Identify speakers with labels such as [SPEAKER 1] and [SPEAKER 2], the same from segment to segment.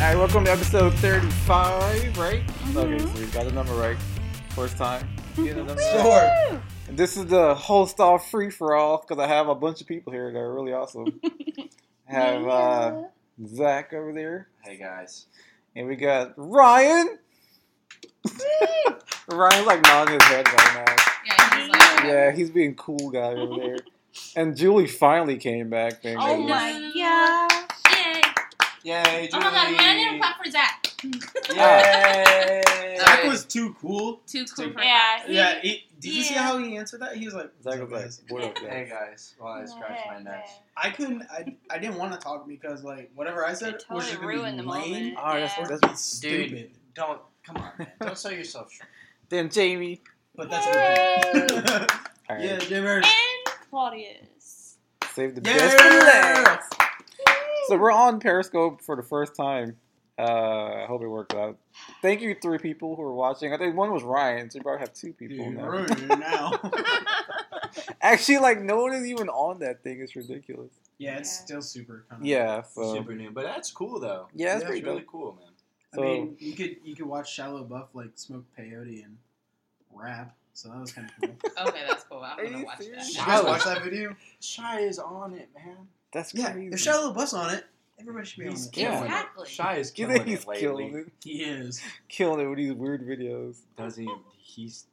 [SPEAKER 1] Welcome to episode 35, right? Okay, so you got the number right. First time. Getting the number right.
[SPEAKER 2] Sure.
[SPEAKER 1] And this is the whole style free for all because I have a bunch of people here that are really awesome. I have uh, Zach over there,
[SPEAKER 2] Hey guys.
[SPEAKER 1] and we got Ryan. Ryan's like nodding his head right now.
[SPEAKER 3] Yeah, he's like,
[SPEAKER 1] Yeah, he's being cool guy over there. And Julie finally came back. Thank
[SPEAKER 3] Oh
[SPEAKER 1] goodness.
[SPEAKER 3] my
[SPEAKER 4] gosh.
[SPEAKER 3] Yay.
[SPEAKER 2] Yay,
[SPEAKER 3] Oh my god, man, I didn't clap for Zach.
[SPEAKER 2] Yay!
[SPEAKER 5] Zach was too cool.
[SPEAKER 3] Too cool for
[SPEAKER 4] Yeah. he-
[SPEAKER 5] Yeah. He, did you see
[SPEAKER 4] Yeah.
[SPEAKER 5] how he answered that? He was like,
[SPEAKER 1] Zach
[SPEAKER 5] "What's up,
[SPEAKER 1] was
[SPEAKER 5] guys?"
[SPEAKER 1] like, what up,
[SPEAKER 2] Hey
[SPEAKER 1] guys?
[SPEAKER 2] guys, while I scratch my neck.
[SPEAKER 5] I couldn't. I, I didn't want to talk because like whatever I
[SPEAKER 4] It
[SPEAKER 5] said was
[SPEAKER 4] totally
[SPEAKER 5] just gonna
[SPEAKER 4] ruined
[SPEAKER 5] be
[SPEAKER 4] the
[SPEAKER 5] lame
[SPEAKER 4] moment.
[SPEAKER 1] Oh, that's,
[SPEAKER 5] or
[SPEAKER 4] Yeah.
[SPEAKER 1] that's,
[SPEAKER 5] be stupid.
[SPEAKER 2] Don't come on, man. Don't sell yourself short.
[SPEAKER 1] then Jamie.
[SPEAKER 5] But that's okay.
[SPEAKER 1] All right,
[SPEAKER 5] yeah, Jim Meredith.
[SPEAKER 4] And Claudius.
[SPEAKER 1] save the best for last.
[SPEAKER 5] Yeah.
[SPEAKER 1] So we're on Periscope for the first time. Uh, I hope it works out. Thank you, three people who are watching. I think one was Ryan, so you probably have two people
[SPEAKER 5] Dude,
[SPEAKER 1] now.
[SPEAKER 5] ruined it now.
[SPEAKER 1] Actually, like no one is even on that thing. It's ridiculous.
[SPEAKER 5] yeah, it's
[SPEAKER 4] Yeah.
[SPEAKER 5] still super. Kind
[SPEAKER 1] Yeah. So
[SPEAKER 2] Uh, Super new, but that's cool though.
[SPEAKER 1] yeah, it's
[SPEAKER 2] That's
[SPEAKER 1] pretty
[SPEAKER 2] really
[SPEAKER 1] dope.
[SPEAKER 2] cool, man.
[SPEAKER 1] So
[SPEAKER 5] I mean, you could you could watch Shallow Buff like smoke peyote and rap. So that was kind of cool. Did
[SPEAKER 3] Okay, that's cool. I'm
[SPEAKER 1] Are you
[SPEAKER 3] gonna watch
[SPEAKER 1] serious?
[SPEAKER 5] you
[SPEAKER 3] that.
[SPEAKER 5] guys watch that video?
[SPEAKER 2] Shy is on it, man.
[SPEAKER 1] that's
[SPEAKER 5] Yeah,
[SPEAKER 1] crazy.
[SPEAKER 5] if Shallow Buff's on it, everybody should be on
[SPEAKER 2] He's
[SPEAKER 5] it.
[SPEAKER 2] killing
[SPEAKER 3] Exactly.
[SPEAKER 2] it. Shy is
[SPEAKER 1] You
[SPEAKER 2] killing
[SPEAKER 1] think he's
[SPEAKER 2] it lately.
[SPEAKER 1] killing it,
[SPEAKER 5] He is.
[SPEAKER 1] killing it with these weird videos.
[SPEAKER 2] Does he? He's.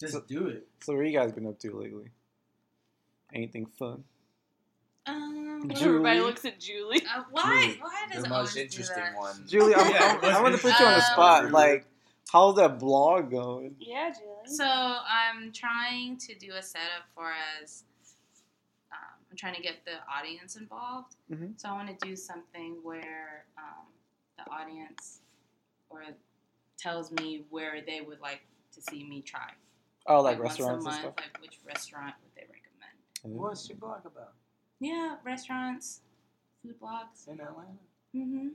[SPEAKER 5] Just
[SPEAKER 1] So-
[SPEAKER 5] do it.
[SPEAKER 1] So what have you guys been up to lately? Anything fun?
[SPEAKER 3] Um,
[SPEAKER 1] Ju- Everybody
[SPEAKER 4] Everybody
[SPEAKER 1] Julie.
[SPEAKER 4] looks
[SPEAKER 1] looks
[SPEAKER 4] at Julie.
[SPEAKER 3] uh, why?
[SPEAKER 2] Julie,
[SPEAKER 3] Why does
[SPEAKER 2] The
[SPEAKER 3] it
[SPEAKER 2] most
[SPEAKER 3] always
[SPEAKER 2] interesting
[SPEAKER 3] do that?
[SPEAKER 2] one.
[SPEAKER 1] Julie, I'm,
[SPEAKER 5] Yeah,
[SPEAKER 1] I'm, I'm gonna put you on the
[SPEAKER 3] Um,
[SPEAKER 1] spot. Like, how's that blog going?
[SPEAKER 4] Yeah, Julie.
[SPEAKER 3] So I'm trying to do a setup for us. Um, I'm trying to get the audience involved.
[SPEAKER 1] Mhm.
[SPEAKER 3] So I want to do something where um, the audience or tells me where they would like to see me try.
[SPEAKER 1] Oh, like
[SPEAKER 3] once a
[SPEAKER 1] restaurants and
[SPEAKER 3] month,
[SPEAKER 1] stuff.
[SPEAKER 3] Like which restaurant would they recommend?
[SPEAKER 2] What's your blog about?
[SPEAKER 3] Yeah, restaurants, food blogs.
[SPEAKER 2] In Atlanta.
[SPEAKER 3] Mm-hmm.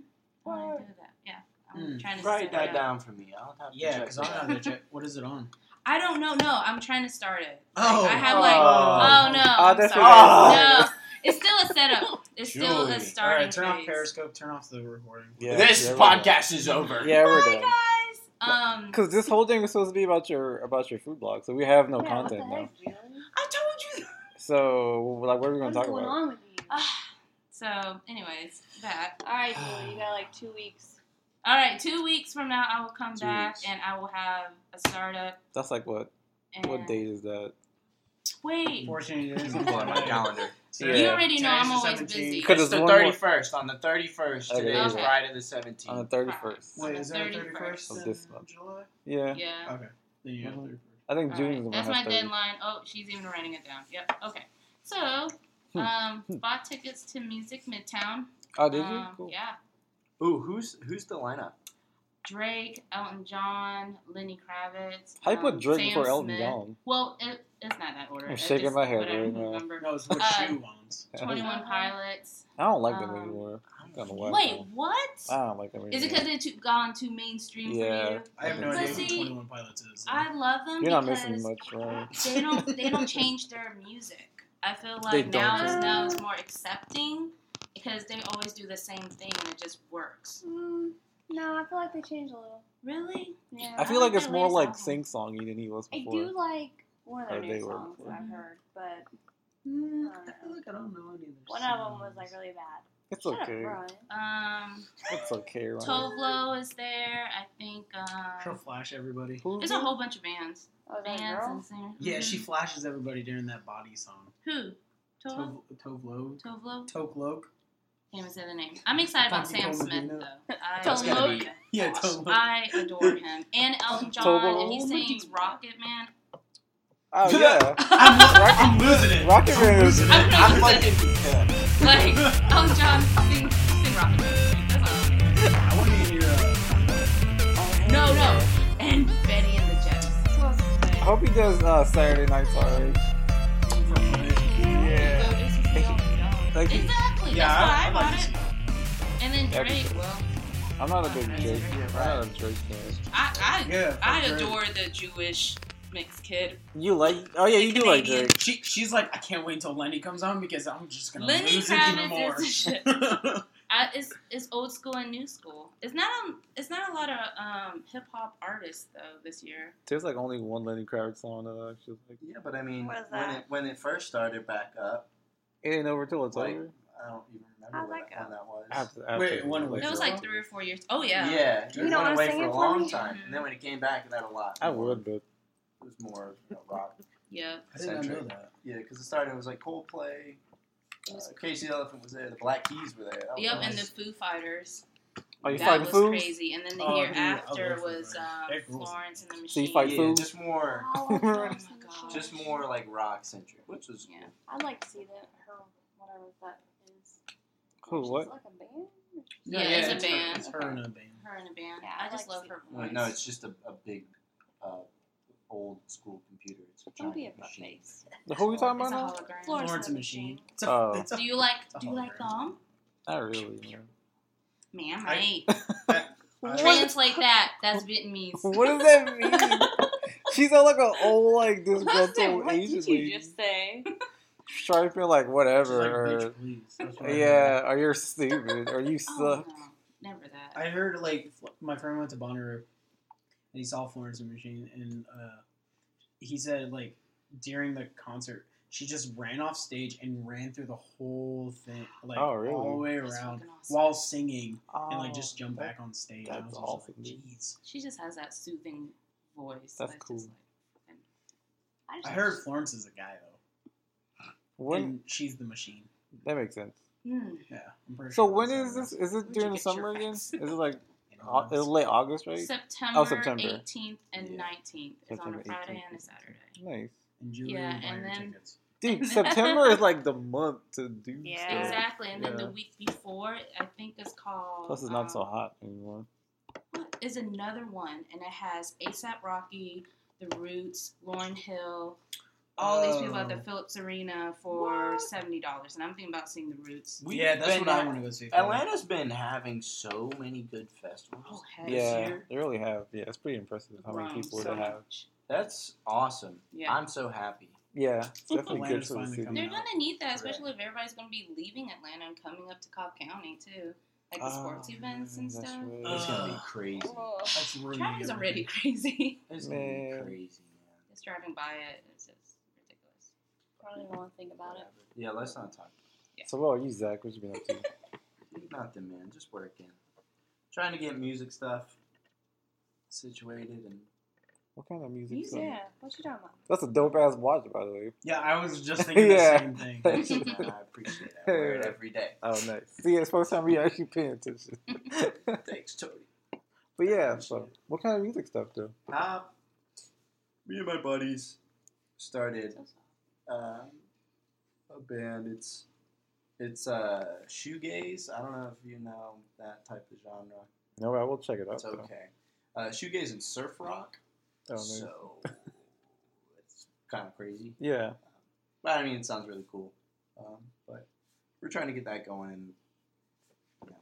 [SPEAKER 3] I want to do that. Yeah, I'm
[SPEAKER 1] Hmm.
[SPEAKER 5] Mm.
[SPEAKER 3] trying to
[SPEAKER 2] Write
[SPEAKER 3] set it
[SPEAKER 2] that
[SPEAKER 3] up.
[SPEAKER 2] down for me. I'll have to
[SPEAKER 5] Yeah,
[SPEAKER 2] check
[SPEAKER 5] because
[SPEAKER 2] it
[SPEAKER 5] I'm
[SPEAKER 2] out.
[SPEAKER 5] not gonna check. What is it on?
[SPEAKER 3] I don't know. No, I'm trying to start it.
[SPEAKER 5] Oh.
[SPEAKER 3] Like, I have
[SPEAKER 1] Oh.
[SPEAKER 3] like, oh, no,
[SPEAKER 1] Oh,
[SPEAKER 3] I'm
[SPEAKER 1] that's
[SPEAKER 3] sorry.
[SPEAKER 1] what
[SPEAKER 5] it
[SPEAKER 3] no, it's still a setup. It's still
[SPEAKER 2] Julie.
[SPEAKER 3] a
[SPEAKER 2] All
[SPEAKER 5] All
[SPEAKER 3] starting
[SPEAKER 5] right, turn off
[SPEAKER 3] phase.
[SPEAKER 5] Periscope. Turn off the recording.
[SPEAKER 1] Yeah,
[SPEAKER 2] this
[SPEAKER 1] yeah, we're done.
[SPEAKER 2] podcast is over.
[SPEAKER 1] Yeah, we're
[SPEAKER 3] Bye
[SPEAKER 1] done.
[SPEAKER 3] guys. Um,
[SPEAKER 1] Because this whole thing was supposed to be about your about your food blog, so we have no content now.
[SPEAKER 3] I told you.
[SPEAKER 1] So, like, what are we going
[SPEAKER 4] What's
[SPEAKER 1] to talk
[SPEAKER 4] going
[SPEAKER 1] about?
[SPEAKER 4] on with you?
[SPEAKER 3] Ah, so, anyways, that.
[SPEAKER 4] All right, Julie, you got like two weeks.
[SPEAKER 3] All right, two weeks from now, I will come
[SPEAKER 2] Two
[SPEAKER 3] back
[SPEAKER 2] weeks.
[SPEAKER 3] and I will have a startup.
[SPEAKER 1] That's like what?
[SPEAKER 3] And
[SPEAKER 1] What date is that?
[SPEAKER 3] Wait.
[SPEAKER 5] Unfortunately, it
[SPEAKER 2] It's
[SPEAKER 5] is
[SPEAKER 2] on my calendar.
[SPEAKER 1] Yeah.
[SPEAKER 3] You already know
[SPEAKER 5] Today's
[SPEAKER 3] I'm
[SPEAKER 5] the
[SPEAKER 3] always
[SPEAKER 5] 17th.
[SPEAKER 3] busy.
[SPEAKER 1] Could- 'Cause
[SPEAKER 2] It's
[SPEAKER 1] there's
[SPEAKER 2] the
[SPEAKER 1] one more-
[SPEAKER 2] 31st. On the 31st,
[SPEAKER 1] Okay.
[SPEAKER 2] today is
[SPEAKER 3] Okay.
[SPEAKER 2] Friday the
[SPEAKER 1] On the
[SPEAKER 2] 17th.
[SPEAKER 1] thirty first.
[SPEAKER 3] On
[SPEAKER 5] Wait,
[SPEAKER 3] the
[SPEAKER 5] is there a
[SPEAKER 3] 31st.
[SPEAKER 5] 31st
[SPEAKER 1] Of
[SPEAKER 5] in
[SPEAKER 1] this month.
[SPEAKER 5] July?
[SPEAKER 1] Yeah,
[SPEAKER 3] Yeah.
[SPEAKER 5] Okay. Then you have
[SPEAKER 1] Mhm.
[SPEAKER 5] 31st.
[SPEAKER 1] I think June
[SPEAKER 3] Alright,
[SPEAKER 1] is the one
[SPEAKER 3] That's my
[SPEAKER 1] that's 30.
[SPEAKER 3] deadline. Oh, she's even writing it down. Yep. Okay. So,
[SPEAKER 1] Hmm.
[SPEAKER 3] um, bought tickets to Music Midtown.
[SPEAKER 1] Oh, did you?
[SPEAKER 3] Um,
[SPEAKER 1] Cool.
[SPEAKER 3] Yeah.
[SPEAKER 2] Ooh, who's who's the lineup?
[SPEAKER 3] Drake, Elton John, Lenny Kravitz.
[SPEAKER 1] How you put
[SPEAKER 3] um,
[SPEAKER 1] Drake
[SPEAKER 3] Sam
[SPEAKER 1] before Elton
[SPEAKER 3] Smith.
[SPEAKER 1] John?
[SPEAKER 3] Well, it, it's not that order.
[SPEAKER 1] I'm
[SPEAKER 3] It's
[SPEAKER 1] shaking
[SPEAKER 3] just
[SPEAKER 1] my head
[SPEAKER 3] what I
[SPEAKER 1] right now.
[SPEAKER 3] remember.
[SPEAKER 5] No, it's what
[SPEAKER 3] Uh,
[SPEAKER 5] you want.
[SPEAKER 1] I
[SPEAKER 3] Twenty
[SPEAKER 1] don't-
[SPEAKER 3] One
[SPEAKER 4] Uh-huh.
[SPEAKER 3] Pilots.
[SPEAKER 1] I don't like them
[SPEAKER 3] Um,
[SPEAKER 1] anymore. I'm kind of whack.
[SPEAKER 3] Wait,
[SPEAKER 1] now.
[SPEAKER 3] what?
[SPEAKER 1] I don't like them anymore.
[SPEAKER 3] Is it because they too gone too mainstream
[SPEAKER 1] Yeah.
[SPEAKER 3] for you?
[SPEAKER 5] I have no
[SPEAKER 3] But
[SPEAKER 5] idea who
[SPEAKER 3] see,
[SPEAKER 5] 21 Pilots is.
[SPEAKER 3] I love them
[SPEAKER 1] You're not
[SPEAKER 3] because
[SPEAKER 1] missing much, right?
[SPEAKER 3] they don't they don't change their music. I feel
[SPEAKER 1] They
[SPEAKER 3] like
[SPEAKER 1] don't
[SPEAKER 3] now it's
[SPEAKER 4] change
[SPEAKER 3] now
[SPEAKER 4] it.
[SPEAKER 3] it's more accepting because they always do the same thing and it just works.
[SPEAKER 4] Mm, no, I feel like they changed a little.
[SPEAKER 3] Really?
[SPEAKER 4] Yeah.
[SPEAKER 1] I feel
[SPEAKER 3] I like
[SPEAKER 1] like it's
[SPEAKER 3] their
[SPEAKER 1] more
[SPEAKER 3] latest
[SPEAKER 1] like
[SPEAKER 3] album.
[SPEAKER 1] sing songy than he was
[SPEAKER 4] I
[SPEAKER 1] before.
[SPEAKER 4] do like one of
[SPEAKER 1] Or
[SPEAKER 4] their
[SPEAKER 1] they
[SPEAKER 4] new
[SPEAKER 1] were
[SPEAKER 4] songs
[SPEAKER 1] before.
[SPEAKER 4] that I've heard, but
[SPEAKER 5] Mm,
[SPEAKER 4] I
[SPEAKER 5] I feel like I don't know any of their
[SPEAKER 4] one of them was
[SPEAKER 5] songs.
[SPEAKER 4] like really bad.
[SPEAKER 1] It's
[SPEAKER 4] Shut
[SPEAKER 1] okay.
[SPEAKER 4] Up, Ryan.
[SPEAKER 3] Um,
[SPEAKER 1] It's okay, Ryan.
[SPEAKER 3] Tovlo is there. I think.
[SPEAKER 5] She'll
[SPEAKER 3] Um,
[SPEAKER 5] flash everybody.
[SPEAKER 1] Who's
[SPEAKER 3] there's a
[SPEAKER 1] that?
[SPEAKER 3] whole bunch of bands.
[SPEAKER 4] Oh, that
[SPEAKER 3] Bands
[SPEAKER 4] girl.
[SPEAKER 3] and singers.
[SPEAKER 5] Yeah, she
[SPEAKER 3] Mhm.
[SPEAKER 5] flashes everybody during that body song.
[SPEAKER 3] Who? Tovlo.
[SPEAKER 5] Tov- Tovlo?
[SPEAKER 3] Tovlo.
[SPEAKER 5] Tovlo?
[SPEAKER 3] Can't even say the name. I'm excited about
[SPEAKER 5] Fucking
[SPEAKER 3] Sam
[SPEAKER 5] Tovlo,
[SPEAKER 3] Smith
[SPEAKER 5] you know.
[SPEAKER 3] though. I
[SPEAKER 4] That's
[SPEAKER 3] love
[SPEAKER 5] gotta
[SPEAKER 3] him.
[SPEAKER 5] Yeah, Tovlo.
[SPEAKER 3] I adore him and Elton John,
[SPEAKER 1] Tovlo.
[SPEAKER 3] and he sings Rocket Man.
[SPEAKER 1] Oh, yeah.
[SPEAKER 5] I'm, I'm losing it.
[SPEAKER 1] Rocket Man is.
[SPEAKER 3] I'm gonna
[SPEAKER 2] I'm
[SPEAKER 3] lose
[SPEAKER 2] like,
[SPEAKER 3] it. Like, Elton John sing, sing Rocket Man. That's all.
[SPEAKER 5] I want to hear your. Uh,
[SPEAKER 3] No, no. And Betty and the Jets. That's what I was gonna say.
[SPEAKER 1] I hope he does uh, Saturday Night Live.
[SPEAKER 3] So it's just so dumb.
[SPEAKER 1] Thank you.
[SPEAKER 3] Exactly.
[SPEAKER 5] Yeah, I,
[SPEAKER 3] That's why I
[SPEAKER 5] I'd like to
[SPEAKER 3] bought
[SPEAKER 5] see
[SPEAKER 3] it.
[SPEAKER 5] that.
[SPEAKER 3] And then
[SPEAKER 1] That'd be
[SPEAKER 3] Drake. Well,
[SPEAKER 1] I'm not a big
[SPEAKER 3] Alright.
[SPEAKER 1] Drake.
[SPEAKER 2] Yeah,
[SPEAKER 1] I'm
[SPEAKER 2] right.
[SPEAKER 1] not a Drake fan.
[SPEAKER 3] I, I,
[SPEAKER 5] Yeah.
[SPEAKER 3] I
[SPEAKER 5] that's great.
[SPEAKER 3] adore the Jewish mixed kid.
[SPEAKER 1] You like? Oh yeah, you do like
[SPEAKER 3] Canadian.
[SPEAKER 1] Drake.
[SPEAKER 5] She, she's like, I can't wait until Lenny comes on because I'm just gonna
[SPEAKER 3] Lenny
[SPEAKER 5] lose it
[SPEAKER 3] Kravitz
[SPEAKER 5] even
[SPEAKER 3] is
[SPEAKER 5] more.
[SPEAKER 3] the shit. I, it's it's old school and new school. It's not um it's not a lot of um hip hop artists though this year.
[SPEAKER 1] There's like only one Lenny Kravitz song that I actually like.
[SPEAKER 2] Yeah, but I mean,
[SPEAKER 4] What is
[SPEAKER 2] when
[SPEAKER 4] that?
[SPEAKER 2] it when it first started back up,
[SPEAKER 1] It ain't over till it's
[SPEAKER 2] Like-
[SPEAKER 1] over.
[SPEAKER 2] I don't even
[SPEAKER 4] How'd
[SPEAKER 2] remember what
[SPEAKER 4] that
[SPEAKER 2] that, one that was.
[SPEAKER 1] Abs- absolutely.
[SPEAKER 5] one way.
[SPEAKER 3] That was like three or four years. Oh yeah.
[SPEAKER 2] yeah,
[SPEAKER 5] You
[SPEAKER 2] it
[SPEAKER 4] don't
[SPEAKER 2] went
[SPEAKER 4] wanna
[SPEAKER 2] away
[SPEAKER 4] sing
[SPEAKER 2] for
[SPEAKER 4] it
[SPEAKER 2] a
[SPEAKER 4] for
[SPEAKER 2] long
[SPEAKER 4] me?
[SPEAKER 2] time, and then when it came back, it had a lot.
[SPEAKER 1] I
[SPEAKER 2] more-
[SPEAKER 1] would, but
[SPEAKER 2] It was more you know, rock.
[SPEAKER 3] Yeah.
[SPEAKER 5] I did not know that.
[SPEAKER 2] Yeah, because it started. It was like Coldplay. Uh, Casey the Elephant was there. The Black Keys were there. That was
[SPEAKER 3] Yep, and the
[SPEAKER 2] nice.
[SPEAKER 3] Foo Fighters.
[SPEAKER 1] oh, you
[SPEAKER 3] that
[SPEAKER 1] fighting
[SPEAKER 3] was
[SPEAKER 1] fools?
[SPEAKER 3] crazy. And then the
[SPEAKER 5] Oh,
[SPEAKER 3] year
[SPEAKER 5] dude, I
[SPEAKER 3] after
[SPEAKER 5] love Foo
[SPEAKER 3] was
[SPEAKER 5] Fighters.
[SPEAKER 3] um,
[SPEAKER 5] They're cool.
[SPEAKER 3] Florence and the
[SPEAKER 1] So you
[SPEAKER 3] Machine.
[SPEAKER 1] fight
[SPEAKER 2] yeah,
[SPEAKER 1] food?
[SPEAKER 2] just more,
[SPEAKER 4] Oh, I love
[SPEAKER 3] Oh my
[SPEAKER 4] Florence and the
[SPEAKER 3] gosh.
[SPEAKER 2] just
[SPEAKER 4] Machine.
[SPEAKER 2] more like rock centric, which was
[SPEAKER 3] Yeah.
[SPEAKER 4] I'd like to see that her whatever that is.
[SPEAKER 1] Who,
[SPEAKER 4] She's
[SPEAKER 1] what?
[SPEAKER 4] like a band.
[SPEAKER 3] Yeah, it's a
[SPEAKER 5] her-
[SPEAKER 3] band.
[SPEAKER 5] It's her and a band.
[SPEAKER 3] Her in a band.
[SPEAKER 4] Yeah,
[SPEAKER 3] I
[SPEAKER 4] I
[SPEAKER 3] just
[SPEAKER 4] like
[SPEAKER 3] love
[SPEAKER 4] to-
[SPEAKER 3] her
[SPEAKER 2] Well,
[SPEAKER 3] voice.
[SPEAKER 2] no, it's just a, a big, uh, old school computer. It's a
[SPEAKER 4] Don't be a
[SPEAKER 2] giant
[SPEAKER 4] butt
[SPEAKER 2] machine.
[SPEAKER 4] face.
[SPEAKER 1] Who are you talking about
[SPEAKER 3] It's a
[SPEAKER 1] now?
[SPEAKER 4] Florence
[SPEAKER 3] hologram.
[SPEAKER 5] Florence
[SPEAKER 4] and the
[SPEAKER 5] Machine.
[SPEAKER 4] Machine.
[SPEAKER 5] It's a,
[SPEAKER 1] Oh.
[SPEAKER 5] it's a,
[SPEAKER 3] Do you like
[SPEAKER 5] a
[SPEAKER 3] Do you like them?
[SPEAKER 1] Not really, man.
[SPEAKER 3] Man,
[SPEAKER 5] I-
[SPEAKER 3] right.
[SPEAKER 5] I-
[SPEAKER 3] Translate that. That's Vietnamese.
[SPEAKER 1] What does that mean? She's not like an old, like disgruntled
[SPEAKER 4] what
[SPEAKER 1] Asian
[SPEAKER 4] did you
[SPEAKER 1] lady.
[SPEAKER 4] just say?
[SPEAKER 1] Striping like
[SPEAKER 5] she's like,
[SPEAKER 1] whatever.
[SPEAKER 5] bitch, please. That's what I
[SPEAKER 1] or,
[SPEAKER 5] heard.
[SPEAKER 1] yeah, or you're stupid, or you
[SPEAKER 3] Oh,
[SPEAKER 1] suck.
[SPEAKER 3] no. Never that.
[SPEAKER 5] I heard like fl- my friend went to Bonnaroo and he saw Florence and the Machine and uh, he said like during the concert she just ran off stage and ran through the whole thing like
[SPEAKER 1] Oh, really?
[SPEAKER 5] all the way
[SPEAKER 3] That's
[SPEAKER 5] around
[SPEAKER 3] fucking awesome.
[SPEAKER 5] while singing and
[SPEAKER 1] Oh,
[SPEAKER 5] like just jumped
[SPEAKER 1] that-
[SPEAKER 5] back on stage. and I
[SPEAKER 1] that's
[SPEAKER 5] was
[SPEAKER 1] awesome,
[SPEAKER 5] just like,
[SPEAKER 1] dude.
[SPEAKER 5] jeez.
[SPEAKER 3] She just has that soothing voice.
[SPEAKER 1] That's
[SPEAKER 3] just
[SPEAKER 1] cool.
[SPEAKER 3] like-
[SPEAKER 4] I, just
[SPEAKER 5] I heard Florence is a guy though,
[SPEAKER 1] When
[SPEAKER 5] and she's the machine.
[SPEAKER 1] that makes sense.
[SPEAKER 3] Hmm.
[SPEAKER 5] Yeah, I'm pretty
[SPEAKER 1] So
[SPEAKER 5] sure
[SPEAKER 1] when
[SPEAKER 5] that's
[SPEAKER 1] is
[SPEAKER 5] how it
[SPEAKER 1] this? Is it during
[SPEAKER 3] you
[SPEAKER 1] the
[SPEAKER 3] get your
[SPEAKER 1] summer again? Is
[SPEAKER 3] facts?
[SPEAKER 1] it like au-
[SPEAKER 5] works.
[SPEAKER 1] it's late August, right?
[SPEAKER 3] September,
[SPEAKER 1] Oh, September.
[SPEAKER 3] 18th and
[SPEAKER 5] Yeah.
[SPEAKER 3] 19th. It's on
[SPEAKER 1] September
[SPEAKER 3] a Friday
[SPEAKER 1] 18th.
[SPEAKER 3] and a Saturday.
[SPEAKER 1] Nice,
[SPEAKER 5] And Julia
[SPEAKER 3] Yeah,
[SPEAKER 5] will buy
[SPEAKER 3] and
[SPEAKER 5] your
[SPEAKER 3] then-
[SPEAKER 5] tickets.
[SPEAKER 1] dude. September is like the month to do
[SPEAKER 4] Yeah.
[SPEAKER 1] stuff.
[SPEAKER 3] Exactly. And then
[SPEAKER 1] Yeah.
[SPEAKER 3] the week before, I think it's called.
[SPEAKER 1] Plus, it's not so
[SPEAKER 3] um,
[SPEAKER 1] hot anymore.
[SPEAKER 3] What is another one? And it has ASAP Rocky, The Roots, Lauren Hill, all these people at the
[SPEAKER 5] Oh.
[SPEAKER 3] Phillips Arena for
[SPEAKER 4] What?
[SPEAKER 3] seventy dollars. And I'm thinking about seeing The Roots.
[SPEAKER 2] We've
[SPEAKER 5] yeah, that's
[SPEAKER 2] been
[SPEAKER 5] what I
[SPEAKER 2] ha-
[SPEAKER 5] want to go see.
[SPEAKER 2] Atlanta's been having so many good festivals.
[SPEAKER 3] Oh heck
[SPEAKER 2] this
[SPEAKER 1] Yeah,
[SPEAKER 2] year.
[SPEAKER 1] they really have. Yeah, it's pretty impressive how many
[SPEAKER 3] Grown
[SPEAKER 1] people
[SPEAKER 3] so
[SPEAKER 1] they have.
[SPEAKER 3] much.
[SPEAKER 2] That's awesome.
[SPEAKER 3] Yeah.
[SPEAKER 2] I'm so happy.
[SPEAKER 1] Yeah, it's definitely good
[SPEAKER 5] Atlanta's
[SPEAKER 1] for the
[SPEAKER 5] finally
[SPEAKER 1] city.
[SPEAKER 5] coming.
[SPEAKER 3] They're
[SPEAKER 5] out.
[SPEAKER 3] gonna need that,
[SPEAKER 2] Correct.
[SPEAKER 3] especially if everybody's gonna be leaving Atlanta and coming up to Cobb County too, like the sports
[SPEAKER 1] Oh,
[SPEAKER 3] events and
[SPEAKER 1] that's
[SPEAKER 3] stuff.
[SPEAKER 1] right.
[SPEAKER 2] It's gonna be
[SPEAKER 5] Ugh.
[SPEAKER 2] crazy.
[SPEAKER 4] Ugh.
[SPEAKER 5] That's ruining
[SPEAKER 3] Traveling's
[SPEAKER 5] everything.
[SPEAKER 3] already crazy.
[SPEAKER 2] It's gonna be
[SPEAKER 1] Man.
[SPEAKER 2] crazy,
[SPEAKER 3] Just driving by it, it's just ridiculous.
[SPEAKER 4] Probably won't think
[SPEAKER 2] man.
[SPEAKER 4] about it.
[SPEAKER 2] Yeah, let's not talk.
[SPEAKER 1] So, what are you, Zach? What you been up to?
[SPEAKER 2] Nothing, man. Just working. Trying to get music stuff situated and
[SPEAKER 1] What kind of music?
[SPEAKER 3] Music.
[SPEAKER 1] stuff?
[SPEAKER 4] Yeah, what you talking about?
[SPEAKER 1] That's a dope ass watch, by the way.
[SPEAKER 5] Yeah, I was just thinking
[SPEAKER 1] Yeah.
[SPEAKER 5] the same thing.
[SPEAKER 2] I appreciate it. I wear it every day.
[SPEAKER 1] Oh, nice. See, it's the first time we actually paying attention.
[SPEAKER 3] Mm,
[SPEAKER 1] but
[SPEAKER 2] Thanks, Tony.
[SPEAKER 1] yeah, so what kind of music stuff though?
[SPEAKER 2] Uh, me and my buddies started um, a band. It's it's uh, shoegaze. I don't know if you know that type of genre.
[SPEAKER 1] No, I will check it out.
[SPEAKER 2] It's okay. Uh, shoegaze and surf rock.
[SPEAKER 1] Though. Oh, nice.
[SPEAKER 2] So it's kind of crazy.
[SPEAKER 1] Yeah,
[SPEAKER 2] But I mean, it sounds really cool. Um, but we're trying to get that going. And, you know,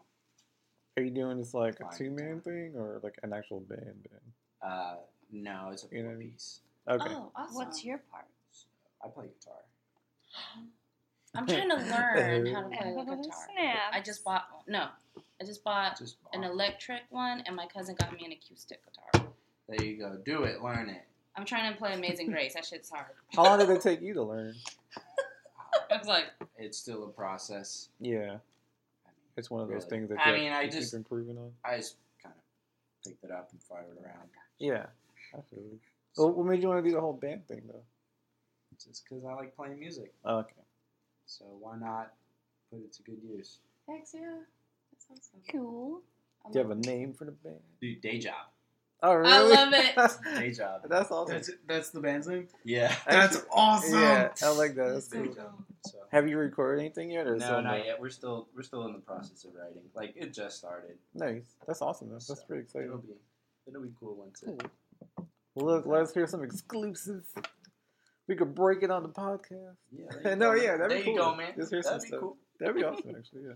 [SPEAKER 1] are you doing this like a
[SPEAKER 2] Fine.
[SPEAKER 1] two man thing or like an actual band? band?
[SPEAKER 2] uh, no, it's a
[SPEAKER 1] You know
[SPEAKER 2] four
[SPEAKER 1] what I mean?
[SPEAKER 2] piece.
[SPEAKER 1] Okay.
[SPEAKER 3] Oh, awesome.
[SPEAKER 4] What's your part?
[SPEAKER 2] I play guitar.
[SPEAKER 3] I'm trying to learn how to play the
[SPEAKER 4] Oh,
[SPEAKER 3] guitar.
[SPEAKER 4] snap.
[SPEAKER 3] I just bought one. No, I just bought
[SPEAKER 2] Just
[SPEAKER 3] an
[SPEAKER 2] bomb.
[SPEAKER 3] electric one, and my cousin got me an acoustic guitar.
[SPEAKER 2] there you go. Do it. Learn it.
[SPEAKER 3] I'm trying to play Amazing Grace. That shit's hard.
[SPEAKER 1] How long did it take you to learn?
[SPEAKER 3] I was like,
[SPEAKER 2] It's still a process.
[SPEAKER 1] Yeah,
[SPEAKER 2] I mean,
[SPEAKER 1] it's one of those
[SPEAKER 2] Really?
[SPEAKER 1] things that
[SPEAKER 2] I
[SPEAKER 1] you
[SPEAKER 2] mean, I
[SPEAKER 1] have to
[SPEAKER 2] just-
[SPEAKER 1] keep improving on.
[SPEAKER 2] I just kind of picked it up and fired it around.
[SPEAKER 1] Yeah, absolutely. Well, what made you want to do the whole band thing though?
[SPEAKER 2] Just because I like playing music.
[SPEAKER 1] Oh, okay.
[SPEAKER 2] So why not put it to good use?
[SPEAKER 3] thanks, yeah. That sounds so good.
[SPEAKER 4] Cool.
[SPEAKER 1] Do you have a name for the band?
[SPEAKER 2] Dude, day job.
[SPEAKER 1] Oh, really?
[SPEAKER 3] love it.
[SPEAKER 2] Day job.
[SPEAKER 1] That's awesome.
[SPEAKER 5] That's that's the band's name.
[SPEAKER 2] yeah.
[SPEAKER 5] That's awesome.
[SPEAKER 1] yeah, I like that. That's
[SPEAKER 2] Day
[SPEAKER 1] cool.
[SPEAKER 2] job. So.
[SPEAKER 1] Have you recorded anything yet? Or
[SPEAKER 2] No,
[SPEAKER 1] is that-
[SPEAKER 2] not yet. We're still we're still in the process of writing. Like it just started.
[SPEAKER 1] Nice. That's awesome. That's, that's
[SPEAKER 2] So,
[SPEAKER 1] pretty
[SPEAKER 2] It'll
[SPEAKER 1] exciting.
[SPEAKER 2] be it'll be cool once.
[SPEAKER 1] Cool.
[SPEAKER 2] It,
[SPEAKER 1] Well, look, let us hear some exclusives. We could break it on the podcast.
[SPEAKER 2] yeah. there you
[SPEAKER 1] No,
[SPEAKER 2] go, man.
[SPEAKER 1] yeah, that'd be
[SPEAKER 2] there
[SPEAKER 1] cool.
[SPEAKER 2] you go, man.
[SPEAKER 1] Just hear some
[SPEAKER 2] that'd be
[SPEAKER 1] stuff.
[SPEAKER 2] cool.
[SPEAKER 1] That'd be awesome, actually. Yeah.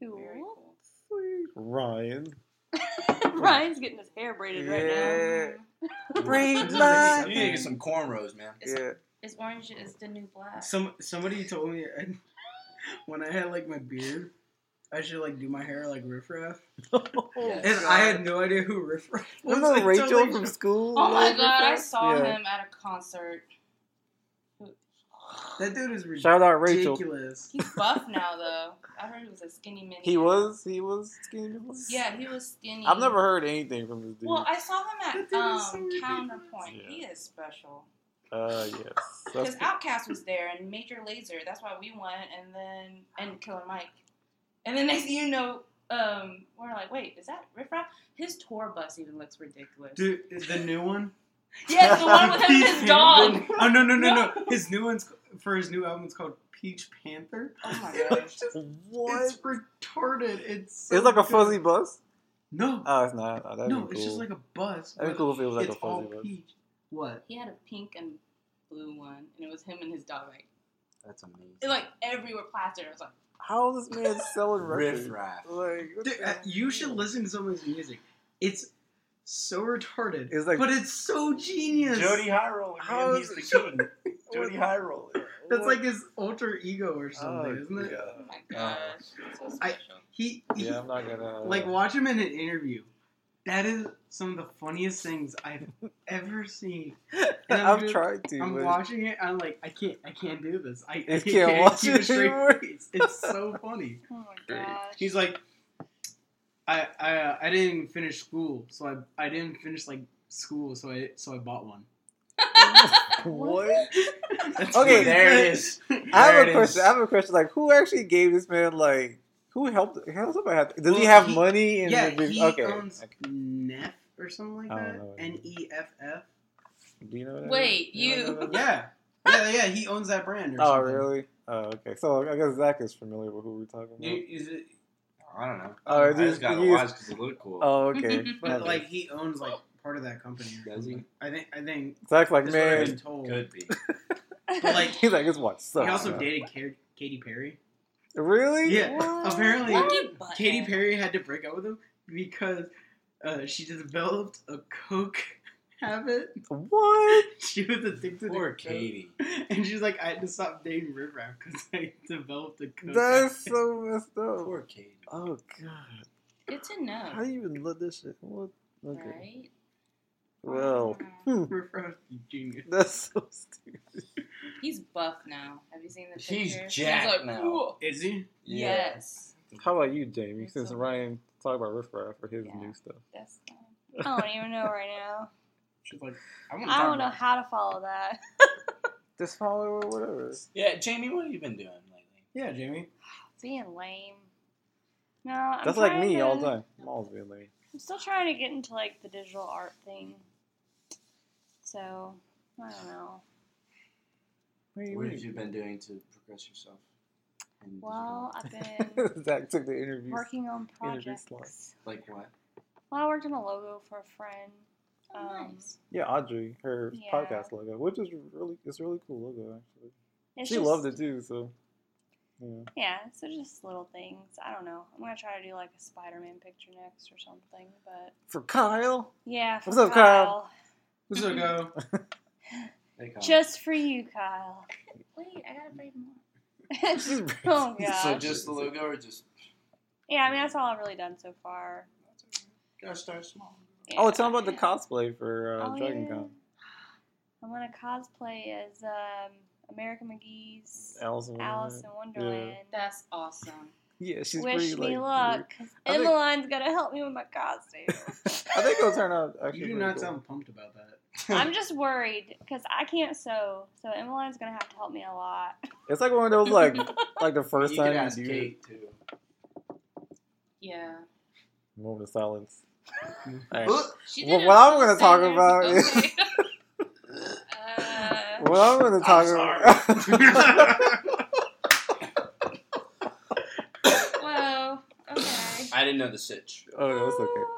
[SPEAKER 3] Very
[SPEAKER 4] Cool.
[SPEAKER 3] cool.
[SPEAKER 1] Sweet. Ryan.
[SPEAKER 4] Ryan's getting his hair braided right
[SPEAKER 1] Yeah.
[SPEAKER 3] Um,
[SPEAKER 2] You
[SPEAKER 1] Breathe
[SPEAKER 2] need to
[SPEAKER 1] life.
[SPEAKER 2] get some- You need to get some cornrows, man.
[SPEAKER 3] It's,
[SPEAKER 1] Yeah.
[SPEAKER 3] it's orange is the new black.
[SPEAKER 5] Some somebody told me I, when I had like my beard, I should like do my hair like Riff Raff.
[SPEAKER 4] Oh
[SPEAKER 1] Remember
[SPEAKER 5] And I had no idea who Riff Raff was. until
[SPEAKER 1] Rachel
[SPEAKER 5] they
[SPEAKER 1] from
[SPEAKER 5] showed-
[SPEAKER 1] school?
[SPEAKER 3] Oh my
[SPEAKER 1] loved Riff
[SPEAKER 3] god, I
[SPEAKER 1] Raff?
[SPEAKER 3] saw
[SPEAKER 1] Yeah.
[SPEAKER 3] him at a concert.
[SPEAKER 5] That dude is ridiculous.
[SPEAKER 1] Shout out Rachel.
[SPEAKER 3] He's buff now though. I heard he was a skinny mini.
[SPEAKER 1] He was he was skinny. before?
[SPEAKER 3] Yeah, he was skinny.
[SPEAKER 1] I've never heard anything from this dude.
[SPEAKER 3] Well, I saw him
[SPEAKER 5] That
[SPEAKER 3] at
[SPEAKER 5] dude
[SPEAKER 3] um,
[SPEAKER 5] is so ridiculous.
[SPEAKER 3] Counterpoint.
[SPEAKER 1] Yeah.
[SPEAKER 3] He is special.
[SPEAKER 1] uh, yes.
[SPEAKER 3] Because
[SPEAKER 1] That's-
[SPEAKER 3] Outcast was there and Major Laser. That's why we went, and then and Killer Mike. And then next thing you know, um, we're like, wait, is that Riff Raff? His tour bus even looks ridiculous.
[SPEAKER 5] Dude, the new one?
[SPEAKER 3] Yes, the one with him and his
[SPEAKER 5] Peach
[SPEAKER 3] dog.
[SPEAKER 5] Panther. Oh no no no
[SPEAKER 3] No.
[SPEAKER 5] no! His new one's for his new album. It's called Peach Panther.
[SPEAKER 3] Oh my gosh.
[SPEAKER 5] It's just
[SPEAKER 1] what?
[SPEAKER 5] it's
[SPEAKER 1] It's,
[SPEAKER 5] retarded. It's so
[SPEAKER 1] like a
[SPEAKER 5] good.
[SPEAKER 1] fuzzy bus.
[SPEAKER 5] No,
[SPEAKER 1] Oh, it's not. Oh, that'd be
[SPEAKER 5] no,
[SPEAKER 1] cool.
[SPEAKER 5] it's just like a bus.
[SPEAKER 1] that'd be
[SPEAKER 5] but
[SPEAKER 1] cool if it was like
[SPEAKER 5] it's
[SPEAKER 1] a
[SPEAKER 5] all
[SPEAKER 1] fuzzy bus.
[SPEAKER 5] peach. What?
[SPEAKER 3] He had a pink and blue one, and it was him and his dog. Like,
[SPEAKER 2] That's amazing.
[SPEAKER 3] it, like everywhere plastered. I was like,
[SPEAKER 1] How is this man selling records?
[SPEAKER 2] Riff raff.
[SPEAKER 1] Like what
[SPEAKER 5] Dude,
[SPEAKER 1] the-
[SPEAKER 5] uh, you should listen to someone's music. It's so retarded.
[SPEAKER 1] It's like-
[SPEAKER 5] but it's so genius.
[SPEAKER 2] Jody High Roller,
[SPEAKER 1] How
[SPEAKER 2] man,
[SPEAKER 1] is
[SPEAKER 2] he's the
[SPEAKER 1] it-
[SPEAKER 2] king. Jody High Roller.
[SPEAKER 5] That's
[SPEAKER 1] what-
[SPEAKER 5] like his alter ego or something,
[SPEAKER 1] Oh,
[SPEAKER 5] isn't it?
[SPEAKER 1] yeah.
[SPEAKER 3] oh my
[SPEAKER 5] Uh,
[SPEAKER 3] gosh, so
[SPEAKER 5] I-
[SPEAKER 3] special.
[SPEAKER 5] He, he
[SPEAKER 1] Yeah, I'm not gonna
[SPEAKER 5] like watch him in an interview. That is some of the funniest things I've ever seen. and I'm
[SPEAKER 1] I've
[SPEAKER 5] just-
[SPEAKER 1] tried to.
[SPEAKER 5] I'm
[SPEAKER 1] but-
[SPEAKER 5] watching it. I'm like, I can't, I can't do this. I, I
[SPEAKER 1] can't
[SPEAKER 5] can't,
[SPEAKER 1] watch
[SPEAKER 5] keep
[SPEAKER 1] it
[SPEAKER 5] a straight
[SPEAKER 1] anymore.
[SPEAKER 5] face. It's so funny.
[SPEAKER 4] Oh my gosh.
[SPEAKER 5] He's like, I, I, uh, I didn't finish school, so I, I didn't finish like school, so I, so I bought one.
[SPEAKER 1] what?
[SPEAKER 5] Like,
[SPEAKER 1] there
[SPEAKER 2] it is.
[SPEAKER 1] I
[SPEAKER 2] There
[SPEAKER 1] have
[SPEAKER 2] it
[SPEAKER 1] a
[SPEAKER 2] is.
[SPEAKER 1] question. I have a question. Like, who actually gave this man? Like, who helped? How somebody have? Does he
[SPEAKER 5] Well,
[SPEAKER 1] have
[SPEAKER 5] he-
[SPEAKER 1] money? And
[SPEAKER 5] Yeah,
[SPEAKER 1] the,
[SPEAKER 5] he
[SPEAKER 1] okay.
[SPEAKER 5] owns
[SPEAKER 1] okay.
[SPEAKER 5] Neff or something like
[SPEAKER 1] I don't
[SPEAKER 5] that.
[SPEAKER 1] know what it
[SPEAKER 5] N
[SPEAKER 1] is.
[SPEAKER 5] E F F.
[SPEAKER 1] Do you know that?
[SPEAKER 3] Wait,
[SPEAKER 1] know
[SPEAKER 3] you-
[SPEAKER 1] that?
[SPEAKER 5] Yeah, yeah, yeah. He owns that brand. Or
[SPEAKER 1] Oh,
[SPEAKER 5] something.
[SPEAKER 1] really? Oh, okay. So I guess Zach is familiar with who we're talking about.
[SPEAKER 5] You- is it-
[SPEAKER 2] I don't know.
[SPEAKER 1] Oh,
[SPEAKER 2] I
[SPEAKER 1] dude,
[SPEAKER 2] just gotta
[SPEAKER 1] you-
[SPEAKER 2] watch because it looked cool.
[SPEAKER 1] oh, okay.
[SPEAKER 5] But
[SPEAKER 1] Okay.
[SPEAKER 5] like he owns like part of that company. or
[SPEAKER 2] Does he?
[SPEAKER 5] something. I think. I think.
[SPEAKER 1] Zach's like,
[SPEAKER 5] that's what I've
[SPEAKER 1] man.
[SPEAKER 5] been told.
[SPEAKER 2] Could be.
[SPEAKER 5] But like, he
[SPEAKER 1] He's like, this one sucks.
[SPEAKER 5] also
[SPEAKER 1] man."
[SPEAKER 5] dated Ka- Katy Perry.
[SPEAKER 1] Really?
[SPEAKER 5] Yeah. Apparently,
[SPEAKER 3] Lucky button.
[SPEAKER 5] Katy Perry had to break up with him because uh, she developed a coke habit.
[SPEAKER 1] What?
[SPEAKER 5] She was addicted
[SPEAKER 2] Poor
[SPEAKER 5] to coke.
[SPEAKER 2] Katie.
[SPEAKER 5] And she's like, I had to stop dating Riff Raff because I developed a coke. habit.
[SPEAKER 1] That's so messed up.
[SPEAKER 2] Poor Katie.
[SPEAKER 1] Oh god.
[SPEAKER 3] Good to know.
[SPEAKER 1] How do you even let this shit? What? Okay.
[SPEAKER 3] Right?
[SPEAKER 1] Well, hmm.
[SPEAKER 5] Riff Raff's a genius.
[SPEAKER 1] that's so stupid.
[SPEAKER 3] He's buff now. Have you seen the
[SPEAKER 2] He's
[SPEAKER 3] picture?
[SPEAKER 2] jacked
[SPEAKER 3] like,
[SPEAKER 2] now.
[SPEAKER 3] "Whoa."
[SPEAKER 5] Is he?
[SPEAKER 3] Yes.
[SPEAKER 1] How about you, Jamie?
[SPEAKER 3] It's
[SPEAKER 1] Since
[SPEAKER 3] so-
[SPEAKER 1] Ryan talked about Riff Raff for his
[SPEAKER 3] Yeah.
[SPEAKER 1] new stuff.
[SPEAKER 3] That's fine.
[SPEAKER 4] I don't even know right now.
[SPEAKER 5] She's like, I want to
[SPEAKER 4] I don't know how to follow that.
[SPEAKER 1] Just follow or whatever.
[SPEAKER 2] Yeah, Jamie, what have you been doing lately?
[SPEAKER 5] Yeah, Jamie.
[SPEAKER 4] Being lame. No, I'm
[SPEAKER 1] That's like
[SPEAKER 4] trying
[SPEAKER 1] me
[SPEAKER 4] to,
[SPEAKER 1] all the time. I'm always being late.
[SPEAKER 4] I'm still trying to get into like the digital art thing. So I don't know.
[SPEAKER 2] What have you been doing to progress yourself? in digital?
[SPEAKER 4] Well, I've been
[SPEAKER 1] Zach took the interview.
[SPEAKER 4] working on
[SPEAKER 1] Interview
[SPEAKER 4] projects.
[SPEAKER 1] slides.
[SPEAKER 2] like what?
[SPEAKER 4] Well, I worked on a logo for a friend.
[SPEAKER 3] Oh,
[SPEAKER 4] Um,
[SPEAKER 3] nice.
[SPEAKER 1] Yeah, Audrey, her
[SPEAKER 4] Yeah.
[SPEAKER 1] podcast logo, which is really it's a really cool logo actually.
[SPEAKER 4] it's
[SPEAKER 1] she
[SPEAKER 4] just-
[SPEAKER 1] loved it too, so yeah.
[SPEAKER 4] Yeah, so just little things. I don't know. I'm gonna try to do like a Spider-Man picture next or something. But
[SPEAKER 1] For Kyle,
[SPEAKER 4] yeah, for
[SPEAKER 1] What's up, Kyle?
[SPEAKER 5] What's up, go?
[SPEAKER 2] Hey, Colin.
[SPEAKER 4] Just for you, Kyle.
[SPEAKER 3] Wait, I gotta braid more.
[SPEAKER 4] oh
[SPEAKER 2] so
[SPEAKER 4] gosh.
[SPEAKER 2] just the logo or just
[SPEAKER 4] yeah, I mean that's all I've really done so far.
[SPEAKER 2] gotta start small.
[SPEAKER 4] Yeah.
[SPEAKER 1] Oh, tell me about the cosplay for uh,
[SPEAKER 4] Oh,
[SPEAKER 1] Dragon
[SPEAKER 4] yeah.
[SPEAKER 1] Con.
[SPEAKER 4] I'm gonna cosplay as um, America McGee's
[SPEAKER 1] Alice in
[SPEAKER 4] Alice
[SPEAKER 1] Wonderland.
[SPEAKER 4] in Wonderland.
[SPEAKER 3] That's awesome.
[SPEAKER 1] Yeah, she's
[SPEAKER 4] Wish
[SPEAKER 1] pretty
[SPEAKER 4] me
[SPEAKER 1] like.
[SPEAKER 4] luck,
[SPEAKER 1] weird.
[SPEAKER 4] 'cause
[SPEAKER 1] I think-
[SPEAKER 4] Emmeline's gonna help me with my costume.
[SPEAKER 1] I think it'll turn out. Actually
[SPEAKER 5] You do
[SPEAKER 1] pretty
[SPEAKER 5] not
[SPEAKER 1] cool.
[SPEAKER 5] sound pumped about that.
[SPEAKER 4] I'm just worried because I can't sew, so Emmeline's gonna have to help me a lot.
[SPEAKER 1] It's like one of those like like the first
[SPEAKER 2] you could
[SPEAKER 1] time
[SPEAKER 2] ask
[SPEAKER 1] you do it.
[SPEAKER 2] Kate too.
[SPEAKER 3] Yeah.
[SPEAKER 1] Moment of silence. Alright.
[SPEAKER 2] Ugh.
[SPEAKER 3] She
[SPEAKER 1] Well,
[SPEAKER 3] didn't
[SPEAKER 1] what I'm
[SPEAKER 3] have
[SPEAKER 1] gonna
[SPEAKER 3] to
[SPEAKER 1] talk
[SPEAKER 3] say
[SPEAKER 1] about
[SPEAKER 3] there's-
[SPEAKER 1] is-
[SPEAKER 3] okay. uh,
[SPEAKER 1] Well, I'm gonna talk about.
[SPEAKER 3] whoa. Okay.
[SPEAKER 2] I didn't know the sitch.
[SPEAKER 1] oh, no, it's okay.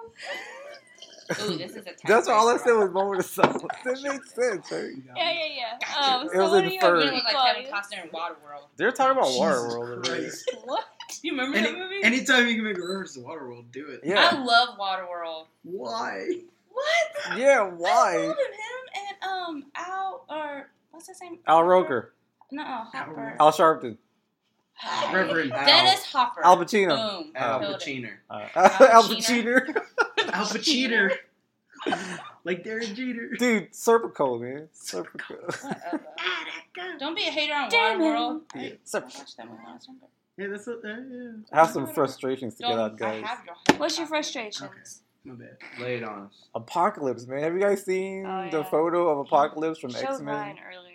[SPEAKER 3] Ooh, this is a
[SPEAKER 1] That's all I said was moment of silence. It made sense, right?
[SPEAKER 4] Yeah, yeah, yeah. Um,
[SPEAKER 1] It
[SPEAKER 4] so
[SPEAKER 1] was in
[SPEAKER 4] what do you
[SPEAKER 3] You
[SPEAKER 4] have
[SPEAKER 1] third.
[SPEAKER 4] to do,
[SPEAKER 3] look like
[SPEAKER 4] Claudius?
[SPEAKER 3] Kevin Costner in Waterworld.
[SPEAKER 1] They're talking about
[SPEAKER 5] Jesus
[SPEAKER 1] Waterworld. over there.
[SPEAKER 5] Christ.
[SPEAKER 4] What?
[SPEAKER 3] Do you remember
[SPEAKER 5] Any-
[SPEAKER 3] that movie?
[SPEAKER 5] Anytime you can make a reference to Waterworld, do it.
[SPEAKER 1] Yeah,
[SPEAKER 3] I love Waterworld.
[SPEAKER 5] Why?
[SPEAKER 3] What?
[SPEAKER 1] yeah.
[SPEAKER 3] I
[SPEAKER 1] Why?
[SPEAKER 3] love him and um Al or what's his name?
[SPEAKER 1] Al Roker,
[SPEAKER 3] No,
[SPEAKER 5] Al
[SPEAKER 3] Hopper.
[SPEAKER 5] Roker.
[SPEAKER 1] Al Sharpton.
[SPEAKER 5] Reverend
[SPEAKER 2] Al.
[SPEAKER 3] Dennis Hopper.
[SPEAKER 1] Al Pacino.
[SPEAKER 3] Boom.
[SPEAKER 1] Al
[SPEAKER 3] Killed it.
[SPEAKER 5] Pacino.
[SPEAKER 1] Uh,
[SPEAKER 3] Al
[SPEAKER 1] Al
[SPEAKER 3] Pacino.
[SPEAKER 1] Pacino.
[SPEAKER 5] Alpha Cheater. like Derek Jeter.
[SPEAKER 1] Dude, Serpico, man. Serpico.
[SPEAKER 3] Whatever. Uh, Don't be a hater on
[SPEAKER 4] Damn it.
[SPEAKER 3] Wild World.
[SPEAKER 1] Yeah,
[SPEAKER 3] I
[SPEAKER 1] Serp-
[SPEAKER 3] watched that movie when I was younger.
[SPEAKER 5] Yeah, that's what, uh, yeah.
[SPEAKER 1] Have some frustrations to get out,
[SPEAKER 3] Don't, I
[SPEAKER 1] guys.
[SPEAKER 3] have your
[SPEAKER 4] What's your frustrations?
[SPEAKER 5] My bad.
[SPEAKER 2] Lay it on us.
[SPEAKER 1] Apocalypse, man. Have you guys seen
[SPEAKER 4] Oh,
[SPEAKER 1] the
[SPEAKER 4] yeah.
[SPEAKER 1] photo of Apocalypse from
[SPEAKER 4] Showed
[SPEAKER 1] X Men?
[SPEAKER 4] mine earlier.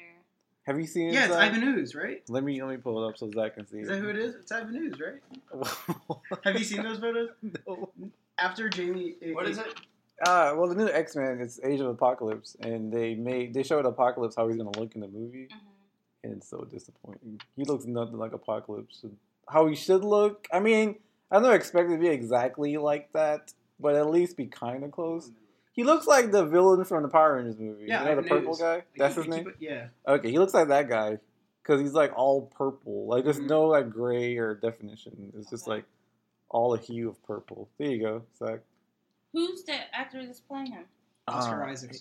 [SPEAKER 1] Have you seen
[SPEAKER 5] Yeah,
[SPEAKER 1] it?
[SPEAKER 5] it's
[SPEAKER 1] Zach?
[SPEAKER 5] Ivan Ooze, right?
[SPEAKER 1] Let me let me pull it up so Zach can see
[SPEAKER 5] Is that who it is? It's Ivan Ooze, right?
[SPEAKER 1] it.
[SPEAKER 5] Have you seen those photos?
[SPEAKER 1] No.
[SPEAKER 5] After Jamie. eh,
[SPEAKER 2] What is it?
[SPEAKER 1] Uh, well, the new X Men is Age of Apocalypse, and they made they showed Apocalypse how he's gonna look in the movie,
[SPEAKER 3] Mhm.
[SPEAKER 1] and it's so disappointing. He looks nothing like Apocalypse. How he should look. I mean, I don't expect it to be exactly like that, but at least be kind of close. He looks like the villain from the Power Rangers movie.
[SPEAKER 5] Yeah,
[SPEAKER 1] you know, the
[SPEAKER 5] Ivan
[SPEAKER 1] purple
[SPEAKER 5] Ooze.
[SPEAKER 1] guy. That's his name.
[SPEAKER 5] Yeah.
[SPEAKER 1] Okay, he looks like that guy because he's like all purple. Like there's
[SPEAKER 5] Mhm.
[SPEAKER 1] no like gray or definition. It's just
[SPEAKER 3] Okay.
[SPEAKER 1] like all a hue of purple. There you go, Zach.
[SPEAKER 3] Who's the actor that's playing him?
[SPEAKER 5] Oscar
[SPEAKER 1] Uh,
[SPEAKER 5] Isaac.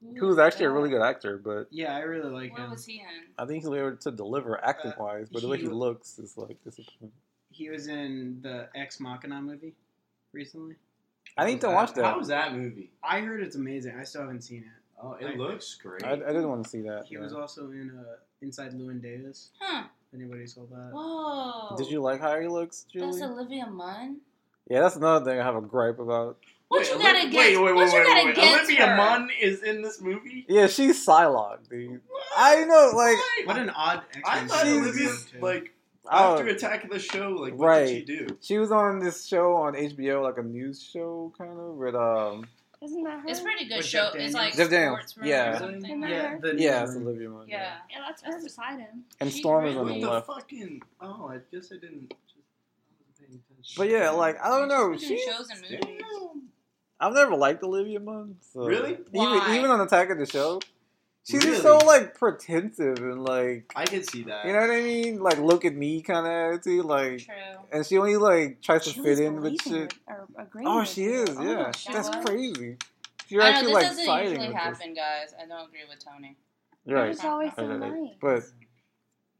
[SPEAKER 1] He was actually a really good actor, but
[SPEAKER 5] Yeah, I really like
[SPEAKER 3] What
[SPEAKER 5] him.
[SPEAKER 3] was he in?
[SPEAKER 1] I think he's able to deliver acting wise. But the way he
[SPEAKER 5] he-
[SPEAKER 1] looks is like disappointing.
[SPEAKER 5] He was in the Ex Machina movie recently.
[SPEAKER 1] I need to
[SPEAKER 2] How-
[SPEAKER 1] watch
[SPEAKER 2] How
[SPEAKER 1] that.
[SPEAKER 2] was that movie?
[SPEAKER 5] I heard it's amazing. I still haven't seen it.
[SPEAKER 2] Oh, it
[SPEAKER 5] I-
[SPEAKER 2] looks great.
[SPEAKER 1] I, I didn't want to see that.
[SPEAKER 5] He
[SPEAKER 1] yeah.
[SPEAKER 5] was also in uh, Inside Llewyn Davis.
[SPEAKER 3] Huh.
[SPEAKER 5] Anybody saw that?
[SPEAKER 3] Whoa.
[SPEAKER 1] Did you like how he looks, Julie?
[SPEAKER 3] That's Olivia Munn.
[SPEAKER 1] yeah, that's another thing I have a gripe about.
[SPEAKER 3] What
[SPEAKER 2] Wait,
[SPEAKER 3] you
[SPEAKER 2] Oli-
[SPEAKER 3] got against? what you got against
[SPEAKER 2] Olivia
[SPEAKER 3] her?
[SPEAKER 2] Munn is in this movie.
[SPEAKER 1] Yeah, she's Psylocke, dude. I know, like,
[SPEAKER 5] What an odd X
[SPEAKER 2] I
[SPEAKER 5] Men.
[SPEAKER 2] thought
[SPEAKER 1] Jesus.
[SPEAKER 2] Olivia like
[SPEAKER 1] I
[SPEAKER 2] after
[SPEAKER 1] don't-
[SPEAKER 2] Attack of the Show, like what did she
[SPEAKER 1] Right.
[SPEAKER 2] do?
[SPEAKER 1] oh, She was on this show on HBO, like a news show kind of with um.
[SPEAKER 4] Isn't that her?
[SPEAKER 3] It's pretty good
[SPEAKER 5] With
[SPEAKER 3] show.
[SPEAKER 5] Jeff
[SPEAKER 3] It's
[SPEAKER 5] Daniels.
[SPEAKER 3] like
[SPEAKER 1] Jeff Daniels,
[SPEAKER 3] sports room
[SPEAKER 1] yeah.
[SPEAKER 3] or something.
[SPEAKER 4] Yeah.
[SPEAKER 3] Yeah.
[SPEAKER 5] yeah, the
[SPEAKER 1] Yeah, it's
[SPEAKER 5] newsroom.
[SPEAKER 1] Olivia Munn.
[SPEAKER 3] yeah.
[SPEAKER 4] yeah, that's her beside him.
[SPEAKER 1] And
[SPEAKER 3] She
[SPEAKER 1] Storm is
[SPEAKER 3] really-
[SPEAKER 1] on
[SPEAKER 2] What
[SPEAKER 1] the
[SPEAKER 2] the
[SPEAKER 1] left.
[SPEAKER 2] fucking? Oh, I guess I didn't. Just, I wasn't paying attention.
[SPEAKER 1] But yeah, like I don't know.
[SPEAKER 3] She's been
[SPEAKER 1] She,
[SPEAKER 3] doing shows and movies.
[SPEAKER 1] I've never liked Olivia Munn. So.
[SPEAKER 2] Really?
[SPEAKER 3] Why?
[SPEAKER 1] Even even on Attack of the Show, she's just so
[SPEAKER 2] Really?
[SPEAKER 1] like pretensive and like
[SPEAKER 2] I could see that.
[SPEAKER 1] you know what I mean, like look at me kind of attitude. Like,
[SPEAKER 3] True.
[SPEAKER 1] and she only like tries to
[SPEAKER 4] She
[SPEAKER 1] fit
[SPEAKER 4] was
[SPEAKER 1] in with
[SPEAKER 4] believing
[SPEAKER 1] shit.
[SPEAKER 4] it, or agreeing
[SPEAKER 1] Oh,
[SPEAKER 4] with
[SPEAKER 1] she
[SPEAKER 4] you.
[SPEAKER 1] is.
[SPEAKER 4] Oh my
[SPEAKER 1] Yeah,
[SPEAKER 4] gosh,
[SPEAKER 3] she
[SPEAKER 1] that's
[SPEAKER 3] was.
[SPEAKER 1] crazy. You're
[SPEAKER 3] I know
[SPEAKER 1] actually
[SPEAKER 3] this
[SPEAKER 1] like
[SPEAKER 3] doesn't
[SPEAKER 1] siding
[SPEAKER 3] usually
[SPEAKER 1] with this.
[SPEAKER 3] happen, guys. I don't agree with Tony.
[SPEAKER 1] You're
[SPEAKER 4] It
[SPEAKER 1] right.
[SPEAKER 4] was always so
[SPEAKER 1] Right, right,
[SPEAKER 4] nice.
[SPEAKER 1] right. But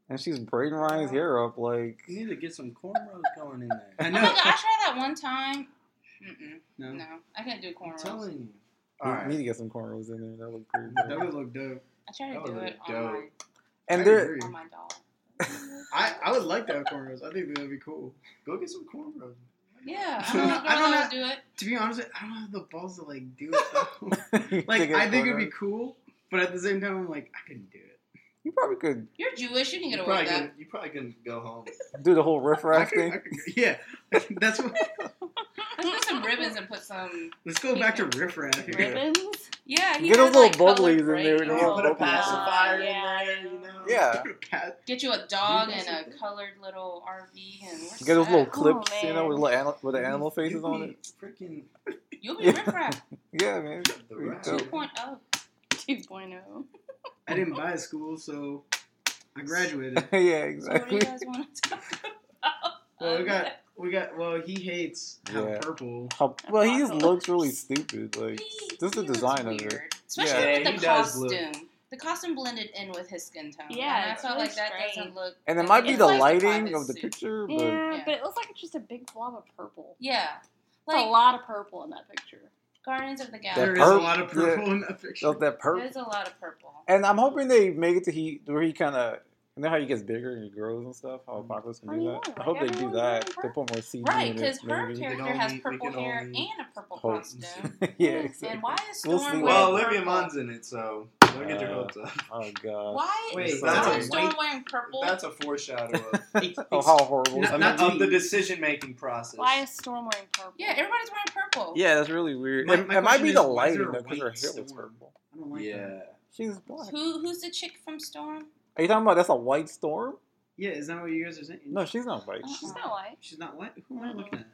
[SPEAKER 1] and she's braiding Ryan's hair up like.
[SPEAKER 2] You need to get some cornrows going in there.
[SPEAKER 5] I
[SPEAKER 3] Oh my
[SPEAKER 5] know.
[SPEAKER 3] god, I tried that one time. Mm-mm,
[SPEAKER 5] No.
[SPEAKER 3] no, I couldn't do
[SPEAKER 2] I'm
[SPEAKER 3] cornrows.
[SPEAKER 2] telling you.
[SPEAKER 1] We
[SPEAKER 2] All right.
[SPEAKER 1] need to get some cornrows in there. That would pretty
[SPEAKER 5] That
[SPEAKER 1] good.
[SPEAKER 5] would look dope.
[SPEAKER 3] I tried to
[SPEAKER 2] That
[SPEAKER 3] do
[SPEAKER 2] would
[SPEAKER 3] it
[SPEAKER 2] look
[SPEAKER 3] on my,
[SPEAKER 2] dope.
[SPEAKER 1] And
[SPEAKER 5] I
[SPEAKER 1] there,
[SPEAKER 5] agree.
[SPEAKER 3] on Oh my doll.
[SPEAKER 5] I, I would like that with cornrows. I think that would be cool.
[SPEAKER 2] Go get some cornrows.
[SPEAKER 3] Yeah, I don't know.
[SPEAKER 5] I don't
[SPEAKER 3] how to do it.
[SPEAKER 5] To be honest, I don't have the balls to like do it. Though. like I think it'd be cool, but at the same time, I'm like I couldn't do it.
[SPEAKER 1] You probably could
[SPEAKER 3] You're Jewish. You can
[SPEAKER 2] You
[SPEAKER 3] get away
[SPEAKER 2] probably
[SPEAKER 3] with that.
[SPEAKER 2] can, you probably can go home.
[SPEAKER 1] do the whole
[SPEAKER 5] I
[SPEAKER 1] riffraff
[SPEAKER 5] could-
[SPEAKER 1] thing.
[SPEAKER 5] I could- yeah, that's what.
[SPEAKER 3] Let's put some ribbons and put some.
[SPEAKER 5] Let's go back to riff raff here.
[SPEAKER 4] Ribbons.
[SPEAKER 3] Yeah, he
[SPEAKER 1] Get
[SPEAKER 3] has,
[SPEAKER 1] those little
[SPEAKER 3] like, colored
[SPEAKER 1] bubblies in there and
[SPEAKER 3] braids.
[SPEAKER 1] all
[SPEAKER 2] put a
[SPEAKER 1] Oh,
[SPEAKER 2] pacifier
[SPEAKER 4] yeah.
[SPEAKER 2] in there, you know.
[SPEAKER 1] Yeah.
[SPEAKER 5] Pat-
[SPEAKER 3] Get you a dog
[SPEAKER 5] You guys
[SPEAKER 3] and a
[SPEAKER 5] are good.
[SPEAKER 3] colored little RV, and we're
[SPEAKER 1] Get those
[SPEAKER 3] set.
[SPEAKER 1] little clips, you know,
[SPEAKER 4] man.
[SPEAKER 1] with little ani- with the animal
[SPEAKER 2] You'd
[SPEAKER 1] faces on
[SPEAKER 2] be
[SPEAKER 1] it.
[SPEAKER 2] Freaking
[SPEAKER 3] You'll be
[SPEAKER 1] Yeah.
[SPEAKER 3] riffraff oh.
[SPEAKER 1] Yeah, man.
[SPEAKER 2] the
[SPEAKER 1] Pretty
[SPEAKER 2] rat.
[SPEAKER 1] dope.
[SPEAKER 3] 2.0.
[SPEAKER 4] 2.0.
[SPEAKER 5] I didn't buy a school, so I graduated.
[SPEAKER 1] yeah,
[SPEAKER 3] So what
[SPEAKER 1] exactly.
[SPEAKER 3] do you guys want to talk about?
[SPEAKER 5] Well, we got we got. Well, he hates how
[SPEAKER 1] Yeah.
[SPEAKER 5] purple.
[SPEAKER 1] How- well, he just
[SPEAKER 4] Apocalypse.
[SPEAKER 1] looks really stupid. Like
[SPEAKER 3] He-
[SPEAKER 1] just the
[SPEAKER 3] he looks
[SPEAKER 1] design of
[SPEAKER 3] weird.
[SPEAKER 1] it.
[SPEAKER 3] Especially
[SPEAKER 1] Yeah.
[SPEAKER 3] with
[SPEAKER 2] Yeah,
[SPEAKER 3] the
[SPEAKER 2] he does look-
[SPEAKER 3] costume. The costume blended in with his skin tone.
[SPEAKER 4] Yeah,
[SPEAKER 3] and I
[SPEAKER 4] it's
[SPEAKER 3] felt
[SPEAKER 4] really
[SPEAKER 3] like that doesn't
[SPEAKER 4] strange.
[SPEAKER 3] look.
[SPEAKER 1] And it
[SPEAKER 3] doesn't-
[SPEAKER 1] might be
[SPEAKER 3] it's
[SPEAKER 1] the
[SPEAKER 3] like
[SPEAKER 1] lighting
[SPEAKER 3] private
[SPEAKER 1] of the
[SPEAKER 3] suit.
[SPEAKER 1] picture, but
[SPEAKER 4] Yeah,
[SPEAKER 3] Yeah.
[SPEAKER 4] but it looks like it's just a big blob of purple.
[SPEAKER 3] Yeah,
[SPEAKER 4] It's a
[SPEAKER 3] like
[SPEAKER 4] lot of purple in that picture.
[SPEAKER 3] Guardians of the
[SPEAKER 1] That
[SPEAKER 5] There
[SPEAKER 3] Galaxy.
[SPEAKER 5] is
[SPEAKER 1] purple-
[SPEAKER 5] a lot of purple in that picture.
[SPEAKER 1] of that purple.
[SPEAKER 3] There's a lot of purple.
[SPEAKER 1] And I'm hoping they make it to he where he kind of. You know how he gets bigger and he grows and stuff. How Apocalypse can
[SPEAKER 4] I
[SPEAKER 1] do
[SPEAKER 4] know,
[SPEAKER 1] that. I
[SPEAKER 4] like
[SPEAKER 1] hope they do
[SPEAKER 4] everyone's
[SPEAKER 1] that.
[SPEAKER 4] wearing
[SPEAKER 1] They put more CG
[SPEAKER 3] Right,
[SPEAKER 1] in
[SPEAKER 3] because
[SPEAKER 1] it.
[SPEAKER 3] her
[SPEAKER 1] maybe.
[SPEAKER 3] character
[SPEAKER 2] can
[SPEAKER 3] has
[SPEAKER 2] only- we
[SPEAKER 3] purple
[SPEAKER 2] can
[SPEAKER 3] hair and
[SPEAKER 2] only-
[SPEAKER 3] a purple
[SPEAKER 1] Hope.
[SPEAKER 3] costume.
[SPEAKER 1] yeah, exactly.
[SPEAKER 3] And why is
[SPEAKER 1] We'll
[SPEAKER 3] Storm
[SPEAKER 1] see.
[SPEAKER 3] wearing
[SPEAKER 2] Well,
[SPEAKER 1] Wait,
[SPEAKER 2] Olivia
[SPEAKER 3] purple?
[SPEAKER 2] Munn's in it, so don't get your
[SPEAKER 1] Uh,
[SPEAKER 2] hopes up.
[SPEAKER 1] Oh god.
[SPEAKER 3] Why?
[SPEAKER 5] Wait,
[SPEAKER 3] is
[SPEAKER 1] that's
[SPEAKER 3] Storm
[SPEAKER 1] a
[SPEAKER 2] white-
[SPEAKER 3] wearing purple?
[SPEAKER 2] That's a foreshadow of,
[SPEAKER 5] Ex-
[SPEAKER 1] Oh, how horrible!
[SPEAKER 5] Not-
[SPEAKER 1] I mean,
[SPEAKER 5] not
[SPEAKER 2] of the decision making process.
[SPEAKER 4] Why is Storm wearing purple?
[SPEAKER 3] yeah, everybody's wearing purple.
[SPEAKER 1] yeah, that's really weird.
[SPEAKER 5] My-
[SPEAKER 1] it,
[SPEAKER 5] my
[SPEAKER 1] it might
[SPEAKER 5] question
[SPEAKER 1] be
[SPEAKER 5] is,
[SPEAKER 1] the
[SPEAKER 5] why
[SPEAKER 1] lighting
[SPEAKER 5] is there
[SPEAKER 1] though,
[SPEAKER 5] a
[SPEAKER 1] because her
[SPEAKER 5] white
[SPEAKER 1] hair looks
[SPEAKER 5] storm?
[SPEAKER 1] purple.
[SPEAKER 5] I don't like that.
[SPEAKER 2] yeah.
[SPEAKER 1] She's black.
[SPEAKER 3] Who who's the chick from Storm?
[SPEAKER 1] Are you talking about that's a white storm?
[SPEAKER 5] Yeah, is that what you guys are saying?
[SPEAKER 1] No, she's not white.
[SPEAKER 3] Uh-uh.
[SPEAKER 4] She's not white.
[SPEAKER 5] she's not white. Who am I looking at?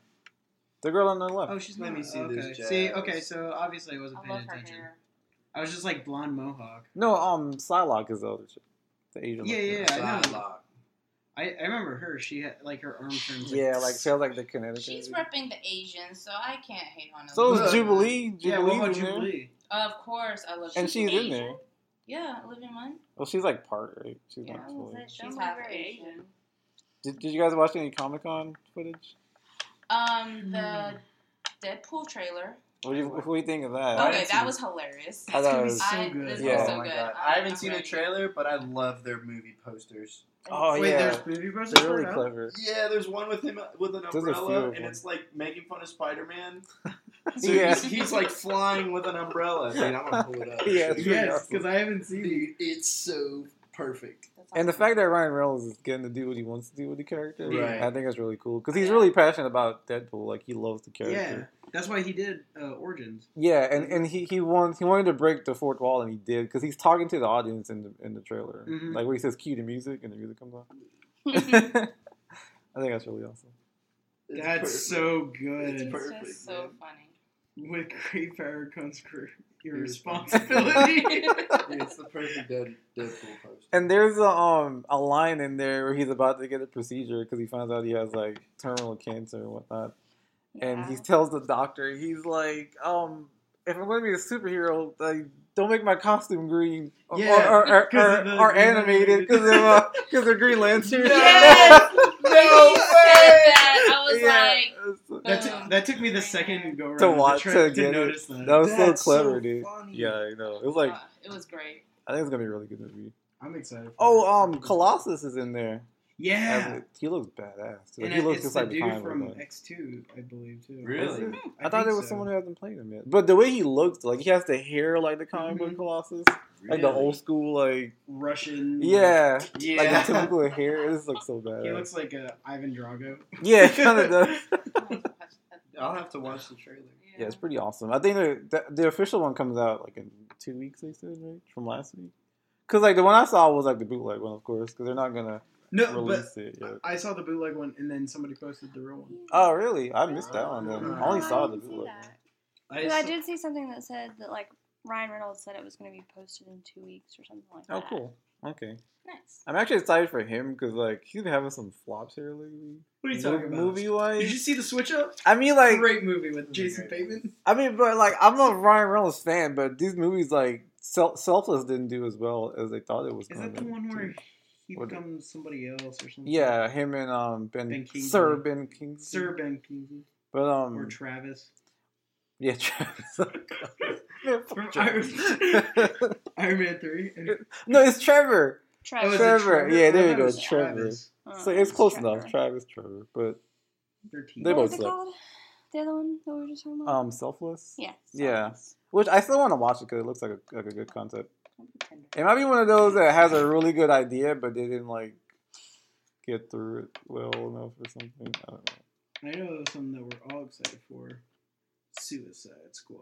[SPEAKER 1] The girl on the left.
[SPEAKER 5] Oh, she's
[SPEAKER 2] Let
[SPEAKER 5] not.
[SPEAKER 2] me see
[SPEAKER 5] okay.
[SPEAKER 2] this jazz.
[SPEAKER 5] See, okay, so obviously I wasn't
[SPEAKER 3] I
[SPEAKER 5] paying
[SPEAKER 3] love her
[SPEAKER 5] attention.
[SPEAKER 3] hair.
[SPEAKER 5] I was just like blonde mohawk.
[SPEAKER 1] No, um, Psylocke is the other chick. The Asian.
[SPEAKER 5] Yeah,
[SPEAKER 1] looking
[SPEAKER 5] yeah,
[SPEAKER 1] one.
[SPEAKER 5] I know.
[SPEAKER 2] Psylocke.
[SPEAKER 5] I, I remember her. She had like her arm turns.
[SPEAKER 1] Yeah, like she has like the Connecticut.
[SPEAKER 3] She's repping the Asians, so I can't hate on her.
[SPEAKER 1] so
[SPEAKER 5] Look.
[SPEAKER 1] is Jubilee. Jubilee's
[SPEAKER 5] yeah. What about
[SPEAKER 1] in there.
[SPEAKER 5] Jubilee?
[SPEAKER 3] Of course, I love.
[SPEAKER 1] And she's in
[SPEAKER 3] Asian.
[SPEAKER 1] there.
[SPEAKER 3] Yeah, Olivia Munn.
[SPEAKER 1] Well, she's like part, right? She's
[SPEAKER 3] Yeah,
[SPEAKER 1] not
[SPEAKER 3] I
[SPEAKER 1] fully.
[SPEAKER 3] She's half Asian.
[SPEAKER 1] Did, did you guys watch any Comic Con footage?
[SPEAKER 3] Um,
[SPEAKER 2] Hmm.
[SPEAKER 3] the Deadpool trailer.
[SPEAKER 1] What do you, what do you think of that?
[SPEAKER 2] I
[SPEAKER 3] Okay,
[SPEAKER 2] didn't see
[SPEAKER 3] that was hilarious.
[SPEAKER 1] I thought it was.
[SPEAKER 6] so
[SPEAKER 3] I,
[SPEAKER 6] good.
[SPEAKER 3] This
[SPEAKER 1] Yeah.
[SPEAKER 3] was so
[SPEAKER 2] oh my
[SPEAKER 3] good.
[SPEAKER 2] god!
[SPEAKER 3] I'm-
[SPEAKER 2] I haven't
[SPEAKER 3] I'm
[SPEAKER 2] seen the
[SPEAKER 3] ready.
[SPEAKER 2] trailer, but I love their movie posters.
[SPEAKER 1] Oh
[SPEAKER 6] Wait,
[SPEAKER 1] yeah,
[SPEAKER 6] there's movie posters
[SPEAKER 1] they're really
[SPEAKER 6] for it now?
[SPEAKER 1] clever.
[SPEAKER 2] Yeah, there's one with him with an
[SPEAKER 1] a few
[SPEAKER 2] umbrella,
[SPEAKER 1] of
[SPEAKER 2] and
[SPEAKER 1] them.
[SPEAKER 2] it's like making fun of Spider-Man. So
[SPEAKER 1] Yeah,
[SPEAKER 2] he's, he's like flying with an umbrella. Dude, I'm gonna pull it up.
[SPEAKER 1] Yeah.
[SPEAKER 6] Yes, because I haven't seen it.
[SPEAKER 2] Dude, it's so perfect.
[SPEAKER 3] That's
[SPEAKER 1] and the
[SPEAKER 3] awesome.
[SPEAKER 1] fact that Ryan Reynolds is getting to do what he wants to do with the character,
[SPEAKER 2] Right.
[SPEAKER 1] I think that's really cool because he's really passionate about Deadpool. Like he loves the
[SPEAKER 6] Yeah,
[SPEAKER 1] character.
[SPEAKER 6] that's why he did uh, Origins.
[SPEAKER 1] Yeah, and, and he he wants he wanted to break the fourth wall, and he did because he's talking to the audience in the in the trailer,
[SPEAKER 6] Mhm.
[SPEAKER 1] like where he says "cue the music" and the music comes on. I think that's really awesome.
[SPEAKER 2] It's
[SPEAKER 6] That's
[SPEAKER 2] perfect.
[SPEAKER 6] so
[SPEAKER 2] It's
[SPEAKER 6] good.
[SPEAKER 2] per-
[SPEAKER 3] It's
[SPEAKER 2] perfect,
[SPEAKER 3] just so
[SPEAKER 2] man.
[SPEAKER 3] funny.
[SPEAKER 6] With great power comes great
[SPEAKER 2] Irresponsibility.
[SPEAKER 6] irresponsibility.
[SPEAKER 2] It's the perfect Dead, Deadpool poster.
[SPEAKER 1] And there's a um a line in there where he's about to get a procedure because he finds out he has like terminal cancer and whatnot, and he
[SPEAKER 4] Yeah.
[SPEAKER 1] tells the doctor he's like, um, if I'm going to be a superhero, like don't make my costume green or
[SPEAKER 6] Yeah,
[SPEAKER 1] or, or, or,
[SPEAKER 6] 'cause of the-
[SPEAKER 1] or animated because they're uh, because they're Green Lantern.
[SPEAKER 3] Yes!
[SPEAKER 1] no
[SPEAKER 3] He said
[SPEAKER 1] way.
[SPEAKER 3] that, I was like,
[SPEAKER 1] like,
[SPEAKER 6] that, took- that took me the second go around
[SPEAKER 1] To watch,
[SPEAKER 6] try-
[SPEAKER 1] to
[SPEAKER 6] to
[SPEAKER 1] get it.
[SPEAKER 6] notice that.
[SPEAKER 1] that was so
[SPEAKER 6] That's
[SPEAKER 1] clever, dude.
[SPEAKER 6] funny.
[SPEAKER 1] Yeah, I know. It was like
[SPEAKER 3] uh, it was great.
[SPEAKER 1] I think it's gonna be a really good movie.
[SPEAKER 5] I'm excited. for
[SPEAKER 1] Oh,
[SPEAKER 5] it.
[SPEAKER 1] um, Colossus is in there.
[SPEAKER 6] Yeah.
[SPEAKER 1] As a- he looks badass. Too.
[SPEAKER 6] And
[SPEAKER 1] he
[SPEAKER 6] it-
[SPEAKER 1] looks
[SPEAKER 6] it's
[SPEAKER 1] just
[SPEAKER 6] the
[SPEAKER 1] like the
[SPEAKER 6] dude
[SPEAKER 1] Pine
[SPEAKER 6] from
[SPEAKER 1] Lord.
[SPEAKER 6] X2, I believe, too.
[SPEAKER 2] Really?
[SPEAKER 1] Is it? Hmm, I,
[SPEAKER 6] I
[SPEAKER 1] thought
[SPEAKER 6] think
[SPEAKER 1] it was
[SPEAKER 6] so.
[SPEAKER 1] someone who hasn't played him yet. But the way he looks, like he has the hair like the comic book Colossus, like the old school, like
[SPEAKER 5] Russian.
[SPEAKER 1] yeah,
[SPEAKER 6] Yeah.
[SPEAKER 1] like the typical hair. This looks so bad.
[SPEAKER 5] He looks like uh, Ivan Drago.
[SPEAKER 1] yeah, it kind of does.
[SPEAKER 3] Oh my gosh, that-
[SPEAKER 2] I'll have to watch the trailer.
[SPEAKER 1] Yeah, it's pretty awesome. I think the, the the official one comes out like in two weeks. They said right from last week. Cause like the one I saw was like the bootleg one, of course, because they're not gonna
[SPEAKER 6] no, but
[SPEAKER 1] release it yet.
[SPEAKER 5] I saw the bootleg one, and then somebody posted the real one.
[SPEAKER 1] Oh really? I missed that one. Then.
[SPEAKER 5] Mm.
[SPEAKER 1] I only
[SPEAKER 4] Oh,
[SPEAKER 1] saw the
[SPEAKER 4] didn't see
[SPEAKER 1] bootleg.
[SPEAKER 4] that.
[SPEAKER 1] One.
[SPEAKER 5] I,
[SPEAKER 4] But I
[SPEAKER 5] saw-
[SPEAKER 4] did see something that said that like Ryan Reynolds said it was going to be posted in two weeks or something like
[SPEAKER 1] Oh
[SPEAKER 4] that.
[SPEAKER 1] cool. Okay.
[SPEAKER 3] nice.
[SPEAKER 1] I'm actually excited for him because like he's been having some flops here lately.
[SPEAKER 6] What are you talking about?
[SPEAKER 1] Movie
[SPEAKER 6] Did you
[SPEAKER 1] wise,
[SPEAKER 6] see the switch up?
[SPEAKER 1] I mean, like, oh
[SPEAKER 6] Great movie with
[SPEAKER 2] This is a
[SPEAKER 6] Jason
[SPEAKER 2] great
[SPEAKER 6] Bateman.
[SPEAKER 1] I mean, but like, I'm a Ryan Reynolds fan, but these movies like Sel- Selfless didn't do as well as they thought it was.
[SPEAKER 6] Is
[SPEAKER 1] going
[SPEAKER 6] that the one
[SPEAKER 1] to.
[SPEAKER 6] where he
[SPEAKER 1] What-
[SPEAKER 6] becomes somebody else or something?
[SPEAKER 1] Yeah, him and um Ben,
[SPEAKER 6] Ben Kingsley.
[SPEAKER 1] Sir Ben Kingsley.
[SPEAKER 6] Sir Ben Kingsley
[SPEAKER 1] but um,
[SPEAKER 6] or Travis.
[SPEAKER 1] yeah, Travis. Man, fuck
[SPEAKER 6] From
[SPEAKER 1] Travis.
[SPEAKER 6] Iron- Iron Man three. Oh, And,
[SPEAKER 1] no, it's Trevor.
[SPEAKER 6] Oh, is it
[SPEAKER 4] Travis.
[SPEAKER 1] Trevor. Yeah, there
[SPEAKER 6] I
[SPEAKER 1] you
[SPEAKER 6] thought
[SPEAKER 1] go,
[SPEAKER 6] it was
[SPEAKER 1] Trevor.
[SPEAKER 4] Uh,
[SPEAKER 1] So it's close
[SPEAKER 4] Trevor.
[SPEAKER 1] enough. Travis, Trevor, but
[SPEAKER 6] They're
[SPEAKER 1] They
[SPEAKER 4] What
[SPEAKER 1] both
[SPEAKER 4] was it
[SPEAKER 1] suck.
[SPEAKER 4] called? The other one that we were just talking about.
[SPEAKER 1] um, Selfless.
[SPEAKER 4] yeah.
[SPEAKER 1] yeah.
[SPEAKER 4] Selfless.
[SPEAKER 1] Which I still want to watch it because it looks like a, like a good concept.
[SPEAKER 3] Don't be tender.
[SPEAKER 1] It might be one of those that has a really good idea, but they didn't like get through it well enough or something. I don't know.
[SPEAKER 6] I know something that we're all excited for. Suicide Squad.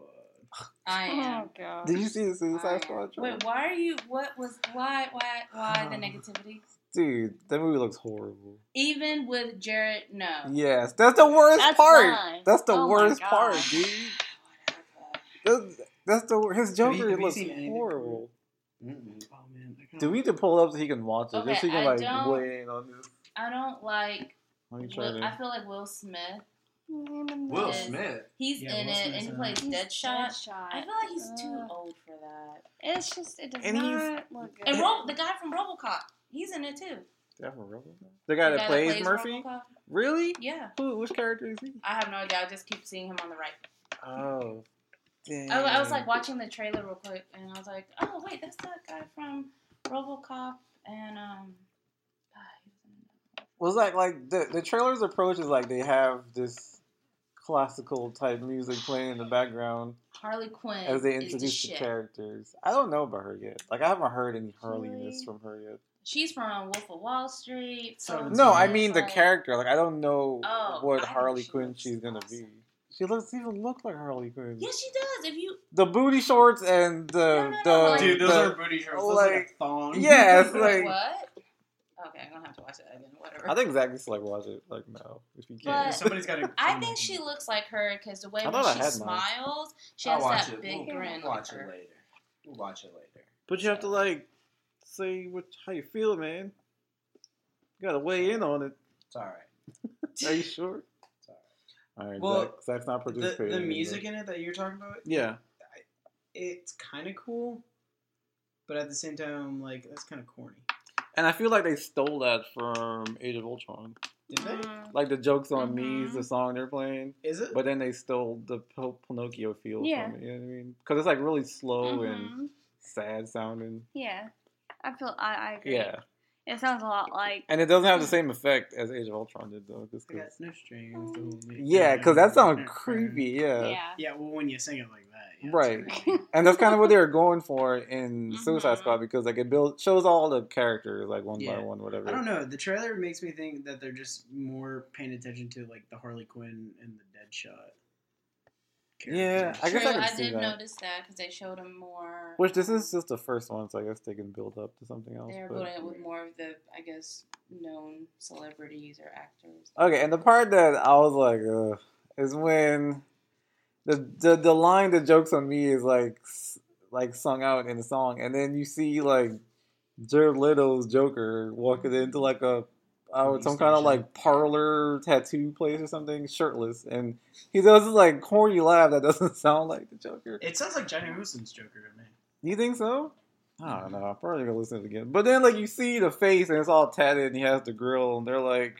[SPEAKER 3] I am.
[SPEAKER 4] Oh god.
[SPEAKER 1] Did you see the
[SPEAKER 3] I am.
[SPEAKER 1] Suicide Squad? trailer?
[SPEAKER 3] Wait, why are you? What was? Why? Why? Why the
[SPEAKER 6] Um,
[SPEAKER 3] negativity?
[SPEAKER 1] Dude, that movie looks horrible.
[SPEAKER 3] Even with Jared, no.
[SPEAKER 1] Yes, that's the worst
[SPEAKER 4] That's
[SPEAKER 1] part.
[SPEAKER 4] mine.
[SPEAKER 1] That's the
[SPEAKER 4] Oh my
[SPEAKER 1] worst
[SPEAKER 4] God.
[SPEAKER 1] part, dude. That's, that's the wor- his
[SPEAKER 6] Have you-
[SPEAKER 1] Joker
[SPEAKER 6] have you
[SPEAKER 1] looks
[SPEAKER 6] seen anything
[SPEAKER 1] horrible.
[SPEAKER 2] Mm-mm.
[SPEAKER 6] Oh man, I kinda-
[SPEAKER 1] Do we need to pull up so he can watch it?
[SPEAKER 3] Okay,
[SPEAKER 1] just so he can
[SPEAKER 3] I
[SPEAKER 1] like
[SPEAKER 3] don't-
[SPEAKER 1] weigh in on this.
[SPEAKER 3] I don't like.
[SPEAKER 1] Let me try
[SPEAKER 3] Will, I
[SPEAKER 1] to.
[SPEAKER 3] feel like Will Smith.
[SPEAKER 2] Will
[SPEAKER 3] Yes.
[SPEAKER 2] Smith.
[SPEAKER 3] He's
[SPEAKER 6] Yeah,
[SPEAKER 3] in
[SPEAKER 6] Will
[SPEAKER 3] it,
[SPEAKER 6] Smith's
[SPEAKER 3] and he
[SPEAKER 6] in
[SPEAKER 3] plays
[SPEAKER 6] it.
[SPEAKER 4] He's
[SPEAKER 3] Deadshot.
[SPEAKER 4] Deadshot.
[SPEAKER 3] I feel like he's too
[SPEAKER 4] Ugh.
[SPEAKER 3] old for that.
[SPEAKER 4] It's just it does
[SPEAKER 1] And he's-
[SPEAKER 4] not look good.
[SPEAKER 3] And Ro- the guy from RoboCop, he's in it too.
[SPEAKER 1] Death of Robocop? The guy that plays, Murphy.
[SPEAKER 3] RoboCop?
[SPEAKER 1] Really?
[SPEAKER 3] Yeah,
[SPEAKER 1] Who? Which character is he?
[SPEAKER 3] I have no idea. I just keep seeing him on the right.
[SPEAKER 1] Oh, dang.
[SPEAKER 3] I, I was like watching the trailer real quick, and I was like, oh wait, that's that guy from RoboCop, and um, God, he was in another
[SPEAKER 1] was like like the the trailer's approach is like they have this classical type music playing in the background
[SPEAKER 3] one. Harley Quinn
[SPEAKER 1] as they
[SPEAKER 3] is the
[SPEAKER 1] introduce the
[SPEAKER 3] shit.
[SPEAKER 1] characters. I don't know about her yet. Like I haven't heard any Harleyness
[SPEAKER 4] Really?
[SPEAKER 1] from her yet.
[SPEAKER 3] She's from um, Wolf of Wall Street.
[SPEAKER 5] So-
[SPEAKER 3] from-
[SPEAKER 1] No,
[SPEAKER 5] Yeah,
[SPEAKER 1] I
[SPEAKER 3] it's
[SPEAKER 1] mean the
[SPEAKER 3] like-
[SPEAKER 1] character. Like I don't know
[SPEAKER 3] Oh, I
[SPEAKER 1] what
[SPEAKER 3] think
[SPEAKER 1] Harley
[SPEAKER 3] she
[SPEAKER 1] Quinn
[SPEAKER 3] looks
[SPEAKER 1] she's gonna be.
[SPEAKER 3] awesome.
[SPEAKER 1] She looks even look like Harley Quinn.
[SPEAKER 3] Yes, she does. If you
[SPEAKER 1] The booty shorts and the
[SPEAKER 3] No, no,
[SPEAKER 5] Oh,
[SPEAKER 3] no,
[SPEAKER 1] the
[SPEAKER 3] like-
[SPEAKER 6] Dude, those
[SPEAKER 1] the-
[SPEAKER 6] are booty shorts.
[SPEAKER 1] Oh,
[SPEAKER 6] Those like,
[SPEAKER 1] like-
[SPEAKER 6] a thong.
[SPEAKER 1] Yeah, it's like-
[SPEAKER 3] what? Okay, I'm gonna have to watch it again. Whatever.
[SPEAKER 1] I think Zach needs to like watch it like now if you
[SPEAKER 3] But-
[SPEAKER 1] can.
[SPEAKER 6] Somebody's got to.
[SPEAKER 3] I think she looks like her because the way
[SPEAKER 1] I
[SPEAKER 3] when
[SPEAKER 1] thought I
[SPEAKER 3] she
[SPEAKER 1] had mine.
[SPEAKER 3] smiles, she
[SPEAKER 2] I'll
[SPEAKER 3] has
[SPEAKER 2] watch
[SPEAKER 3] that
[SPEAKER 2] it.
[SPEAKER 3] big
[SPEAKER 2] we'll,
[SPEAKER 3] grin.
[SPEAKER 2] We'll watch
[SPEAKER 3] on
[SPEAKER 2] it
[SPEAKER 3] her.
[SPEAKER 2] later. We'll watch it later.
[SPEAKER 1] But you have to like say what how you feel, man. You gotta weigh in on it.
[SPEAKER 2] It's all right.
[SPEAKER 1] Are you sure?
[SPEAKER 2] Sorry.
[SPEAKER 1] All right,
[SPEAKER 5] Well,
[SPEAKER 1] Zach, Zach's not
[SPEAKER 5] The,
[SPEAKER 1] participating.
[SPEAKER 5] the
[SPEAKER 1] anymore.
[SPEAKER 5] music in it that you're talking about,
[SPEAKER 1] Yeah,
[SPEAKER 5] it's kind of cool, but at the same time, I'm like, that's kind of corny.
[SPEAKER 1] And I feel like they stole that from Age of Ultron.
[SPEAKER 5] Did they?
[SPEAKER 4] Mm,
[SPEAKER 1] Like the jokes on me is
[SPEAKER 5] Mm-hmm.
[SPEAKER 4] Mhm.
[SPEAKER 1] the song they're playing,
[SPEAKER 5] Is it?
[SPEAKER 1] but then they stole the Pin- Pinocchio feel
[SPEAKER 4] Yeah.
[SPEAKER 1] from it. You know what I mean? Because it's like really slow
[SPEAKER 5] Mm-hmm.
[SPEAKER 1] and
[SPEAKER 4] mhm.
[SPEAKER 1] sad sounding.
[SPEAKER 4] Yeah, I feel I, I agree.
[SPEAKER 1] Yeah,
[SPEAKER 4] it sounds a lot like
[SPEAKER 1] and it doesn't have the same effect as Age of Ultron did though. Just
[SPEAKER 6] I got
[SPEAKER 1] 'cause-
[SPEAKER 6] no strings. to hold me.
[SPEAKER 1] yeah, because that sounds creepy. Yeah.
[SPEAKER 4] yeah.
[SPEAKER 5] Mm-hmm. Yeah, well, when you sing it like that. Yeah,
[SPEAKER 1] Right.
[SPEAKER 5] it's creepy.
[SPEAKER 1] and that's kind of what they were going for in
[SPEAKER 5] Mm-hmm.
[SPEAKER 1] Suicide
[SPEAKER 4] Mhm.
[SPEAKER 1] Squad because like it builds shows all the characters like one
[SPEAKER 5] Yeah.
[SPEAKER 1] by one, whatever.
[SPEAKER 5] I don't know. The trailer makes me think that they're just more paying attention to like the Harley Quinn and the Deadshot.
[SPEAKER 1] Yeah, I guess
[SPEAKER 3] True,
[SPEAKER 1] I can
[SPEAKER 3] I,
[SPEAKER 1] see
[SPEAKER 3] did
[SPEAKER 1] that.
[SPEAKER 3] notice that because they showed him more.
[SPEAKER 1] Which this is just the first one, so I guess they can build up to something else.
[SPEAKER 3] They're
[SPEAKER 1] but-
[SPEAKER 3] building it with more of the, I guess, known celebrities or actors.
[SPEAKER 1] Okay, and the part that I was like, Ugh, is when the, the the line that jokes on me is like s- like sung out in the song, and then you see like Jared Leto's Joker walking into like a uh,
[SPEAKER 5] Police
[SPEAKER 1] some kind of
[SPEAKER 5] station.
[SPEAKER 1] like parlor tattoo place or something, shirtless, and he does this like corny laugh that doesn't sound like the Joker.
[SPEAKER 5] It sounds like Johnny Wilson's Joker to me.
[SPEAKER 1] You think so? I don't know. I'm probably gonna listen to it again. But then like you see the face and it's all tatted and he has the grill and they're like,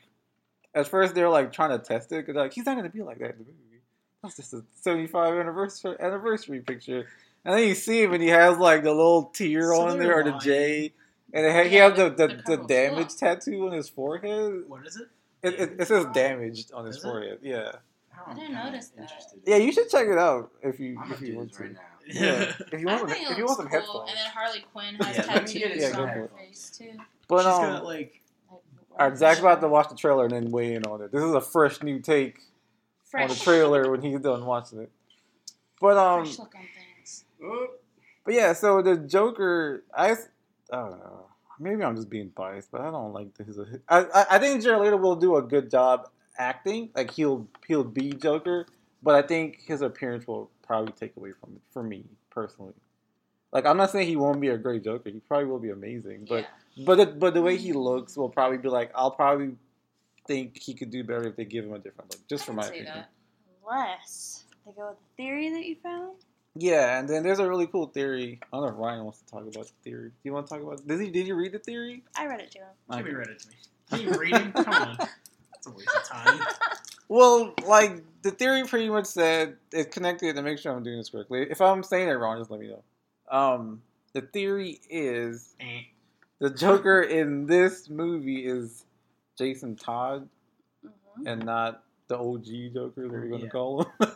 [SPEAKER 1] at first they're like trying to test it because like he's not gonna be like that in the movie. That's just a 75 anniversary anniversary picture. And then you see him and he has like the little tear
[SPEAKER 5] So
[SPEAKER 1] on
[SPEAKER 5] they're
[SPEAKER 1] there or the
[SPEAKER 5] lying.
[SPEAKER 1] J, and it ha- he
[SPEAKER 3] Yeah,
[SPEAKER 1] has the
[SPEAKER 3] the-
[SPEAKER 1] the,
[SPEAKER 3] the
[SPEAKER 1] the,
[SPEAKER 3] purple
[SPEAKER 1] damage
[SPEAKER 3] stuff.
[SPEAKER 1] tattoo on his forehead.
[SPEAKER 5] What is it?
[SPEAKER 1] It, it, it says damaged on his
[SPEAKER 5] Is it?
[SPEAKER 1] forehead. Yeah,
[SPEAKER 5] I
[SPEAKER 3] didn't notice that.
[SPEAKER 1] yeah. You should check it out if you
[SPEAKER 2] I'm
[SPEAKER 1] if
[SPEAKER 2] gonna
[SPEAKER 1] you
[SPEAKER 2] do
[SPEAKER 1] want
[SPEAKER 2] this
[SPEAKER 1] to.
[SPEAKER 2] right now.
[SPEAKER 1] Yeah. If you
[SPEAKER 3] I
[SPEAKER 1] want,
[SPEAKER 3] think
[SPEAKER 1] if
[SPEAKER 3] it
[SPEAKER 1] you want some
[SPEAKER 3] looks cool.
[SPEAKER 1] headphones.
[SPEAKER 3] And then Harley Quinn has
[SPEAKER 2] Yeah, let me get
[SPEAKER 3] tattoos
[SPEAKER 1] his
[SPEAKER 3] on
[SPEAKER 1] yeah, go
[SPEAKER 3] her
[SPEAKER 2] for it.
[SPEAKER 3] face too.
[SPEAKER 1] But
[SPEAKER 5] She's
[SPEAKER 1] um,
[SPEAKER 5] got like
[SPEAKER 3] Like,
[SPEAKER 1] All right, Zach's about to watch the trailer and then weigh in on it. This is a fresh new take on the
[SPEAKER 4] fresh.
[SPEAKER 1] trailer when he's done watching it. But um,
[SPEAKER 3] Fresh look on things.
[SPEAKER 1] but yeah, so the Joker, I, s- I don't know. Maybe I'm just being biased, but I don't like this. I I, I think Jared Leto will do a good job acting. Like he'll he'll be Joker, but I think his appearance will probably take away from it for me personally. Like I'm not saying he won't be a great Joker. He probably will be amazing, but but the, but the way he looks will probably be like I'll probably think he could do better if they give him a different look, just for my opinion.
[SPEAKER 4] Unless they go with the theory that you found.
[SPEAKER 1] Yeah, and then there's a really cool theory. I don't know if Ryan wants to talk about the theory. Do you want to talk about? Did he? Did you read the theory?
[SPEAKER 4] I read it to him.
[SPEAKER 5] Jimmy read it to me. Can you read it? Come on. It's a waste of time.
[SPEAKER 1] Well, like the theory pretty much said it connected to make sure I'm doing this correctly. If I'm saying it wrong, just let me know. Um, the theory is
[SPEAKER 5] Eh.
[SPEAKER 1] the Joker in this movie is Jason Todd
[SPEAKER 4] hmm
[SPEAKER 1] and not the OG Joker that we're gonna
[SPEAKER 5] Yeah.
[SPEAKER 1] call him,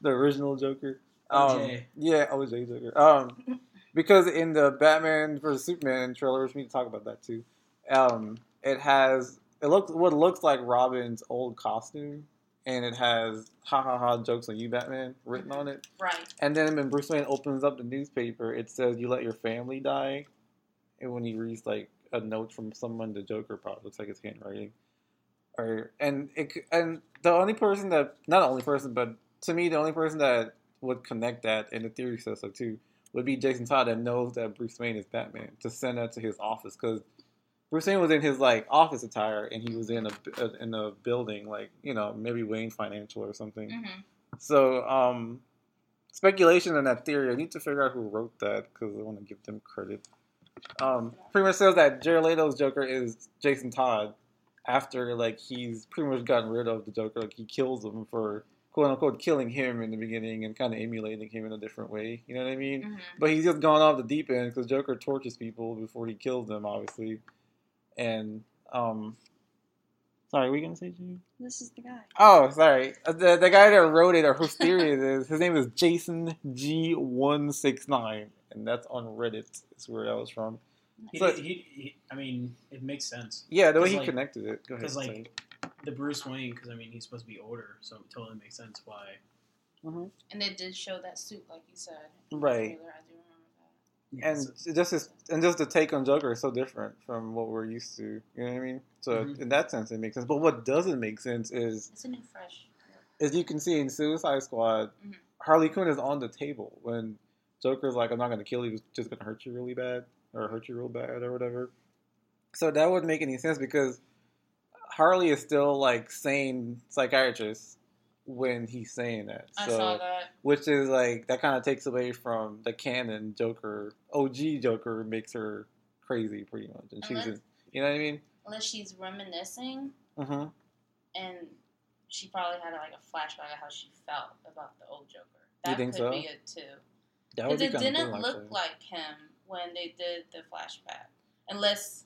[SPEAKER 1] the original Joker. Um,
[SPEAKER 5] OJ.
[SPEAKER 1] yeah, OJ Joker. Um, because in the Batman vs Superman trailer, which we need to talk about that too. Um, it has it looks what looks like Robin's old costume, and it has ha ha ha jokes on you Batman written on it.
[SPEAKER 3] Right.
[SPEAKER 1] And then when Bruce Wayne opens up the newspaper, it says you let your family die. And when he reads like a note from someone, the Joker probably looks like his handwriting. Or and it c- and the only person that not the only person, but to me the only person that would connect that, and the theory says so too, would be Jason Todd that knows that Bruce Wayne is Batman to send that to his office because Bruce Wayne was in his like office attire and he was in a bu- in a building like you know maybe Wayne Financial or something.
[SPEAKER 3] hmm
[SPEAKER 1] So, um, speculation on that theory. I need to figure out who wrote that because I want to give them credit. Um, pretty much says that Jared Leto's Joker is Jason Todd after like he's pretty much gotten rid of the Joker. Like he kills him for quote unquote killing him in the beginning and kind of emulating him in a different way. You know what I mean?
[SPEAKER 3] hmm
[SPEAKER 1] But he's just gone off the deep end because Joker tortures people before he kills them, obviously. And um, sorry, were you gonna say Jimmy?
[SPEAKER 4] This is the guy.
[SPEAKER 1] Oh, sorry. Uh, The the guy that wrote it or whose theory it is, his name is Jason G one six nine, and that's on Reddit. Is where that was from.
[SPEAKER 5] He,
[SPEAKER 1] So-
[SPEAKER 5] did- he, he, I mean, it makes sense.
[SPEAKER 1] Yeah, the way
[SPEAKER 5] 'Cause,
[SPEAKER 1] he
[SPEAKER 5] like-
[SPEAKER 1] connected it. Go ahead.
[SPEAKER 5] Because,
[SPEAKER 1] sorry.
[SPEAKER 5] like, the Bruce Wayne, because, I mean, he's supposed to be older, so it totally makes sense why.
[SPEAKER 3] And they did show that suit, like you said. in the
[SPEAKER 1] right,
[SPEAKER 3] trailer. I do remember that.
[SPEAKER 1] and
[SPEAKER 5] So-
[SPEAKER 1] just his, and just the take on Joker is so different from what we're used to. You know what I mean? So
[SPEAKER 5] Mhm.
[SPEAKER 1] in that sense, it makes sense. But what doesn't make sense is,
[SPEAKER 3] It's a new fresh. look.
[SPEAKER 1] as you can see in Suicide Squad,
[SPEAKER 3] Mhm.
[SPEAKER 1] Harley Quinn is on the table when Joker's like, "I'm not gonna kill you, it's just gonna hurt you really bad, or hurt you real bad, or whatever." So that wouldn't make any sense because Harley is still like sane psychiatrist when he's saying that.
[SPEAKER 3] I
[SPEAKER 1] so,
[SPEAKER 3] saw that.
[SPEAKER 1] which is like that kind of takes away from the canon Joker, OG Joker makes her crazy pretty much, and she's,
[SPEAKER 3] Unless-
[SPEAKER 1] you know what I mean?
[SPEAKER 3] Unless she's reminiscing
[SPEAKER 1] hmm
[SPEAKER 3] and she probably had like a flashback of how she felt about the old Joker.
[SPEAKER 1] You
[SPEAKER 3] That
[SPEAKER 1] think
[SPEAKER 3] could
[SPEAKER 1] so?
[SPEAKER 3] be it too.
[SPEAKER 1] That would
[SPEAKER 3] Because
[SPEAKER 1] be
[SPEAKER 3] it
[SPEAKER 1] kinda
[SPEAKER 3] didn't
[SPEAKER 1] cool,
[SPEAKER 3] look
[SPEAKER 1] actually.
[SPEAKER 3] like him when they did the flashback, unless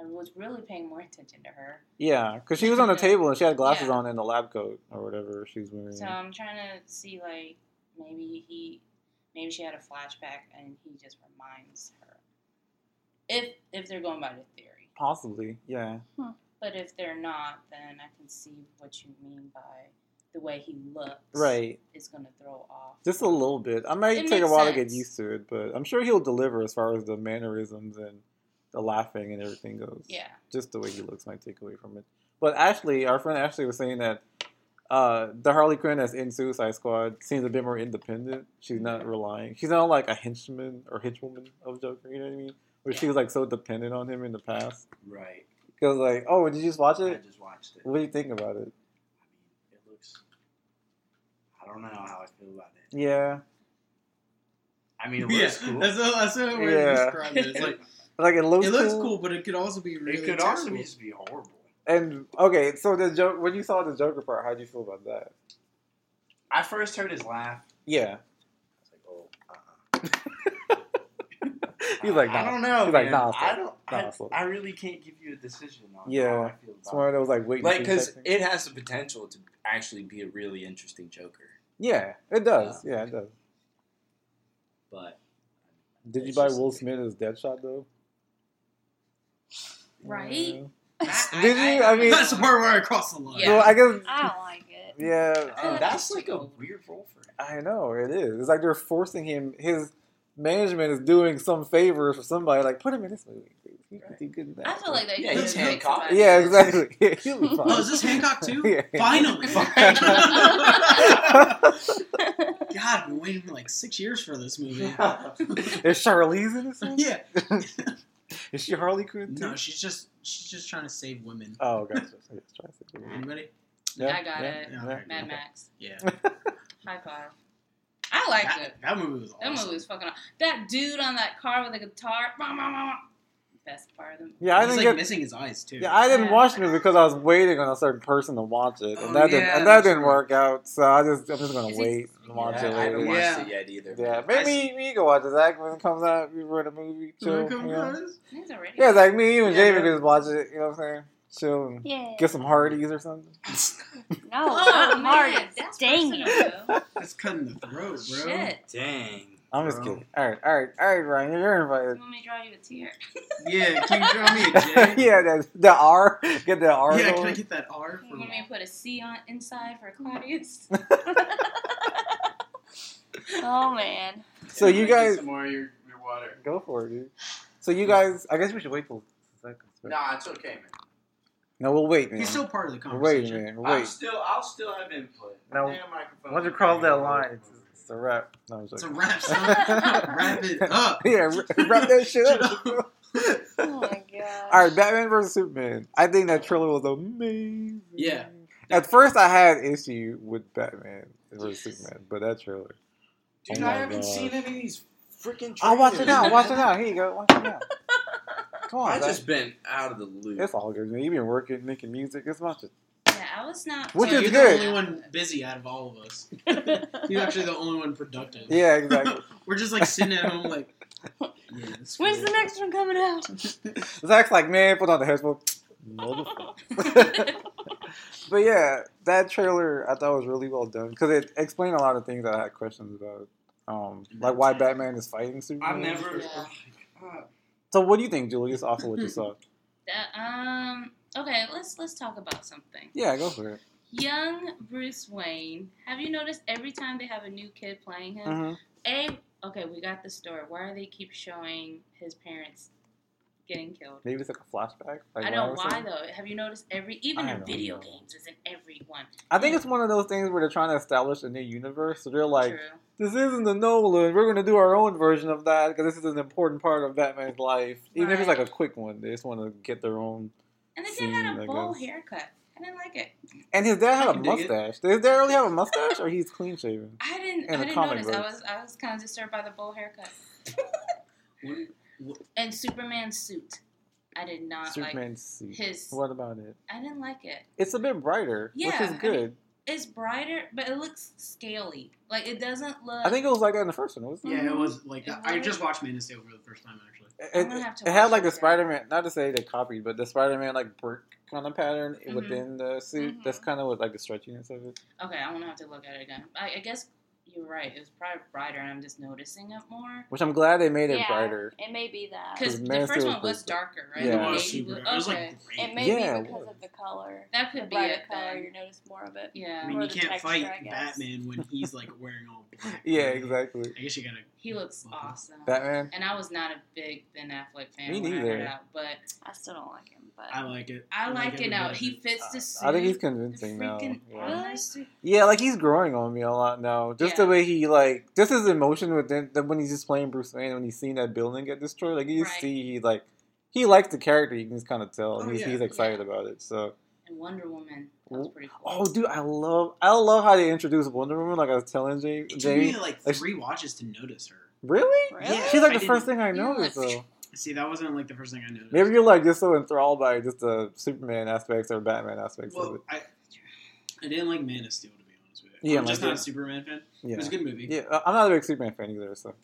[SPEAKER 3] I was really paying more attention to her.
[SPEAKER 1] Yeah, because she was on the
[SPEAKER 3] Yeah.
[SPEAKER 1] table and she had glasses
[SPEAKER 3] Yeah.
[SPEAKER 1] on and a lab coat or whatever she was wearing.
[SPEAKER 3] So I'm trying to see like maybe he, maybe she had a flashback and he just reminds her. If if they're going by the theory,
[SPEAKER 1] Possibly, yeah.
[SPEAKER 3] but if they're not, then I can see what you mean by the way he looks.
[SPEAKER 1] Right.
[SPEAKER 3] is going to throw off.
[SPEAKER 1] Just a little bit. I might
[SPEAKER 3] It
[SPEAKER 1] take a
[SPEAKER 3] makes
[SPEAKER 1] while to get
[SPEAKER 3] sense.
[SPEAKER 1] used to it, but I'm sure he'll deliver as far as the mannerisms and the laughing and everything goes.
[SPEAKER 3] Yeah.
[SPEAKER 1] Just the way he looks might take away from it. But Ashley, our friend Ashley was saying that uh, the Harley Quinn that's in Suicide Squad seems a bit more independent. She's not relying. She's not like a henchman or henchwoman of Joker, you know what I mean? Where she
[SPEAKER 3] Yeah.
[SPEAKER 1] was like so dependent on him in the past.
[SPEAKER 2] Right.
[SPEAKER 1] Because like, oh, did you just watch
[SPEAKER 2] I
[SPEAKER 1] it?
[SPEAKER 2] just watched it. I
[SPEAKER 1] What do you think about it?
[SPEAKER 2] mean, it looks. I don't know how I feel about it.
[SPEAKER 1] Yeah,
[SPEAKER 2] I mean, it
[SPEAKER 6] yeah,
[SPEAKER 2] looks cool.
[SPEAKER 6] that's a, that's a way
[SPEAKER 1] Yeah.
[SPEAKER 6] to describe it. It's like
[SPEAKER 1] like it looks.
[SPEAKER 6] it looks cool, but it could also be really.
[SPEAKER 2] it could also
[SPEAKER 6] terrible.
[SPEAKER 2] just be horrible.
[SPEAKER 1] And okay, so the joke when you saw the Joker part, how would you feel about that?
[SPEAKER 2] I first heard his laugh.
[SPEAKER 1] Yeah,
[SPEAKER 2] I was like, oh, uh-uh.
[SPEAKER 1] he's like,
[SPEAKER 2] I
[SPEAKER 1] nah.
[SPEAKER 2] don't know.
[SPEAKER 1] He's like,
[SPEAKER 2] man.
[SPEAKER 1] nah,
[SPEAKER 2] I
[SPEAKER 1] fool.
[SPEAKER 2] don't.
[SPEAKER 1] Nah,
[SPEAKER 2] I,
[SPEAKER 1] fool.
[SPEAKER 2] I really can't give you a decision on
[SPEAKER 1] Yeah.
[SPEAKER 2] how I feel
[SPEAKER 1] It's
[SPEAKER 2] about
[SPEAKER 1] one of those like
[SPEAKER 2] it.
[SPEAKER 1] wait,
[SPEAKER 2] Like,
[SPEAKER 1] and see
[SPEAKER 2] because
[SPEAKER 1] type thing.
[SPEAKER 2] it has the potential to actually be a really interesting Joker.
[SPEAKER 1] yeah, it does. Yeah, it does.
[SPEAKER 2] But
[SPEAKER 1] Did you
[SPEAKER 2] It's
[SPEAKER 1] buy
[SPEAKER 2] just-
[SPEAKER 1] Will Smith as Deadshot though?
[SPEAKER 3] Right?
[SPEAKER 1] Yeah.
[SPEAKER 3] I-
[SPEAKER 1] Did you? I mean-
[SPEAKER 6] That's the part where I cross the line.
[SPEAKER 3] Yeah. Oh.
[SPEAKER 1] Well, I guess.
[SPEAKER 4] I don't like it.
[SPEAKER 1] Yeah,
[SPEAKER 2] and
[SPEAKER 3] like
[SPEAKER 2] um, that's
[SPEAKER 3] it's
[SPEAKER 2] like a
[SPEAKER 3] taken over.
[SPEAKER 2] weird role for him.
[SPEAKER 1] I know it is. It's like they're forcing him. His management is doing some favor for somebody. Like put him in this movie. please. He could
[SPEAKER 2] Right.
[SPEAKER 1] do good in that.
[SPEAKER 3] I feel like they
[SPEAKER 2] Yeah,
[SPEAKER 3] could
[SPEAKER 2] he's
[SPEAKER 3] have
[SPEAKER 2] Hancock.
[SPEAKER 3] somebody
[SPEAKER 1] Yeah,
[SPEAKER 3] else.
[SPEAKER 1] exactly. Yeah, he'll be fine.
[SPEAKER 6] Oh, is this Hancock too?
[SPEAKER 1] Yeah.
[SPEAKER 6] Finally.
[SPEAKER 3] Fuck.
[SPEAKER 6] God, I've been waiting for like six years for this movie.
[SPEAKER 1] Is Charlize in this? One?
[SPEAKER 6] yeah.
[SPEAKER 1] Is she Harley Quinn too?
[SPEAKER 6] No, she's just she's just trying to save women.
[SPEAKER 1] Oh, gotcha. So yes, try to say it.
[SPEAKER 6] Anybody?
[SPEAKER 1] Yeah,
[SPEAKER 3] I got
[SPEAKER 1] yeah,
[SPEAKER 3] it.
[SPEAKER 1] yeah.
[SPEAKER 3] Mad Max.
[SPEAKER 6] Yeah.
[SPEAKER 3] High five. I liked
[SPEAKER 6] That,
[SPEAKER 3] it.
[SPEAKER 6] that movie was
[SPEAKER 3] That
[SPEAKER 6] awesome.
[SPEAKER 3] movie was fucking aw- That dude on that car with the guitar. Bah, bah, bah, bah. Best part of the
[SPEAKER 1] Yeah, I
[SPEAKER 6] He's
[SPEAKER 1] didn't
[SPEAKER 6] like
[SPEAKER 1] get.
[SPEAKER 6] missing his eyes too.
[SPEAKER 1] Yeah, I didn't
[SPEAKER 3] Yeah.
[SPEAKER 1] watch it because I was waiting on a certain person to watch it, and
[SPEAKER 6] Oh,
[SPEAKER 1] that didn't
[SPEAKER 6] yeah,
[SPEAKER 1] and that
[SPEAKER 6] that's
[SPEAKER 1] didn't
[SPEAKER 6] right.
[SPEAKER 1] work out. So I just I'm just gonna
[SPEAKER 3] Is it-
[SPEAKER 1] wait and watch
[SPEAKER 2] yeah,
[SPEAKER 1] it
[SPEAKER 2] I haven't
[SPEAKER 1] later.
[SPEAKER 2] watched
[SPEAKER 1] Yeah,
[SPEAKER 6] Yeah.
[SPEAKER 2] it yet either.
[SPEAKER 1] maybe we can watch it. Zach when it comes out, we were in a movie. Chill.
[SPEAKER 6] Come
[SPEAKER 1] you know?
[SPEAKER 6] on.
[SPEAKER 3] He's already.
[SPEAKER 1] Yeah, like me, you and
[SPEAKER 6] Yeah.
[SPEAKER 1] Jamie can just watch it. You know what I'm saying? Chill. And
[SPEAKER 4] Yeah.
[SPEAKER 1] get some Hardee's or something.
[SPEAKER 4] No,
[SPEAKER 3] Oh,
[SPEAKER 4] not
[SPEAKER 3] man,
[SPEAKER 4] Marty.
[SPEAKER 3] that's
[SPEAKER 4] Dang
[SPEAKER 3] personal,
[SPEAKER 4] it.
[SPEAKER 3] though.
[SPEAKER 6] That's cutting the throat, bro.
[SPEAKER 3] Shit.
[SPEAKER 2] Dang.
[SPEAKER 1] I'm just
[SPEAKER 2] bro.
[SPEAKER 1] kidding. All right, all right, all right, Ryan, you're
[SPEAKER 3] You
[SPEAKER 1] invited.
[SPEAKER 3] want me to draw you a tear?
[SPEAKER 6] Yeah, can you draw me a J?
[SPEAKER 1] yeah, that, the R, get the R.
[SPEAKER 6] Yeah, can I
[SPEAKER 1] going.
[SPEAKER 6] get that R
[SPEAKER 3] You
[SPEAKER 6] for
[SPEAKER 3] want me to put a C on inside for Claudius?
[SPEAKER 4] Oh man.
[SPEAKER 1] So you guys-
[SPEAKER 6] some more of your, your water.
[SPEAKER 1] Go for it, dude. So you guys, I guess we should wait till Zach comes back.
[SPEAKER 2] Nah, it's okay, man.
[SPEAKER 1] No, we'll wait, man.
[SPEAKER 6] He's still part of the
[SPEAKER 1] We'll wait,
[SPEAKER 6] conversation. Ah,
[SPEAKER 1] man. We'll
[SPEAKER 2] I'm
[SPEAKER 1] Wait.
[SPEAKER 2] still, I'll still have input.
[SPEAKER 1] Now,
[SPEAKER 2] Damn microphone.
[SPEAKER 1] Once you cross that line, it's, it's a wrap. No, I'm
[SPEAKER 6] It's a
[SPEAKER 1] joking.
[SPEAKER 6] wrap, son. wrap it up.
[SPEAKER 1] yeah, wra- wrap that shit up.
[SPEAKER 6] Shut
[SPEAKER 4] Oh my god.
[SPEAKER 1] All right, Batman versus Superman. I think that trailer was amazing.
[SPEAKER 6] Yeah.
[SPEAKER 1] At first, I had issue with Batman versus Superman, but that trailer.
[SPEAKER 2] Dude,
[SPEAKER 1] Oh
[SPEAKER 2] I
[SPEAKER 1] my
[SPEAKER 2] haven't
[SPEAKER 1] God.
[SPEAKER 2] seen any of these freaking.
[SPEAKER 1] I'll watch it
[SPEAKER 2] trailers,
[SPEAKER 1] now.
[SPEAKER 2] man.
[SPEAKER 1] Watch it now. Here you go. Watch it now. Come on,
[SPEAKER 2] I've
[SPEAKER 1] Zach.
[SPEAKER 2] just been out of the loop.
[SPEAKER 1] It's all good, man. You've been working, making music. Just watch it.
[SPEAKER 3] yeah, I was not.
[SPEAKER 1] Which
[SPEAKER 6] You're
[SPEAKER 1] is
[SPEAKER 6] the
[SPEAKER 1] good.
[SPEAKER 6] only one busy out of all of us. You're actually the only one productive.
[SPEAKER 1] Yeah, exactly.
[SPEAKER 6] We're just like sitting at home, like, yeah, that's
[SPEAKER 4] When's
[SPEAKER 6] weird.
[SPEAKER 4] the next one coming out?
[SPEAKER 1] Zach's like, man, put on the headphones. Motherfucker. But yeah, that trailer I thought was really well done because it explained a lot of things that I had questions about, um, like why Batman is fighting Superman.
[SPEAKER 2] I've never. oh
[SPEAKER 3] Yeah.
[SPEAKER 2] God.
[SPEAKER 1] So what do you think, Julius? Off of what you saw?
[SPEAKER 3] That- um. Okay, let's let's talk about something.
[SPEAKER 1] Yeah, go for it.
[SPEAKER 3] Young Bruce Wayne. Have you noticed every time they have a new kid playing him?
[SPEAKER 1] Mhm.
[SPEAKER 3] A. Okay, we got the story. Why do they keep showing his parents getting killed?
[SPEAKER 1] Maybe it's like a flashback. Like
[SPEAKER 3] I know
[SPEAKER 1] was
[SPEAKER 3] why
[SPEAKER 1] saying.
[SPEAKER 3] though. Have you noticed every even
[SPEAKER 1] I
[SPEAKER 3] in
[SPEAKER 1] don't
[SPEAKER 3] video
[SPEAKER 1] know.
[SPEAKER 3] games is in every one.
[SPEAKER 1] I think it's one of those things where they're trying to establish a new universe. So they're like,
[SPEAKER 3] True.
[SPEAKER 1] this isn't the Nolan. We're going to do our own version of that because this is an important part of Batman's life. Even if it's like
[SPEAKER 3] Right.
[SPEAKER 1] a quick one, they just want to get their own.
[SPEAKER 3] And the kid had
[SPEAKER 1] Scene, I
[SPEAKER 3] a bowl
[SPEAKER 1] guess.
[SPEAKER 3] haircut. I didn't like it.
[SPEAKER 1] And his dad
[SPEAKER 6] I
[SPEAKER 1] had a
[SPEAKER 6] can dig it.
[SPEAKER 1] mustache. Does his dad really have a mustache, or he's clean shaven?
[SPEAKER 3] I didn't.
[SPEAKER 1] And
[SPEAKER 3] I
[SPEAKER 1] the
[SPEAKER 3] didn't
[SPEAKER 1] comic
[SPEAKER 3] notice. I
[SPEAKER 1] books.
[SPEAKER 3] was I was kind of disturbed by the bowl haircut. And Superman's suit. I did not like
[SPEAKER 1] Superman's suit.
[SPEAKER 3] his.
[SPEAKER 1] What about it?
[SPEAKER 3] I didn't like it.
[SPEAKER 1] It's a bit brighter, which
[SPEAKER 3] Yeah, I
[SPEAKER 1] is
[SPEAKER 3] mean-
[SPEAKER 1] good.
[SPEAKER 3] It's brighter, but it looks scaly. Like it doesn't look.
[SPEAKER 1] I, think it was like that in the first one. It was.
[SPEAKER 5] Yeah, it was like
[SPEAKER 3] Is
[SPEAKER 5] I
[SPEAKER 3] that
[SPEAKER 5] just
[SPEAKER 3] it?
[SPEAKER 5] watched Man of Steel for the first time actually.
[SPEAKER 3] I'm
[SPEAKER 1] It,
[SPEAKER 3] gonna have to
[SPEAKER 1] it had
[SPEAKER 3] watch
[SPEAKER 1] like
[SPEAKER 3] it
[SPEAKER 1] the
[SPEAKER 3] again.
[SPEAKER 1] Spider Man, not to say they copied, but the Spider Man like brick kind of pattern
[SPEAKER 3] Mhm.
[SPEAKER 1] within the suit. That's
[SPEAKER 3] Mm-hmm.
[SPEAKER 4] Mhm.
[SPEAKER 1] kind of what like the stretchiness of it.
[SPEAKER 3] Okay, I'm gonna have to look at it again. I, I guess you're right. It was probably brighter, and I'm just noticing it more.
[SPEAKER 1] Which I'm glad they made it
[SPEAKER 4] Yeah.
[SPEAKER 1] brighter.
[SPEAKER 4] It may be that.
[SPEAKER 3] Because
[SPEAKER 1] 'Cause
[SPEAKER 3] the
[SPEAKER 1] Man
[SPEAKER 3] first
[SPEAKER 1] Steel
[SPEAKER 3] one
[SPEAKER 1] was
[SPEAKER 3] was darker, right?
[SPEAKER 1] Yeah.
[SPEAKER 5] It was
[SPEAKER 3] Navy
[SPEAKER 5] super.
[SPEAKER 3] blue-
[SPEAKER 5] It was like
[SPEAKER 3] okay.
[SPEAKER 5] great.
[SPEAKER 4] It may
[SPEAKER 1] Yeah,
[SPEAKER 4] be
[SPEAKER 1] it
[SPEAKER 4] because
[SPEAKER 1] was.
[SPEAKER 4] of the color.
[SPEAKER 3] that could
[SPEAKER 4] the
[SPEAKER 3] be it.
[SPEAKER 4] brighter color,
[SPEAKER 3] Then.
[SPEAKER 4] you notice more of it.
[SPEAKER 5] I
[SPEAKER 3] Yeah,
[SPEAKER 5] mean,
[SPEAKER 4] Or
[SPEAKER 5] you
[SPEAKER 4] the
[SPEAKER 5] can't
[SPEAKER 4] texture,
[SPEAKER 5] fight
[SPEAKER 4] I guess.
[SPEAKER 5] Batman when he's like wearing all black.
[SPEAKER 1] Yeah,
[SPEAKER 5] right?
[SPEAKER 1] exactly.
[SPEAKER 5] I guess you gotta.
[SPEAKER 3] he looks
[SPEAKER 5] Fucking-
[SPEAKER 3] awesome.
[SPEAKER 1] Batman.
[SPEAKER 3] And I was not a big Ben Affleck fan
[SPEAKER 1] Me
[SPEAKER 3] when I
[SPEAKER 1] neither.
[SPEAKER 3] heard out, but
[SPEAKER 4] I still don't like him, but
[SPEAKER 5] I like it.
[SPEAKER 3] I like it
[SPEAKER 5] every
[SPEAKER 3] now.
[SPEAKER 5] bit of
[SPEAKER 3] He
[SPEAKER 5] it.
[SPEAKER 3] fits the suit.
[SPEAKER 1] I think he's
[SPEAKER 3] The
[SPEAKER 1] convincing now.
[SPEAKER 3] freaking
[SPEAKER 1] Yeah.
[SPEAKER 3] armor suit.
[SPEAKER 1] Yeah, like he's growing on me a lot now. Just the
[SPEAKER 3] Yeah.
[SPEAKER 1] way he like, just his emotion within that when he's just playing Bruce Wayne when he's seeing that building get destroyed. Like you just
[SPEAKER 3] Right.
[SPEAKER 1] see he like he likes the character. You can just kind of tell.
[SPEAKER 5] Oh,
[SPEAKER 1] he's,
[SPEAKER 5] yeah.
[SPEAKER 1] he's excited about it. So
[SPEAKER 3] and Wonder Woman. That was pretty cool.
[SPEAKER 1] oh, dude, I love I love how they introduced Wonder Woman. Like I was telling Jay,
[SPEAKER 5] It took me
[SPEAKER 1] Jamie,
[SPEAKER 5] like
[SPEAKER 1] Like-
[SPEAKER 5] three watches to notice her.
[SPEAKER 1] really?
[SPEAKER 4] really?
[SPEAKER 5] Yeah.
[SPEAKER 1] She's like
[SPEAKER 5] I
[SPEAKER 1] the first thing I
[SPEAKER 3] didn't-
[SPEAKER 1] noticed.
[SPEAKER 3] Yeah.
[SPEAKER 1] Though
[SPEAKER 5] See, that wasn't like the first thing I noticed.
[SPEAKER 1] maybe you're like just so enthralled by just the Superman aspects or Batman aspects of
[SPEAKER 5] Well,
[SPEAKER 1] it.
[SPEAKER 5] I, I didn't like Man of Steel to be honest with you.
[SPEAKER 1] Yeah,
[SPEAKER 5] I'm just
[SPEAKER 1] like
[SPEAKER 5] not
[SPEAKER 1] it.
[SPEAKER 5] a Superman fan. It was
[SPEAKER 1] Yeah,
[SPEAKER 5] a good movie.
[SPEAKER 1] yeah. I- I'm not a big Superman fan either. So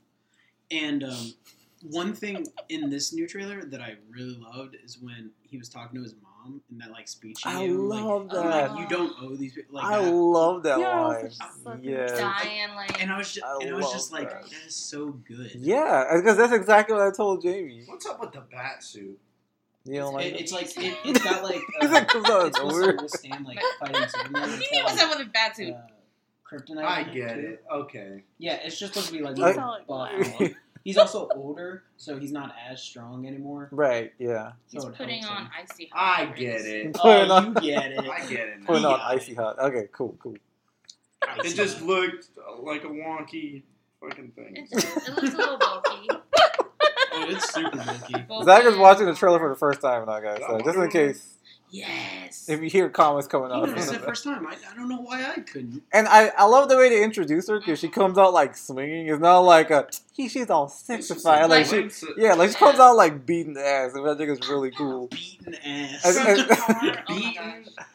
[SPEAKER 5] And um, one thing in this new trailer that I really loved is when he was talking to his mom in that like speech. he
[SPEAKER 1] I
[SPEAKER 5] gave him,
[SPEAKER 1] love
[SPEAKER 5] like, I'm
[SPEAKER 1] that.
[SPEAKER 5] Like, you don't owe these people. Like,
[SPEAKER 1] Uh, I
[SPEAKER 5] that.
[SPEAKER 1] love that
[SPEAKER 4] Yeah,
[SPEAKER 1] line.
[SPEAKER 4] it's just so
[SPEAKER 1] Yeah.
[SPEAKER 3] Diane Lane.
[SPEAKER 5] and I was just,
[SPEAKER 1] I
[SPEAKER 5] and I was just
[SPEAKER 1] love
[SPEAKER 5] like,
[SPEAKER 1] that.
[SPEAKER 5] that is so good.
[SPEAKER 1] Yeah, because that's exactly what I told Jamie.
[SPEAKER 2] What's up with the bat suit?
[SPEAKER 1] You don't like
[SPEAKER 5] It,
[SPEAKER 1] it?
[SPEAKER 5] it's like it, it's got like uh,
[SPEAKER 1] Is it 'cause I was
[SPEAKER 5] it's supposed
[SPEAKER 1] weird?
[SPEAKER 5] to withstand like fighting Superman.
[SPEAKER 3] what do you
[SPEAKER 5] It's
[SPEAKER 3] mean?
[SPEAKER 5] got,
[SPEAKER 3] What's
[SPEAKER 5] like,
[SPEAKER 3] up with a bat suit?
[SPEAKER 5] uh, Kryptonite.
[SPEAKER 2] I
[SPEAKER 5] in
[SPEAKER 2] get
[SPEAKER 5] too.
[SPEAKER 2] it. Okay.
[SPEAKER 5] Yeah, it's just supposed to be like
[SPEAKER 4] He's
[SPEAKER 5] more
[SPEAKER 4] all like,
[SPEAKER 5] buff.
[SPEAKER 4] wow.
[SPEAKER 5] He's also older, so he's not as strong anymore.
[SPEAKER 1] right, yeah.
[SPEAKER 3] He's
[SPEAKER 5] so it
[SPEAKER 3] putting
[SPEAKER 5] helps
[SPEAKER 3] on
[SPEAKER 5] him.
[SPEAKER 3] icy hot.
[SPEAKER 2] I get it.
[SPEAKER 1] Putting
[SPEAKER 5] Oh, you
[SPEAKER 1] on-
[SPEAKER 5] get it.
[SPEAKER 2] I get it.
[SPEAKER 1] Put it
[SPEAKER 2] Now.
[SPEAKER 1] on
[SPEAKER 5] Yeah.
[SPEAKER 1] icy hot. Okay, cool, cool.
[SPEAKER 2] It
[SPEAKER 5] oh,
[SPEAKER 2] just looked like a wonky fucking thing.
[SPEAKER 3] It, does. it looks a little bulky.
[SPEAKER 5] Oh, it's super bulky.
[SPEAKER 3] Bulky
[SPEAKER 1] Zach is
[SPEAKER 3] and
[SPEAKER 1] watching the trailer for
[SPEAKER 3] armor.
[SPEAKER 1] the first time now, guys.
[SPEAKER 5] Oh,
[SPEAKER 1] So just in case,
[SPEAKER 3] Yes.
[SPEAKER 1] if you hear comments coming
[SPEAKER 5] You noticed it
[SPEAKER 1] out.
[SPEAKER 5] first time. I, I don't know why I couldn't.
[SPEAKER 1] And I, I love the way they introduce her because she
[SPEAKER 5] Uh-huh.
[SPEAKER 1] comes out like swinging. It's not like a he she's all sexified. Like she, yeah, like she comes out like beating the ass, and I think it's really cool.
[SPEAKER 5] Beaten ass.
[SPEAKER 1] As- as-
[SPEAKER 3] Armor, oh my
[SPEAKER 5] Beaten.
[SPEAKER 3] gosh.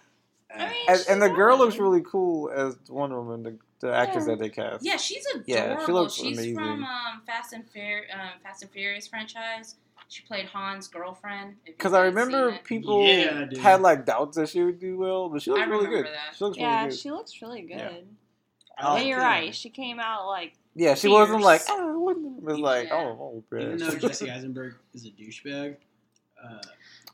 [SPEAKER 4] I mean,
[SPEAKER 1] And, and the
[SPEAKER 4] she's
[SPEAKER 1] girl
[SPEAKER 4] not
[SPEAKER 1] looks really cool as Wonder Woman, the, the actress that they cast.
[SPEAKER 3] Yeah, she's adorable.
[SPEAKER 1] Yeah, she looks
[SPEAKER 3] she's
[SPEAKER 1] amazing.
[SPEAKER 3] from um, Fast and Fair, um, Fast and Furious franchise. She played Han's girlfriend. if you
[SPEAKER 1] Because I
[SPEAKER 3] guys
[SPEAKER 1] remember
[SPEAKER 3] seen it.
[SPEAKER 1] people
[SPEAKER 5] Yeah, dude.
[SPEAKER 1] had like doubts that she would do well, but she looks
[SPEAKER 3] I
[SPEAKER 1] really
[SPEAKER 3] remember
[SPEAKER 1] good.
[SPEAKER 3] that.
[SPEAKER 1] She looks
[SPEAKER 4] Yeah,
[SPEAKER 1] really good. Oh,
[SPEAKER 4] she looks really good.
[SPEAKER 1] Yeah.
[SPEAKER 5] I like
[SPEAKER 4] and you're
[SPEAKER 5] the-
[SPEAKER 4] right. She came out like
[SPEAKER 1] yeah, she wasn't like
[SPEAKER 4] fierce.
[SPEAKER 1] oh, what? It was like
[SPEAKER 3] Yeah.
[SPEAKER 1] oh, oh
[SPEAKER 5] Even though
[SPEAKER 1] bitch.
[SPEAKER 5] Jesse Eisenberg is a douchebag, uh,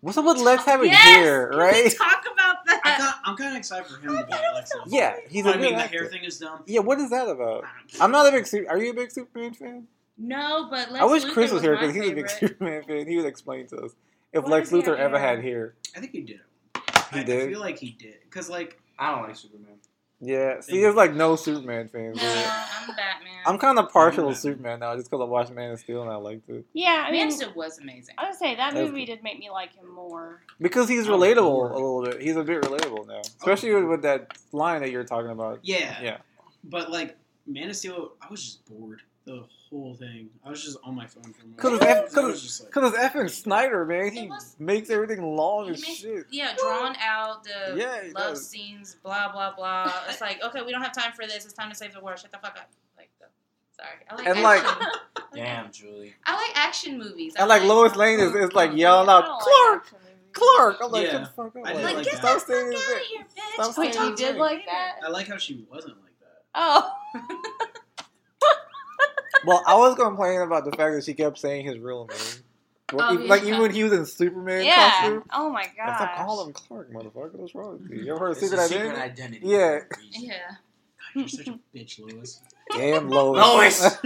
[SPEAKER 1] What's up with let's have it
[SPEAKER 3] Yes!
[SPEAKER 1] here,
[SPEAKER 3] Can we
[SPEAKER 1] right?
[SPEAKER 3] Talk about that.
[SPEAKER 5] I got, I'm kind of excited for him. to be Lex Luthor.
[SPEAKER 1] Yeah, he's a
[SPEAKER 5] I mean,
[SPEAKER 1] good
[SPEAKER 5] the
[SPEAKER 1] actor.
[SPEAKER 5] hair thing is dumb.
[SPEAKER 1] Yeah, what is that about?
[SPEAKER 5] I don't-
[SPEAKER 1] I'm not a big. Su- Are you a big Superman fan?
[SPEAKER 3] no, but Lex
[SPEAKER 1] I wish
[SPEAKER 3] Luthor
[SPEAKER 1] Chris was here
[SPEAKER 3] because
[SPEAKER 1] because he's a big Superman fan. He would explain to us if
[SPEAKER 3] Why
[SPEAKER 1] Lex
[SPEAKER 3] does he
[SPEAKER 1] Luthor
[SPEAKER 3] have
[SPEAKER 1] ever
[SPEAKER 3] hair?
[SPEAKER 1] had hair.
[SPEAKER 5] I think he did. it.
[SPEAKER 1] He
[SPEAKER 5] I,
[SPEAKER 1] did?
[SPEAKER 5] I feel like he did because like
[SPEAKER 2] I don't like Superman.
[SPEAKER 1] Yeah, see, there's like no Superman fans.
[SPEAKER 3] No,
[SPEAKER 1] here.
[SPEAKER 3] I'm Batman.
[SPEAKER 1] I'm kind of partial
[SPEAKER 5] Batman.
[SPEAKER 1] to Superman now, just because I watched Man of Steel and I liked it
[SPEAKER 4] yeah. I mean,
[SPEAKER 3] Manson was amazing.
[SPEAKER 4] I would say that
[SPEAKER 1] That's-
[SPEAKER 4] movie did make me like him more.
[SPEAKER 1] because he's
[SPEAKER 5] I'm
[SPEAKER 1] relatable
[SPEAKER 5] bored.
[SPEAKER 1] a little bit. He's a bit relatable now, especially with, with that line that you're talking about.
[SPEAKER 5] yeah,
[SPEAKER 1] Yeah.
[SPEAKER 5] But like Man of Steel, I was just bored the whole thing. I was just on my phone for
[SPEAKER 1] Cause
[SPEAKER 5] most.
[SPEAKER 1] it's eff-
[SPEAKER 5] of it. I was just like,
[SPEAKER 1] Because it's effing Snyder, man.
[SPEAKER 3] It
[SPEAKER 1] He
[SPEAKER 3] was-
[SPEAKER 1] makes everything long
[SPEAKER 3] he
[SPEAKER 1] as
[SPEAKER 3] makes-
[SPEAKER 1] shit.
[SPEAKER 3] Yeah, drawn out the
[SPEAKER 1] Yeah, he
[SPEAKER 3] love
[SPEAKER 1] does.
[SPEAKER 3] scenes, blah blah blah. It's like, okay, we don't have time for this. It's time to save the world. Shut the fuck up. Like, the, sorry. I like
[SPEAKER 1] And, like-
[SPEAKER 3] action.
[SPEAKER 2] Damn, Julie.
[SPEAKER 3] I like action movies. I
[SPEAKER 1] And like Lois Lane is, is like yelling
[SPEAKER 4] I
[SPEAKER 1] out,
[SPEAKER 4] don't like
[SPEAKER 1] Clark,
[SPEAKER 4] action movies.
[SPEAKER 1] Clark. I'm like,
[SPEAKER 5] Yeah.
[SPEAKER 1] shut the fuck up.
[SPEAKER 5] I didn't
[SPEAKER 1] Like,
[SPEAKER 5] like
[SPEAKER 1] get stop
[SPEAKER 5] that.
[SPEAKER 1] saying
[SPEAKER 3] Get
[SPEAKER 1] his
[SPEAKER 3] out of
[SPEAKER 1] name.
[SPEAKER 3] here, bitch.
[SPEAKER 1] Stop
[SPEAKER 3] We're
[SPEAKER 4] Oh, Wait,
[SPEAKER 1] saying
[SPEAKER 4] you
[SPEAKER 3] talking
[SPEAKER 1] his
[SPEAKER 4] did
[SPEAKER 1] name.
[SPEAKER 4] like that?
[SPEAKER 5] I like how she wasn't like that.
[SPEAKER 4] Oh,
[SPEAKER 1] Well, I was complaining about the fact that she kept saying his real name. Well,
[SPEAKER 3] Oh,
[SPEAKER 1] even- like
[SPEAKER 3] yeah.
[SPEAKER 1] even when he was in Superman
[SPEAKER 4] yeah.
[SPEAKER 1] costume.
[SPEAKER 4] Oh my
[SPEAKER 1] I
[SPEAKER 4] gosh.
[SPEAKER 1] said, call him Clark, motherfucker. What's wrong with you? You ever heard of
[SPEAKER 2] It's a
[SPEAKER 1] Secret
[SPEAKER 2] secret
[SPEAKER 1] Identity?
[SPEAKER 2] identity.
[SPEAKER 1] Yeah.
[SPEAKER 3] Yeah.
[SPEAKER 5] God, you're such a bitch, Lois.
[SPEAKER 1] Damn Lois.
[SPEAKER 2] Lois.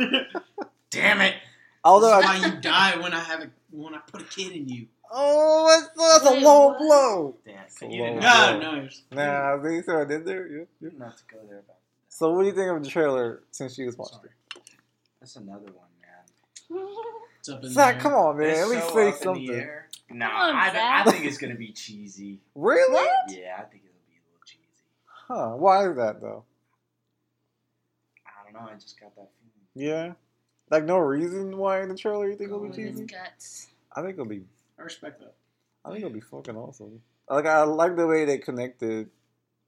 [SPEAKER 2] Damn it.
[SPEAKER 1] Although I
[SPEAKER 5] This is why you die when I have a, when I put a kid in you.
[SPEAKER 1] Oh, that's, that's
[SPEAKER 3] Wait,
[SPEAKER 1] a low
[SPEAKER 3] what?
[SPEAKER 1] blow.
[SPEAKER 2] Damn.
[SPEAKER 1] So
[SPEAKER 2] you
[SPEAKER 1] low.
[SPEAKER 2] didn't
[SPEAKER 1] Yeah.
[SPEAKER 5] No, no. it's-
[SPEAKER 1] Nah, I think so. I did there. Yeah, yeah.
[SPEAKER 2] you didn't have to go there. About
[SPEAKER 1] So, what do you think of the trailer since she was watching?
[SPEAKER 5] Sorry.
[SPEAKER 2] That's another one, man.
[SPEAKER 5] It's up in
[SPEAKER 1] Zach,
[SPEAKER 5] there.
[SPEAKER 1] come on, man.
[SPEAKER 2] It's
[SPEAKER 1] At least
[SPEAKER 2] so
[SPEAKER 1] say
[SPEAKER 2] up in the
[SPEAKER 1] something.
[SPEAKER 2] air. Nah,
[SPEAKER 4] Come on,
[SPEAKER 2] I, th- I
[SPEAKER 4] Zach.
[SPEAKER 2] think it's gonna be cheesy.
[SPEAKER 1] Really?
[SPEAKER 2] Yeah, I think it'll be a little cheesy.
[SPEAKER 1] Huh? Why is that though?
[SPEAKER 2] I don't know. I just got that feeling.
[SPEAKER 1] Yeah. Like no reason why in the trailer you think it'll be
[SPEAKER 3] Going in
[SPEAKER 1] cheesy.
[SPEAKER 3] his guts.
[SPEAKER 1] I think it'll be.
[SPEAKER 5] I respect that.
[SPEAKER 1] I think it'll be fucking awesome. Like I like the way they connected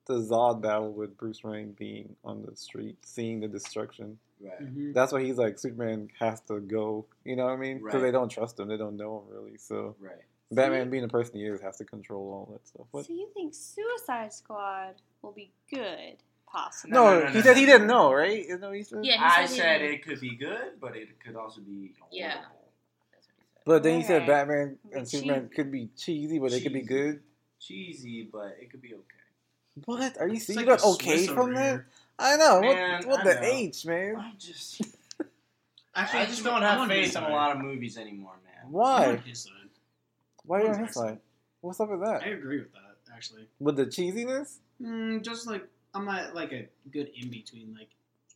[SPEAKER 1] the Zod battle with Bruce Wayne being on the street, seeing the destruction.
[SPEAKER 2] Right.
[SPEAKER 5] Mm-hmm.
[SPEAKER 1] That's why he's like Superman has to go. You know what I mean? Because
[SPEAKER 2] Right.
[SPEAKER 1] they don't trust him. They don't know him really. So
[SPEAKER 2] Right.
[SPEAKER 1] Batman being the person he is has to control all that stuff. What?
[SPEAKER 4] So you think Suicide Squad will be good? Possibly.
[SPEAKER 1] No,
[SPEAKER 2] No, no, no,
[SPEAKER 1] he
[SPEAKER 2] no,
[SPEAKER 1] said he
[SPEAKER 2] no.
[SPEAKER 1] didn't know, right? Isn't that what he said?
[SPEAKER 3] Yeah, he
[SPEAKER 2] I
[SPEAKER 3] said he
[SPEAKER 2] said
[SPEAKER 3] didn't-
[SPEAKER 2] it could be good, but it could also be horrible.
[SPEAKER 3] Yeah. That's what he said.
[SPEAKER 1] But then he said
[SPEAKER 4] Alright.
[SPEAKER 1] Batman
[SPEAKER 4] It'd be
[SPEAKER 1] and Superman
[SPEAKER 4] cheesy.
[SPEAKER 1] could be cheesy, but they could be
[SPEAKER 2] Cheesy.
[SPEAKER 1] good.
[SPEAKER 2] Cheesy, but it could be okay.
[SPEAKER 1] What? Are you
[SPEAKER 5] It's
[SPEAKER 1] seeing
[SPEAKER 5] like
[SPEAKER 1] that
[SPEAKER 5] a
[SPEAKER 1] okay
[SPEAKER 5] Swiss
[SPEAKER 1] from
[SPEAKER 5] over
[SPEAKER 1] that?
[SPEAKER 5] here.
[SPEAKER 1] I know. what
[SPEAKER 2] Man, I
[SPEAKER 1] what the
[SPEAKER 2] know.
[SPEAKER 1] H, man?
[SPEAKER 2] I just,
[SPEAKER 6] Actually,
[SPEAKER 2] I just
[SPEAKER 6] I'm
[SPEAKER 2] don't
[SPEAKER 6] on his
[SPEAKER 2] have faith in a
[SPEAKER 6] side.
[SPEAKER 2] lot of movies anymore, man.
[SPEAKER 1] Why?
[SPEAKER 5] I
[SPEAKER 1] Why are you on
[SPEAKER 5] Mine's
[SPEAKER 1] his side? What's up with that?
[SPEAKER 5] agree with that actually.
[SPEAKER 1] With the cheesiness?
[SPEAKER 5] Mm, just like I'm not like a good in between. Like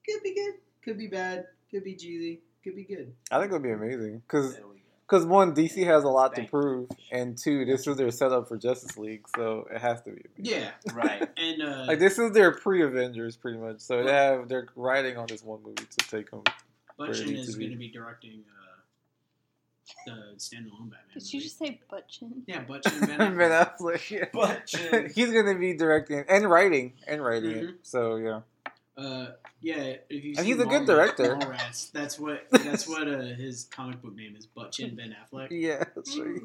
[SPEAKER 5] could be good, could be bad, could be cheesy, could be good.
[SPEAKER 1] I think it would be amazing. Because,
[SPEAKER 2] There we go.
[SPEAKER 1] one, DC has a lot to
[SPEAKER 2] Thank you.
[SPEAKER 1] prove, and two, this is their setup for Justice League, so it has to be.
[SPEAKER 5] Yeah,
[SPEAKER 2] Right.
[SPEAKER 5] and uh,
[SPEAKER 1] Like, this is their pre Avengers, pretty much. So they
[SPEAKER 5] Right.
[SPEAKER 1] have, they're riding on this one movie to take home.
[SPEAKER 5] Butchin
[SPEAKER 1] Brady
[SPEAKER 5] is
[SPEAKER 1] to be-
[SPEAKER 5] going to be directing uh, the standalone Batman.
[SPEAKER 4] Did you
[SPEAKER 5] movie.
[SPEAKER 4] just say Butchin?
[SPEAKER 5] Yeah, Butchin.
[SPEAKER 1] Ben
[SPEAKER 5] Ben Affleck.
[SPEAKER 1] Affleck, yeah.
[SPEAKER 2] But
[SPEAKER 1] he's gonna be directing and writing and writing it.
[SPEAKER 5] Mhm.
[SPEAKER 1] So yeah,
[SPEAKER 5] Uh, yeah, if you
[SPEAKER 1] And he's a good director.
[SPEAKER 5] Mallrats, that's what that's what uh, his comic book name is. Butchin Ben Affleck.
[SPEAKER 1] yeah. that's right.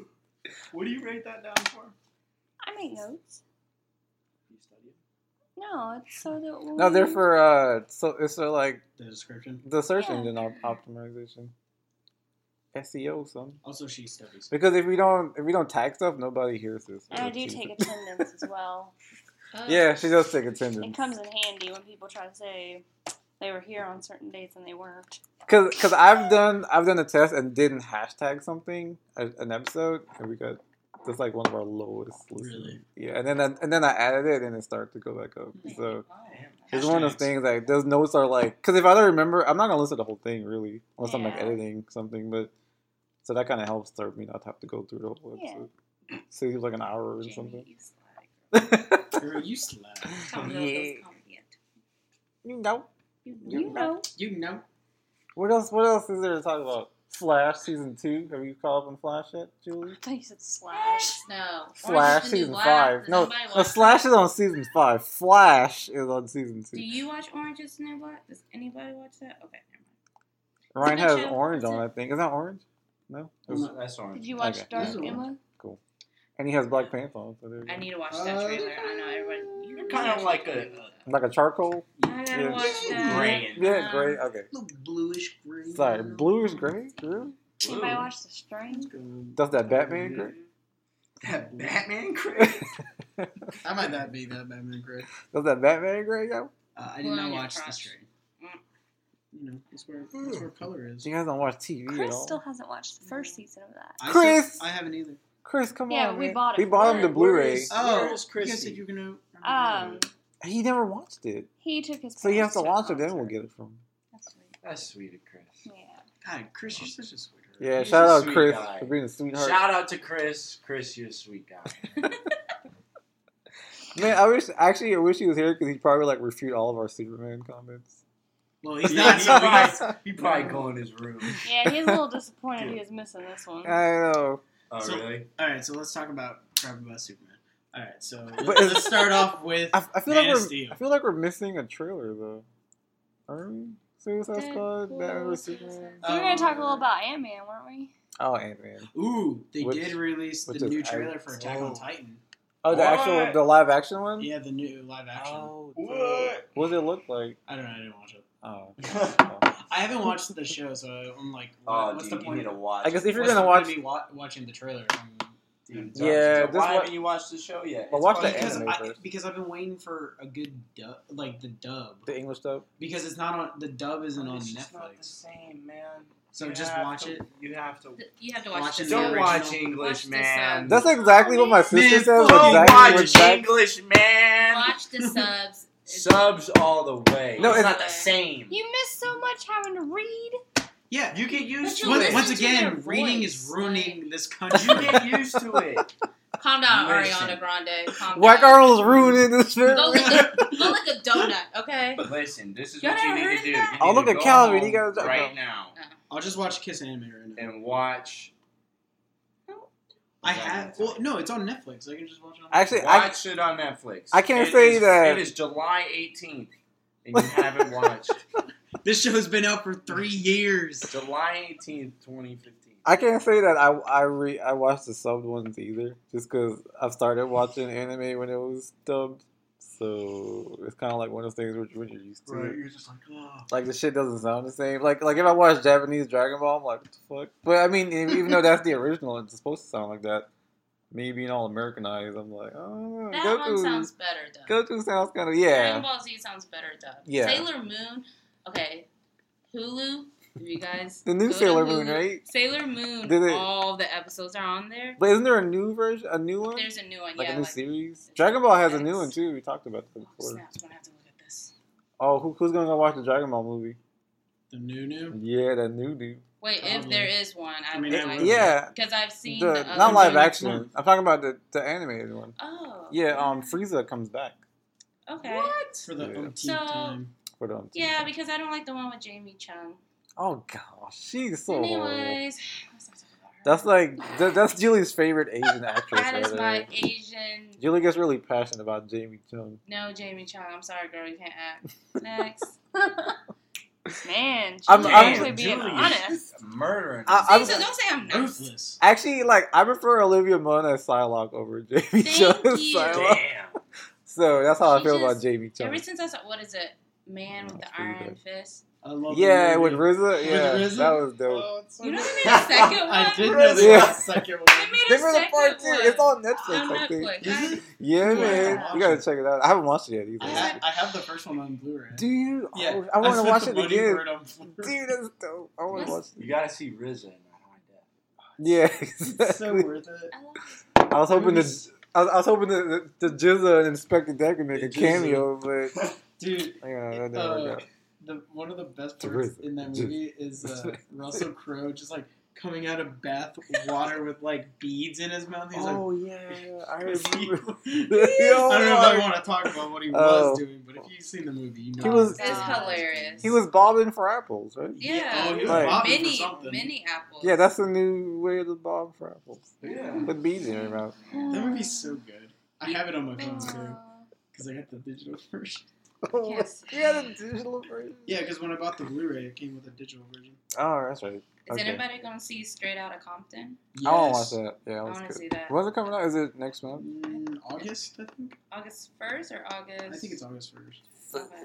[SPEAKER 2] what do you rate that down for?
[SPEAKER 4] I make notes.
[SPEAKER 2] You study it?
[SPEAKER 4] No, it's so that when
[SPEAKER 1] No, they're
[SPEAKER 4] we-
[SPEAKER 1] for uh, so it's for like
[SPEAKER 5] The description.
[SPEAKER 1] the search
[SPEAKER 4] Yeah.
[SPEAKER 1] engine op- optimization, SEO, son.
[SPEAKER 5] Also, she studies.
[SPEAKER 1] Because if we don't if we don't tag stuff, nobody hears this.
[SPEAKER 4] And I Oh, do take attendance as well.
[SPEAKER 3] Oh.
[SPEAKER 1] Yeah, she does take
[SPEAKER 4] It
[SPEAKER 1] attendance.
[SPEAKER 4] comes in handy when people try to say they were here on certain dates and they weren't.
[SPEAKER 1] Cause, Cause, I've done I've done a test and didn't hashtag something a- an episode, and we got that's like one of our lowest. Listens.
[SPEAKER 5] Really?
[SPEAKER 1] Yeah, and then I, and then I added it, and it started to go back up.
[SPEAKER 3] Yeah.
[SPEAKER 1] So.
[SPEAKER 2] Damn.
[SPEAKER 1] It's one of those things like those notes are like because if I don't remember, I'm not gonna listen to the whole thing really, unless I'm like
[SPEAKER 4] Yeah.
[SPEAKER 1] editing something. But so that kind of helps to me not have to go through the whole
[SPEAKER 4] Yeah.
[SPEAKER 1] episode. Saves you like an hour or
[SPEAKER 3] Jamie,
[SPEAKER 1] something.
[SPEAKER 3] you slag.
[SPEAKER 5] Girl, you slap.
[SPEAKER 3] Come on,
[SPEAKER 1] Yeah.
[SPEAKER 3] those comedy act-
[SPEAKER 1] you know
[SPEAKER 3] You,
[SPEAKER 1] You
[SPEAKER 3] you know.
[SPEAKER 5] You know.
[SPEAKER 1] what else? What else is there to talk about? Flash season two. Have you caught up on Flash yet, Julie?
[SPEAKER 4] I thought you said slash.
[SPEAKER 3] No.
[SPEAKER 1] Flash
[SPEAKER 3] Orange is the New
[SPEAKER 1] season
[SPEAKER 3] Black.
[SPEAKER 1] five. No,
[SPEAKER 3] Nobody
[SPEAKER 1] no,
[SPEAKER 3] watched
[SPEAKER 1] Slash
[SPEAKER 3] that.
[SPEAKER 1] is on season five. Flash is on season
[SPEAKER 3] Do
[SPEAKER 1] two.
[SPEAKER 3] you watch Orange is the New Black? Does anybody watch that? Okay, never
[SPEAKER 1] Ryan
[SPEAKER 3] mind. Is it
[SPEAKER 1] has
[SPEAKER 3] Joe?
[SPEAKER 1] orange
[SPEAKER 3] Is
[SPEAKER 1] on.
[SPEAKER 3] it-
[SPEAKER 1] I think is that orange? No.
[SPEAKER 2] That's, that's orange.
[SPEAKER 4] Did you watch
[SPEAKER 1] Okay.
[SPEAKER 4] Dark
[SPEAKER 5] Yeah.
[SPEAKER 4] Emma?
[SPEAKER 1] And he has black pants on. So there you go.
[SPEAKER 3] I need to watch
[SPEAKER 5] Uh,
[SPEAKER 3] that trailer. I know everyone. You
[SPEAKER 2] You're kind of like a,
[SPEAKER 1] like a charcoal.
[SPEAKER 3] I gotta
[SPEAKER 1] yeah.
[SPEAKER 3] watch that.
[SPEAKER 2] Gray.
[SPEAKER 1] Yeah,
[SPEAKER 3] Um,
[SPEAKER 1] gray. Okay.
[SPEAKER 5] Little bluish green.
[SPEAKER 1] Sorry, blue is gray. Really?
[SPEAKER 4] Anybody
[SPEAKER 2] Ooh.
[SPEAKER 4] watch The Strain?
[SPEAKER 1] That's that Batman gray.
[SPEAKER 2] that Batman crazy.
[SPEAKER 5] I might not be that Batman great.
[SPEAKER 1] That's that Batman gray. Yo,
[SPEAKER 5] Uh, I did
[SPEAKER 3] Well,
[SPEAKER 5] not
[SPEAKER 3] yeah,
[SPEAKER 5] watch the
[SPEAKER 3] cross.
[SPEAKER 5] train.
[SPEAKER 3] Mm.
[SPEAKER 5] You know, that's where that's
[SPEAKER 1] Hmm.
[SPEAKER 5] where color is.
[SPEAKER 1] you guys don't watch TV at
[SPEAKER 4] Chris
[SPEAKER 1] all.
[SPEAKER 4] still hasn't watched the first
[SPEAKER 3] Mhm.
[SPEAKER 4] season of that.
[SPEAKER 5] I
[SPEAKER 1] Chris!
[SPEAKER 5] still- I haven't either. Oh,
[SPEAKER 1] Chris, come
[SPEAKER 4] Yeah,
[SPEAKER 1] on.
[SPEAKER 4] we
[SPEAKER 1] man.
[SPEAKER 4] bought it
[SPEAKER 1] We bought him
[SPEAKER 4] for
[SPEAKER 1] the
[SPEAKER 4] him.
[SPEAKER 1] Blueray.
[SPEAKER 2] Where's- where's
[SPEAKER 5] You
[SPEAKER 2] Chrissy?
[SPEAKER 5] guys said you were gonna.
[SPEAKER 4] Um,
[SPEAKER 1] He never watched it,
[SPEAKER 4] he took his.
[SPEAKER 1] so he has
[SPEAKER 4] parents
[SPEAKER 1] to
[SPEAKER 4] a
[SPEAKER 1] watch it. Then
[SPEAKER 4] concert.
[SPEAKER 1] we'll get it from.
[SPEAKER 4] That's sweet.
[SPEAKER 2] That's sweet of Chris.
[SPEAKER 4] Yeah.
[SPEAKER 5] God, Chris, you're such a sweetheart.
[SPEAKER 1] him. Yeah,
[SPEAKER 2] He's
[SPEAKER 1] shout
[SPEAKER 2] a
[SPEAKER 1] out
[SPEAKER 2] sweet
[SPEAKER 1] Chris
[SPEAKER 2] guy.
[SPEAKER 1] for being a sweetheart.
[SPEAKER 2] Shout out to Chris. Chris, you're a sweet guy.
[SPEAKER 1] Man, I wish actually I wish he was here because he'd probably like refute all of our Superman comments.
[SPEAKER 5] Well, he's
[SPEAKER 2] Yeah,
[SPEAKER 5] not.
[SPEAKER 2] he's
[SPEAKER 5] so
[SPEAKER 2] right.
[SPEAKER 5] he's-
[SPEAKER 2] he probably go in his room.
[SPEAKER 4] Yeah, he's a little disappointed he was missing this one.
[SPEAKER 1] I know,
[SPEAKER 2] Oh,
[SPEAKER 5] So-
[SPEAKER 2] really?
[SPEAKER 5] All right, so let's talk about crap about Superman. All right, so
[SPEAKER 1] But-
[SPEAKER 5] let's, let's start off with.
[SPEAKER 1] I, I feel
[SPEAKER 5] Man
[SPEAKER 1] like
[SPEAKER 5] of
[SPEAKER 1] we're
[SPEAKER 5] Steel.
[SPEAKER 1] I feel like we're missing a trailer though. Aren't we? Suicide Squad,
[SPEAKER 3] Deadpool,
[SPEAKER 1] Batman vs
[SPEAKER 3] Suicide
[SPEAKER 1] Superman.
[SPEAKER 4] we were gonna talk a little
[SPEAKER 5] Um,
[SPEAKER 4] about Ant Man, weren't we?
[SPEAKER 1] Oh, Ant Man.
[SPEAKER 5] Ooh, they
[SPEAKER 1] Which-
[SPEAKER 5] did release
[SPEAKER 1] which
[SPEAKER 5] the
[SPEAKER 1] is
[SPEAKER 5] new
[SPEAKER 1] out.
[SPEAKER 5] trailer for Attack on
[SPEAKER 2] Whoa.
[SPEAKER 5] Titan.
[SPEAKER 1] Oh, the actual,
[SPEAKER 2] What?
[SPEAKER 1] the live action one.
[SPEAKER 5] Yeah, the new live action.
[SPEAKER 1] Oh, dude. what does it look like?
[SPEAKER 5] I don't know. I didn't watch it.
[SPEAKER 1] Oh.
[SPEAKER 5] I haven't watched the show, so I'm like,
[SPEAKER 2] Oh,
[SPEAKER 5] what's
[SPEAKER 2] dude,
[SPEAKER 5] the
[SPEAKER 2] you
[SPEAKER 5] point?
[SPEAKER 2] need to watch.
[SPEAKER 1] I guess
[SPEAKER 2] it.
[SPEAKER 1] if you're
[SPEAKER 5] what's
[SPEAKER 1] gonna
[SPEAKER 5] the
[SPEAKER 1] watch-
[SPEAKER 5] point of me wa- watching the trailer? Um,
[SPEAKER 2] Dude,
[SPEAKER 1] Yeah, this
[SPEAKER 2] why
[SPEAKER 1] one-
[SPEAKER 2] haven't you watched the show yet?
[SPEAKER 1] But
[SPEAKER 2] It's
[SPEAKER 1] watch the
[SPEAKER 2] fucking-
[SPEAKER 5] because
[SPEAKER 1] anime
[SPEAKER 5] I,
[SPEAKER 1] first.
[SPEAKER 5] because I've been waiting for a good dub, like the dub,
[SPEAKER 1] The English dub.
[SPEAKER 5] because it's not on the dub isn't on
[SPEAKER 2] It's just Not the
[SPEAKER 5] Netflix.
[SPEAKER 2] same, man.
[SPEAKER 5] So
[SPEAKER 2] You
[SPEAKER 5] just
[SPEAKER 2] have
[SPEAKER 5] watch
[SPEAKER 2] to-
[SPEAKER 5] it.
[SPEAKER 2] You have to.
[SPEAKER 3] Th- You have to watch,
[SPEAKER 5] Watch
[SPEAKER 3] this.
[SPEAKER 5] it.
[SPEAKER 2] Don't
[SPEAKER 5] original.
[SPEAKER 2] watch English,
[SPEAKER 3] Watch the
[SPEAKER 2] man.
[SPEAKER 3] sub.
[SPEAKER 1] That's exactly what my sister
[SPEAKER 5] Man,
[SPEAKER 1] says.
[SPEAKER 2] Don't
[SPEAKER 1] Exactly
[SPEAKER 2] watch
[SPEAKER 1] what Zach-
[SPEAKER 2] English, man.
[SPEAKER 3] Watch the subs. It's-
[SPEAKER 2] Subs all the way.
[SPEAKER 1] No,
[SPEAKER 2] it's,
[SPEAKER 1] it's-
[SPEAKER 2] not the same.
[SPEAKER 4] You missed so much having to read.
[SPEAKER 5] Yeah.
[SPEAKER 2] You get used
[SPEAKER 3] But
[SPEAKER 2] to
[SPEAKER 3] you
[SPEAKER 5] Once,
[SPEAKER 2] it.
[SPEAKER 3] listen
[SPEAKER 5] once
[SPEAKER 3] to their
[SPEAKER 5] again, reading
[SPEAKER 3] voice,
[SPEAKER 5] is ruining this
[SPEAKER 2] you
[SPEAKER 5] country.
[SPEAKER 2] get used to it.
[SPEAKER 3] Calm down,
[SPEAKER 2] Listen.
[SPEAKER 3] Ariana Grande. Calm
[SPEAKER 1] Whack
[SPEAKER 3] down.
[SPEAKER 1] Arnold's ruining this shit.
[SPEAKER 3] Go look at go look at donut, okay?
[SPEAKER 2] Listen, this is
[SPEAKER 3] Y'all
[SPEAKER 2] what you
[SPEAKER 3] never
[SPEAKER 2] need
[SPEAKER 3] heard
[SPEAKER 2] to
[SPEAKER 3] of
[SPEAKER 2] do. You
[SPEAKER 3] that?
[SPEAKER 2] need
[SPEAKER 1] Oh, look
[SPEAKER 2] to
[SPEAKER 1] at
[SPEAKER 2] go
[SPEAKER 1] Calvin, he
[SPEAKER 2] home
[SPEAKER 1] got a job.
[SPEAKER 2] right now.
[SPEAKER 3] Oh.
[SPEAKER 5] I'll just watch Kiss Anime right now.
[SPEAKER 2] and watch.
[SPEAKER 5] I
[SPEAKER 2] Yeah.
[SPEAKER 5] have. Well, no, it's on Netflix. I can just watch it. On
[SPEAKER 1] Actually, I,
[SPEAKER 2] Watch it on Netflix.
[SPEAKER 1] I can't
[SPEAKER 2] It
[SPEAKER 1] say
[SPEAKER 2] is-
[SPEAKER 1] that-
[SPEAKER 2] it is July 18th, and you haven't watched
[SPEAKER 5] this show's been out for three years.
[SPEAKER 2] July 18th, 2015.
[SPEAKER 1] I can't say that I I re I watched the subbed ones either, just because I started watching anime when it was dubbed. So it's kind of like one of those things which when you're used to. it.
[SPEAKER 5] you're just like, oh.
[SPEAKER 1] Like the shit doesn't sound the same. Like like if I watch Japanese Dragon Ball, I'm like, what the fuck? But I mean, e- even though that's the original, it's supposed to sound like that. Me being all Americanized, I'm like, oh,
[SPEAKER 3] That
[SPEAKER 1] Goku.
[SPEAKER 3] one sounds better though.
[SPEAKER 1] Goku sounds kind of
[SPEAKER 3] Dragon
[SPEAKER 1] yeah.
[SPEAKER 3] Ball Z sounds better dubbed.
[SPEAKER 1] Yeah.
[SPEAKER 3] Sailor Moon. Okay. Hulu. If you guys.
[SPEAKER 1] The new
[SPEAKER 3] go to
[SPEAKER 1] Sailor Moon,
[SPEAKER 3] Hulu-
[SPEAKER 1] right?
[SPEAKER 3] Sailor Moon.
[SPEAKER 1] Did it-
[SPEAKER 3] all the episodes are on there.
[SPEAKER 1] But isn't there a new version, a new one,
[SPEAKER 3] There's a new one.
[SPEAKER 1] like
[SPEAKER 3] yeah.
[SPEAKER 1] a new
[SPEAKER 3] like,
[SPEAKER 1] series? Dragon Ball has a new
[SPEAKER 3] Yes.
[SPEAKER 1] one too. We talked about that
[SPEAKER 3] oh,
[SPEAKER 1] before.
[SPEAKER 3] snaps. I'm gonna have to look at this.
[SPEAKER 1] Oh, who, who's gonna go watch the Dragon Ball movie?
[SPEAKER 5] The new new.
[SPEAKER 1] Yeah, that new dude.
[SPEAKER 3] Wait, if
[SPEAKER 5] Probably.
[SPEAKER 3] there is one, I,
[SPEAKER 5] I mean,
[SPEAKER 3] would
[SPEAKER 5] it
[SPEAKER 3] like
[SPEAKER 5] would.
[SPEAKER 1] Um, Yeah,
[SPEAKER 3] Because I've seen.
[SPEAKER 1] the,
[SPEAKER 3] the
[SPEAKER 1] not
[SPEAKER 3] other-
[SPEAKER 1] live
[SPEAKER 5] Next
[SPEAKER 1] action.
[SPEAKER 5] month.
[SPEAKER 1] I'm talking about the, the animated one.
[SPEAKER 3] Oh.
[SPEAKER 1] Yeah, um, Frieza comes back
[SPEAKER 3] Okay.
[SPEAKER 5] For the
[SPEAKER 1] Yeah.
[SPEAKER 5] umpteenth
[SPEAKER 3] So-
[SPEAKER 5] time.
[SPEAKER 1] for the.
[SPEAKER 3] Yeah, because I don't like the one with Jamie Chung.
[SPEAKER 1] Oh gosh, she's so. horrible.
[SPEAKER 3] Anyways, let's not talk about her.
[SPEAKER 1] Oh. That's like that, that's Julie's favorite Asian actress.
[SPEAKER 3] That is
[SPEAKER 1] right
[SPEAKER 3] my
[SPEAKER 1] there.
[SPEAKER 3] Asian.
[SPEAKER 1] Julie gets really passionate about Jamie Chung.
[SPEAKER 3] No, Jamie Chung. I'm sorry, girl. You can't act. Next.
[SPEAKER 4] Man, she
[SPEAKER 1] I'm-
[SPEAKER 4] was
[SPEAKER 1] I'm-
[SPEAKER 4] actually being
[SPEAKER 2] Julius.
[SPEAKER 4] honest.
[SPEAKER 2] Murdering.
[SPEAKER 1] I-
[SPEAKER 2] us.
[SPEAKER 1] I'm-
[SPEAKER 3] so don't say I'm not.
[SPEAKER 5] Ruthless.
[SPEAKER 1] Actually, like I prefer Olivia Munn as Psylocke over Jamie Chung. as
[SPEAKER 3] you.
[SPEAKER 1] Psylocke.
[SPEAKER 2] Damn.
[SPEAKER 1] So that's how I
[SPEAKER 3] She
[SPEAKER 1] feel
[SPEAKER 3] just-
[SPEAKER 1] about Jamie Chung.
[SPEAKER 3] Ever since I saw what is it,
[SPEAKER 5] Oh,
[SPEAKER 3] Man with the
[SPEAKER 1] That's pretty
[SPEAKER 3] Iron
[SPEAKER 1] good.
[SPEAKER 3] Fist.
[SPEAKER 5] I love the
[SPEAKER 1] yeah,
[SPEAKER 5] new
[SPEAKER 1] with
[SPEAKER 5] new.
[SPEAKER 1] RZA, yeah,
[SPEAKER 5] RZA?
[SPEAKER 1] that was dope.
[SPEAKER 3] You know they made a second
[SPEAKER 5] I
[SPEAKER 3] one?
[SPEAKER 5] did know they
[SPEAKER 1] Yeah.
[SPEAKER 5] made a second one.
[SPEAKER 3] They made
[SPEAKER 1] They
[SPEAKER 3] a
[SPEAKER 1] made a
[SPEAKER 3] second
[SPEAKER 1] part two.
[SPEAKER 3] one
[SPEAKER 1] It's on Netflix,
[SPEAKER 3] on
[SPEAKER 1] I think.
[SPEAKER 3] Netflix. I-
[SPEAKER 1] Yeah,
[SPEAKER 5] Yeah.
[SPEAKER 1] man, you gotta check it out. I haven't watched it yet either.
[SPEAKER 5] I,
[SPEAKER 3] I
[SPEAKER 5] ha- I have the first one on Blu-ray.
[SPEAKER 1] Do you?
[SPEAKER 5] Yeah,
[SPEAKER 1] Oh, I want to
[SPEAKER 5] spent
[SPEAKER 1] watch
[SPEAKER 5] the
[SPEAKER 1] it
[SPEAKER 5] money
[SPEAKER 1] again.
[SPEAKER 5] for it on Blu-ray.
[SPEAKER 1] Dude, that's dope. I want
[SPEAKER 3] That's-
[SPEAKER 1] to watch it.
[SPEAKER 2] You gotta see RZA in that high def.
[SPEAKER 1] Yeah,
[SPEAKER 5] It's so
[SPEAKER 1] exactly.
[SPEAKER 5] worth it.
[SPEAKER 3] I love this.
[SPEAKER 1] I was hoping to.
[SPEAKER 5] Movies-
[SPEAKER 1] I was, I was hoping that the, the Jizza and Inspector Deck would make a
[SPEAKER 5] Jizza.
[SPEAKER 1] cameo, but
[SPEAKER 5] Dude,
[SPEAKER 1] you know that didn't
[SPEAKER 5] Uh,
[SPEAKER 1] work out.
[SPEAKER 5] the one of the best
[SPEAKER 1] To
[SPEAKER 5] parts
[SPEAKER 1] Riz-
[SPEAKER 5] in that
[SPEAKER 1] to-
[SPEAKER 5] movie is uh, Russell Crowe just like coming out of bath water with like beads in his mouth. He's
[SPEAKER 3] Oh,
[SPEAKER 5] like,
[SPEAKER 1] yeah, Oh, I
[SPEAKER 5] "Was he-"
[SPEAKER 1] remember.
[SPEAKER 5] I don't know if I
[SPEAKER 1] my-
[SPEAKER 5] want to talk about what he
[SPEAKER 1] Oh.
[SPEAKER 5] was doing, but if you've seen the movie, you know
[SPEAKER 1] He was-
[SPEAKER 5] it's
[SPEAKER 3] That's
[SPEAKER 5] doing those
[SPEAKER 3] hilarious.
[SPEAKER 5] things.
[SPEAKER 1] He was bobbing for apples, right?
[SPEAKER 3] Yeah.
[SPEAKER 5] Oh, he was
[SPEAKER 1] Like-
[SPEAKER 5] bobbing for
[SPEAKER 3] mini,
[SPEAKER 5] something.
[SPEAKER 3] mini apples.
[SPEAKER 1] Yeah, that's the new way to bob for apples.
[SPEAKER 2] Yeah.
[SPEAKER 1] Put bees in your mouth.
[SPEAKER 5] That movie's so good. I have it on my phone too
[SPEAKER 3] Uh,
[SPEAKER 5] because I got the digital version.
[SPEAKER 1] Oh
[SPEAKER 3] Yes.
[SPEAKER 1] you had a digital version.
[SPEAKER 5] Yeah, because when I bought the Blu-ray, it came with a digital version.
[SPEAKER 1] Oh, that's right.
[SPEAKER 3] Is
[SPEAKER 1] Okay.
[SPEAKER 3] anybody gonna see Straight Outta Compton?
[SPEAKER 1] I want
[SPEAKER 5] Yes.
[SPEAKER 1] to watch that. Yeah,
[SPEAKER 3] I
[SPEAKER 1] that was
[SPEAKER 3] want to
[SPEAKER 1] good.
[SPEAKER 3] see that.
[SPEAKER 1] When's it coming out? Is it next month?
[SPEAKER 5] In Mm, August, I think.
[SPEAKER 3] August first or August?
[SPEAKER 5] I think it's August first.
[SPEAKER 3] Okay.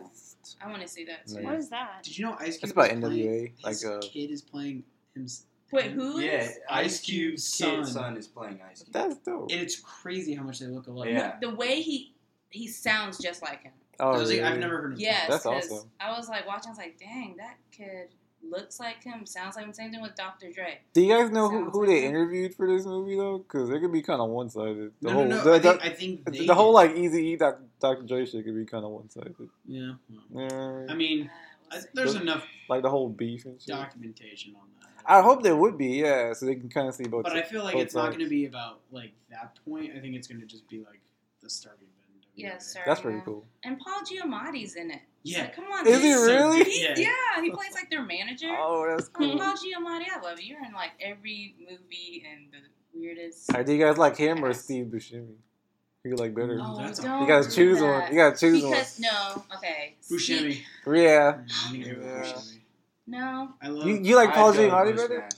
[SPEAKER 3] I want to see that too.
[SPEAKER 1] Nice.
[SPEAKER 4] What is that?
[SPEAKER 5] Did you know Ice Cube?
[SPEAKER 1] It's about
[SPEAKER 5] is playing-
[SPEAKER 1] NWA,
[SPEAKER 5] His
[SPEAKER 1] like, uh,
[SPEAKER 5] kid is playing him.
[SPEAKER 3] Wait, who is?
[SPEAKER 2] Yeah,
[SPEAKER 5] Ice
[SPEAKER 2] Ice
[SPEAKER 5] Cube's
[SPEAKER 2] Cube's
[SPEAKER 5] son.
[SPEAKER 2] kid son is playing Ice Cube.
[SPEAKER 1] That's dope.
[SPEAKER 5] And it's crazy how much they look alike.
[SPEAKER 2] Yeah.
[SPEAKER 3] The way he he sounds just like him.
[SPEAKER 1] oh,
[SPEAKER 5] I was like, I've
[SPEAKER 1] really?
[SPEAKER 5] never heard of
[SPEAKER 3] Yes,
[SPEAKER 1] That's
[SPEAKER 3] 'cause
[SPEAKER 1] awesome.
[SPEAKER 3] I was like watching. I was like, dang, that kid looks like him, sounds like him. Same thing with Dr. Dre.
[SPEAKER 1] Do you guys know who,
[SPEAKER 3] Sounds
[SPEAKER 1] who
[SPEAKER 3] like
[SPEAKER 1] they
[SPEAKER 3] it.
[SPEAKER 1] interviewed for this movie though? Because it could be kind of one sided. The
[SPEAKER 5] No,
[SPEAKER 1] whole
[SPEAKER 5] no, no.
[SPEAKER 1] the,
[SPEAKER 5] I
[SPEAKER 1] the-
[SPEAKER 5] think, I think they
[SPEAKER 1] the whole
[SPEAKER 5] did.
[SPEAKER 1] like Easy E Doc, Dr. Dre shit could be kind of one sided.
[SPEAKER 5] Yeah.
[SPEAKER 1] Yeah,
[SPEAKER 5] I
[SPEAKER 3] Uh,
[SPEAKER 5] mean, I, there's enough
[SPEAKER 1] like the whole beef and shit.
[SPEAKER 5] documentation on that.
[SPEAKER 1] I hope there would be yeah, so they can kind of see both.
[SPEAKER 5] But I feel like
[SPEAKER 1] both
[SPEAKER 5] it's not
[SPEAKER 1] sides.
[SPEAKER 5] going to be about like that point. I think it's going to just be like the starting of NWA.
[SPEAKER 3] Yes, sir.
[SPEAKER 1] That's pretty cool.
[SPEAKER 3] And Paul Giamatti's in it.
[SPEAKER 5] Yeah.
[SPEAKER 3] Like, come on.
[SPEAKER 1] Is he
[SPEAKER 3] dude.
[SPEAKER 1] really?
[SPEAKER 3] He's-
[SPEAKER 5] Yeah.
[SPEAKER 3] yeah. he plays like their manager.
[SPEAKER 1] Oh, that's
[SPEAKER 3] I mean,
[SPEAKER 1] cool.
[SPEAKER 3] Paul Giamatti, I love you. You're in like every movie and the weirdest.
[SPEAKER 1] Alright, do you guys like him or
[SPEAKER 3] Yes.
[SPEAKER 1] Steve Buscemi? Who you like better?
[SPEAKER 3] Oh,
[SPEAKER 5] That's a-
[SPEAKER 3] don't
[SPEAKER 1] you gotta
[SPEAKER 3] do
[SPEAKER 1] choose
[SPEAKER 3] that.
[SPEAKER 1] one. You gotta choose
[SPEAKER 3] Because no, okay.
[SPEAKER 5] Buscemi.
[SPEAKER 1] one. Yeah.
[SPEAKER 5] I'm gonna go with
[SPEAKER 1] Yeah.
[SPEAKER 5] Buscemi.
[SPEAKER 3] No,
[SPEAKER 5] I love.
[SPEAKER 1] You, you like Paul
[SPEAKER 2] I go
[SPEAKER 1] Giamatti better?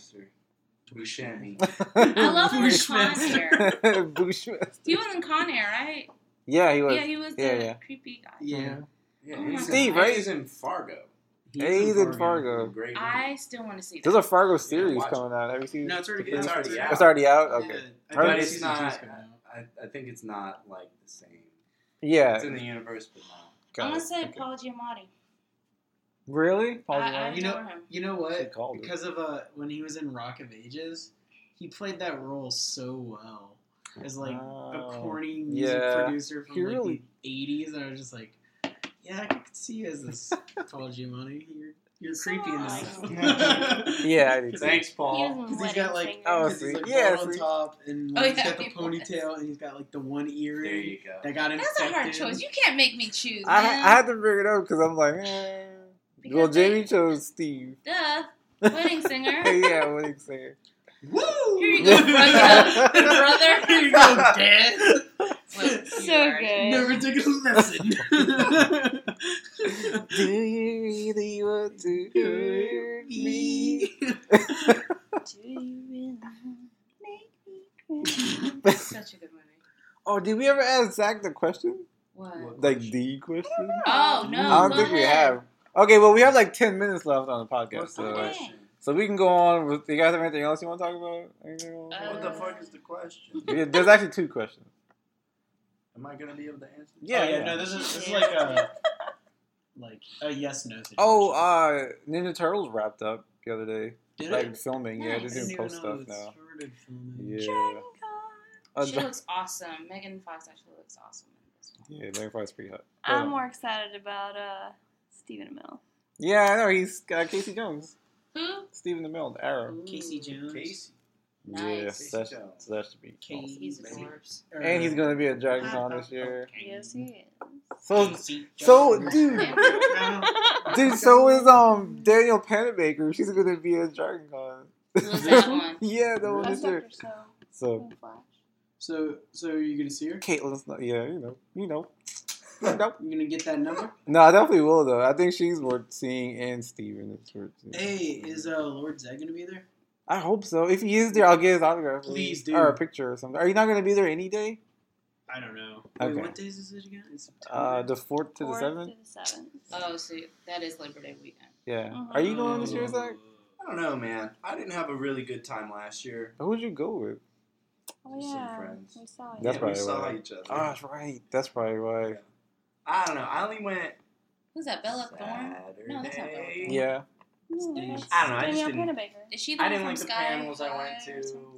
[SPEAKER 2] Bushmaster. Buscemi.
[SPEAKER 3] I love him in Con
[SPEAKER 5] Bushmaster.
[SPEAKER 3] Air.
[SPEAKER 1] Bushmaster.
[SPEAKER 3] He was in Con Air, right?
[SPEAKER 1] Yeah, he was.
[SPEAKER 3] yeah, he was the
[SPEAKER 1] yeah, yeah.
[SPEAKER 3] creepy guy.
[SPEAKER 5] yeah.
[SPEAKER 2] Yeah,
[SPEAKER 3] Oh my
[SPEAKER 2] he's
[SPEAKER 1] Steve,
[SPEAKER 2] in,
[SPEAKER 1] right?
[SPEAKER 2] He's in Fargo.
[SPEAKER 1] Hey, he's in Fargo.
[SPEAKER 2] Great.
[SPEAKER 3] I still want to see that.
[SPEAKER 1] There's a Fargo series
[SPEAKER 2] watch it.
[SPEAKER 1] coming out. Have you seen?
[SPEAKER 5] No, it's already.
[SPEAKER 1] the
[SPEAKER 2] It's
[SPEAKER 1] first-
[SPEAKER 2] already out.
[SPEAKER 1] It's already out.
[SPEAKER 5] Yeah,
[SPEAKER 1] Okay.
[SPEAKER 5] I
[SPEAKER 1] Alright.
[SPEAKER 5] think
[SPEAKER 2] But it's
[SPEAKER 5] season two's
[SPEAKER 2] not.
[SPEAKER 5] coming out.
[SPEAKER 2] I, I think it's not like the same.
[SPEAKER 1] Yeah.
[SPEAKER 2] It's in the universe, but not.
[SPEAKER 3] I'm
[SPEAKER 1] got
[SPEAKER 3] gonna
[SPEAKER 1] it.
[SPEAKER 3] say
[SPEAKER 1] Okay.
[SPEAKER 3] Paul Giamatti.
[SPEAKER 1] Really? Paul
[SPEAKER 3] I, I
[SPEAKER 1] Giamatti?
[SPEAKER 5] You know-
[SPEAKER 3] adore him.
[SPEAKER 5] You know
[SPEAKER 1] She
[SPEAKER 5] what?
[SPEAKER 1] called it.
[SPEAKER 5] Because of uh, when he was in Rock of Ages, he played that role so well as like
[SPEAKER 1] Wow.
[SPEAKER 5] a corny music
[SPEAKER 1] Oh, Yeah.
[SPEAKER 5] producer from
[SPEAKER 1] He
[SPEAKER 5] like
[SPEAKER 1] really-
[SPEAKER 5] the '80s, and I was just like, "Yeah, I could see you as this Paul Giamatti. You're you're creepy in this."
[SPEAKER 3] awesome.
[SPEAKER 1] Yeah, I did.
[SPEAKER 2] Thanks, Paul.
[SPEAKER 4] He was
[SPEAKER 5] Because
[SPEAKER 4] in
[SPEAKER 5] he's
[SPEAKER 4] Wedding
[SPEAKER 5] got like,
[SPEAKER 4] Singer.
[SPEAKER 1] Oh,
[SPEAKER 5] because he's like
[SPEAKER 1] Yeah,
[SPEAKER 5] bald on
[SPEAKER 1] see.
[SPEAKER 5] top, and
[SPEAKER 3] Oh,
[SPEAKER 5] like, he's
[SPEAKER 3] yeah,
[SPEAKER 5] got the
[SPEAKER 3] he was.
[SPEAKER 5] ponytail, and he's got like the one
[SPEAKER 2] There
[SPEAKER 5] earring
[SPEAKER 2] you go.
[SPEAKER 5] that got
[SPEAKER 3] That's a
[SPEAKER 5] infected.
[SPEAKER 3] hard choice. You can't make me choose.
[SPEAKER 1] I, I
[SPEAKER 3] man.
[SPEAKER 1] had to bring it up because I'm like, eh.
[SPEAKER 3] Because
[SPEAKER 1] well,
[SPEAKER 3] they-
[SPEAKER 1] Jamie chose Steve.
[SPEAKER 3] Duh. Wedding singer.
[SPEAKER 1] yeah, what do you say?
[SPEAKER 6] Woo!
[SPEAKER 3] Here you go, brother. brother.
[SPEAKER 6] Here you go, dad.
[SPEAKER 3] Look, you
[SPEAKER 4] So
[SPEAKER 3] are-
[SPEAKER 4] good.
[SPEAKER 6] Never take a lesson.
[SPEAKER 1] Do you really want to hurt me?
[SPEAKER 4] Do you really make me cry?
[SPEAKER 3] Such a good movie.
[SPEAKER 1] Oh, did we ever ask Zach the question?
[SPEAKER 3] What?
[SPEAKER 2] What?
[SPEAKER 1] Like the question?
[SPEAKER 3] Oh no!
[SPEAKER 1] I don't
[SPEAKER 3] go
[SPEAKER 1] think we
[SPEAKER 3] ahead.
[SPEAKER 1] have. Okay, well, we have like 10 minutes left on the podcast.
[SPEAKER 2] What's the
[SPEAKER 1] So, uh,
[SPEAKER 2] question?
[SPEAKER 1] so we can go on with. You guys have anything else you want to talk about? Anything you
[SPEAKER 3] Uh,
[SPEAKER 1] wanna talk
[SPEAKER 2] What
[SPEAKER 1] about?
[SPEAKER 2] the fuck is the question?
[SPEAKER 1] Yeah, There's actually two questions.
[SPEAKER 2] Am I gonna be able to answer?
[SPEAKER 1] Yeah,
[SPEAKER 5] oh, yeah,
[SPEAKER 1] yeah.
[SPEAKER 5] No, this is this is like a like a yes no. Situation.
[SPEAKER 1] Oh, uh, Ninja Turtles wrapped up the other day.
[SPEAKER 6] Did
[SPEAKER 1] like
[SPEAKER 6] it?
[SPEAKER 1] filming, yeah,
[SPEAKER 6] I
[SPEAKER 1] they're
[SPEAKER 3] Nice.
[SPEAKER 6] didn't
[SPEAKER 1] doing
[SPEAKER 6] even
[SPEAKER 1] post
[SPEAKER 6] know
[SPEAKER 1] stuff
[SPEAKER 6] it
[SPEAKER 1] now.
[SPEAKER 6] started filming.
[SPEAKER 1] Yeah. Uh,
[SPEAKER 3] She looks awesome. Megan Fox actually looks awesome in this one.
[SPEAKER 1] yeah, Megan Fox is pretty hot.
[SPEAKER 4] I'm
[SPEAKER 1] Uh,
[SPEAKER 4] more excited about uh, Stephen Amell.
[SPEAKER 1] Yeah, I know. He's uh, Casey Jones,
[SPEAKER 3] Who?
[SPEAKER 1] Stephen the Mill, Arrow.
[SPEAKER 5] Casey Jones.
[SPEAKER 2] Casey.
[SPEAKER 1] Yeah,
[SPEAKER 3] Nice.
[SPEAKER 1] that's,
[SPEAKER 2] Casey Jones.
[SPEAKER 1] that should be.
[SPEAKER 5] Casey.
[SPEAKER 3] He's
[SPEAKER 2] Maybe.
[SPEAKER 3] adorbs.
[SPEAKER 5] or-
[SPEAKER 1] And he's gonna be a Dragon Con this year.
[SPEAKER 4] Yes, he is.
[SPEAKER 1] So,
[SPEAKER 5] Casey
[SPEAKER 1] so,
[SPEAKER 5] Jones.
[SPEAKER 1] dude.
[SPEAKER 5] No.
[SPEAKER 1] dude, so is um Daniel Panabaker. She's gonna be at Dragon Con.
[SPEAKER 3] Who's that one?
[SPEAKER 1] yeah, the one
[SPEAKER 4] That's
[SPEAKER 1] this year.
[SPEAKER 4] Doctor So.
[SPEAKER 1] So
[SPEAKER 4] from Flash.
[SPEAKER 6] So, so are you gonna see her?
[SPEAKER 1] Caitlin's not. Yeah, you know, you know. You know.
[SPEAKER 6] You gonna get that number?
[SPEAKER 1] No, I definitely will though. I think she's worth seeing, and Steven is worth seeing.
[SPEAKER 5] Hey, is uh, Lord Zed gonna be there?
[SPEAKER 1] I hope so. If he is there, I'll get his autograph.
[SPEAKER 5] Please
[SPEAKER 1] maybe.
[SPEAKER 5] do.
[SPEAKER 1] Or a picture or something. Are you not going to be there any day?
[SPEAKER 5] I don't know.
[SPEAKER 1] Okay.
[SPEAKER 5] Wait, what days is it again? It's
[SPEAKER 1] Uh, the
[SPEAKER 5] September.
[SPEAKER 1] 4th to the
[SPEAKER 4] Fourth
[SPEAKER 1] 7th?
[SPEAKER 4] To the seventh.
[SPEAKER 3] Oh, see, that is Labor Day weekend.
[SPEAKER 1] Yeah.
[SPEAKER 4] Mhm.
[SPEAKER 1] Are you going this
[SPEAKER 2] Mm-hmm.
[SPEAKER 1] year, Zach?
[SPEAKER 5] Oh,
[SPEAKER 2] I don't know, man. I didn't have a really good time last year.
[SPEAKER 1] Who'd you go with?
[SPEAKER 4] Oh
[SPEAKER 2] Just some
[SPEAKER 4] yeah,
[SPEAKER 2] friends.
[SPEAKER 4] we saw
[SPEAKER 1] That's
[SPEAKER 4] him.
[SPEAKER 2] yeah, we
[SPEAKER 1] probably
[SPEAKER 2] saw
[SPEAKER 1] why.
[SPEAKER 2] each other.
[SPEAKER 1] Oh, that's right. That's probably why.
[SPEAKER 2] I don't know. I only went
[SPEAKER 3] Who's that? Bella Thorne?
[SPEAKER 2] Saturday.
[SPEAKER 3] No, that's not Bella Thorne.
[SPEAKER 1] Yeah.
[SPEAKER 4] No,
[SPEAKER 5] Stage.
[SPEAKER 4] that's
[SPEAKER 2] I don't know, I just
[SPEAKER 4] Danielle
[SPEAKER 2] didn't-
[SPEAKER 4] Panabaker.
[SPEAKER 3] Is she the
[SPEAKER 2] I
[SPEAKER 3] one
[SPEAKER 2] didn't
[SPEAKER 3] from
[SPEAKER 2] like the
[SPEAKER 3] Sky
[SPEAKER 2] panels I went
[SPEAKER 3] High or
[SPEAKER 2] to.
[SPEAKER 3] something?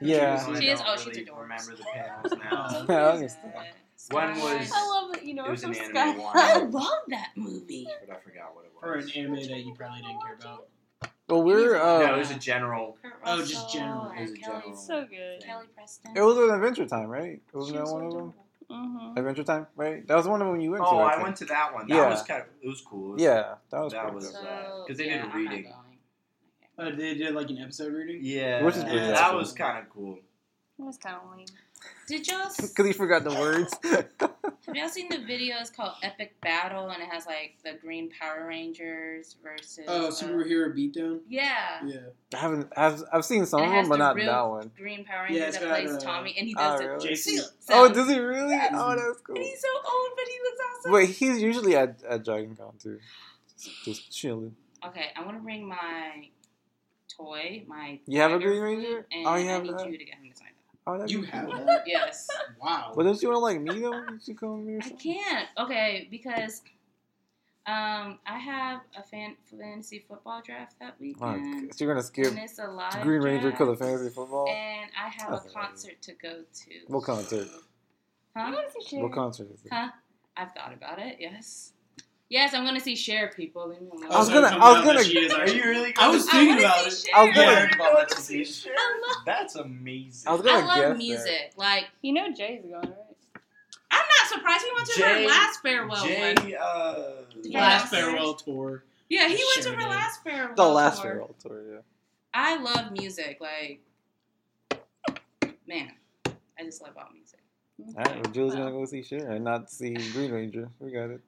[SPEAKER 1] Yeah.
[SPEAKER 2] Usually I
[SPEAKER 3] She is-
[SPEAKER 2] don't
[SPEAKER 3] oh, she's
[SPEAKER 2] really
[SPEAKER 3] adorbs.
[SPEAKER 2] Remember the panels now.
[SPEAKER 5] Oh.
[SPEAKER 1] I understand.
[SPEAKER 2] One
[SPEAKER 3] What is that? Sky
[SPEAKER 2] was-
[SPEAKER 4] I
[SPEAKER 3] High.
[SPEAKER 4] love that you know
[SPEAKER 2] It
[SPEAKER 4] her
[SPEAKER 2] was
[SPEAKER 4] from
[SPEAKER 2] an anime
[SPEAKER 4] Sky.
[SPEAKER 2] one.
[SPEAKER 3] I love that movie.
[SPEAKER 2] but I forgot what it was.
[SPEAKER 5] For an anime that you probably didn't care about.
[SPEAKER 1] But we're. Uh,
[SPEAKER 2] no, it was a general.
[SPEAKER 3] Kurt
[SPEAKER 5] Oh, just
[SPEAKER 3] Russell
[SPEAKER 5] general.
[SPEAKER 2] It was a
[SPEAKER 3] and
[SPEAKER 2] general.
[SPEAKER 3] Kelly,
[SPEAKER 4] So good.
[SPEAKER 3] Kelly Preston.
[SPEAKER 1] it was an Adventure Time, right? Wasn't
[SPEAKER 3] She
[SPEAKER 1] that
[SPEAKER 3] was
[SPEAKER 1] one of
[SPEAKER 3] so
[SPEAKER 1] them?
[SPEAKER 3] adorable.
[SPEAKER 4] Mm-hmm.
[SPEAKER 1] Adventure Time, right? That was one of them you went to.
[SPEAKER 2] Oh, I
[SPEAKER 1] think.
[SPEAKER 2] went to that one. That
[SPEAKER 1] Yeah.
[SPEAKER 2] was kind of. It was cool. It was-
[SPEAKER 1] Yeah, that was.
[SPEAKER 2] That
[SPEAKER 1] pretty
[SPEAKER 2] was-
[SPEAKER 1] dope.
[SPEAKER 3] So,
[SPEAKER 2] 'Cause they
[SPEAKER 3] yeah,
[SPEAKER 2] did a
[SPEAKER 3] I'm not
[SPEAKER 2] reading.
[SPEAKER 3] going.
[SPEAKER 5] Oh, they did like an episode reading.
[SPEAKER 2] Yeah.
[SPEAKER 1] Which is
[SPEAKER 2] yeah,
[SPEAKER 1] pretty
[SPEAKER 2] that
[SPEAKER 1] awesome.
[SPEAKER 2] was kind of cool.
[SPEAKER 4] It was kind of lame.
[SPEAKER 3] Did y'all s-
[SPEAKER 1] Because he forgot the words.
[SPEAKER 3] Have y'all seen the video? It's called Epic Battle, and it has like the Green Power Rangers versus.
[SPEAKER 6] Oh,
[SPEAKER 3] uh,
[SPEAKER 6] superhero beatdown.
[SPEAKER 3] yeah.
[SPEAKER 6] Yeah.
[SPEAKER 1] I haven't. I've, I've seen some
[SPEAKER 3] It
[SPEAKER 1] of
[SPEAKER 3] has
[SPEAKER 1] them, but
[SPEAKER 3] the
[SPEAKER 1] not
[SPEAKER 3] real-
[SPEAKER 1] that one.
[SPEAKER 3] Green Power
[SPEAKER 6] Yeah,
[SPEAKER 3] Ranger
[SPEAKER 6] it's
[SPEAKER 3] that
[SPEAKER 6] got,
[SPEAKER 3] plays
[SPEAKER 6] uh,
[SPEAKER 3] Tommy, and he
[SPEAKER 1] oh,
[SPEAKER 3] does it.
[SPEAKER 1] really?
[SPEAKER 5] JC.
[SPEAKER 1] Oh, does he really?
[SPEAKER 3] Yes.
[SPEAKER 1] Oh, that's cool.
[SPEAKER 3] He's so old, but he looks awesome.
[SPEAKER 1] Wait, he's usually at, at Dragon Con too. Just, just chilling.
[SPEAKER 3] Okay, I'm gonna bring my toy, my.
[SPEAKER 1] You have a
[SPEAKER 3] tiger
[SPEAKER 1] Green
[SPEAKER 3] food,
[SPEAKER 1] Ranger?
[SPEAKER 3] And
[SPEAKER 1] Oh,
[SPEAKER 3] I
[SPEAKER 1] you have
[SPEAKER 3] need
[SPEAKER 1] that?
[SPEAKER 3] you to get him to sign
[SPEAKER 1] Oh, that'd
[SPEAKER 6] You
[SPEAKER 1] be
[SPEAKER 6] have
[SPEAKER 1] cool.
[SPEAKER 6] that?
[SPEAKER 3] up. Yes.
[SPEAKER 6] Wow.
[SPEAKER 1] But don't you want to like meet him? You should come here.
[SPEAKER 3] I can't. Okay, because um, I have a fan- fantasy football draft that weekend.
[SPEAKER 1] so you're gonna skip
[SPEAKER 3] and it's a live
[SPEAKER 1] Oh, Green Ranger
[SPEAKER 3] draft.
[SPEAKER 1] because of fantasy football?
[SPEAKER 3] And I have a
[SPEAKER 1] That's all right.
[SPEAKER 3] concert to go to.
[SPEAKER 1] What concert?
[SPEAKER 4] I
[SPEAKER 3] Huh?
[SPEAKER 4] want to see Cher.
[SPEAKER 1] What concert is it?
[SPEAKER 3] Huh? I've thought about it. Yes. Yes, I'm gonna see Cher people. Leave me alone.
[SPEAKER 1] I was
[SPEAKER 5] so
[SPEAKER 1] gonna-
[SPEAKER 5] it comes
[SPEAKER 1] I was
[SPEAKER 5] out that
[SPEAKER 1] gonna-
[SPEAKER 5] she is
[SPEAKER 2] Are
[SPEAKER 5] actually-
[SPEAKER 2] you really?
[SPEAKER 6] I was
[SPEAKER 3] I
[SPEAKER 6] thinking
[SPEAKER 3] wanna
[SPEAKER 6] about it.
[SPEAKER 3] see Cher.
[SPEAKER 1] I was
[SPEAKER 6] Yeah, I
[SPEAKER 1] gonna,
[SPEAKER 6] heard about that too.
[SPEAKER 3] I
[SPEAKER 2] That's amazing.
[SPEAKER 1] I was
[SPEAKER 3] love,
[SPEAKER 1] gonna
[SPEAKER 3] I
[SPEAKER 1] guess
[SPEAKER 3] love
[SPEAKER 1] that.
[SPEAKER 3] music. Like
[SPEAKER 4] You know Jay's going right.
[SPEAKER 3] I'm not surprised he went to
[SPEAKER 2] Jay-
[SPEAKER 3] her last farewell one.
[SPEAKER 2] Jay, uh,
[SPEAKER 3] Yeah.
[SPEAKER 5] Last farewell tour.
[SPEAKER 3] Yeah, he went to
[SPEAKER 5] Sure
[SPEAKER 3] her
[SPEAKER 5] did.
[SPEAKER 3] last farewell.
[SPEAKER 1] The last
[SPEAKER 3] tour.
[SPEAKER 1] farewell tour, yeah.
[SPEAKER 3] I love music. Like, man, I just love all music.
[SPEAKER 1] All right, well, Julie's gonna go see Cher and not see Green Ranger. We got it.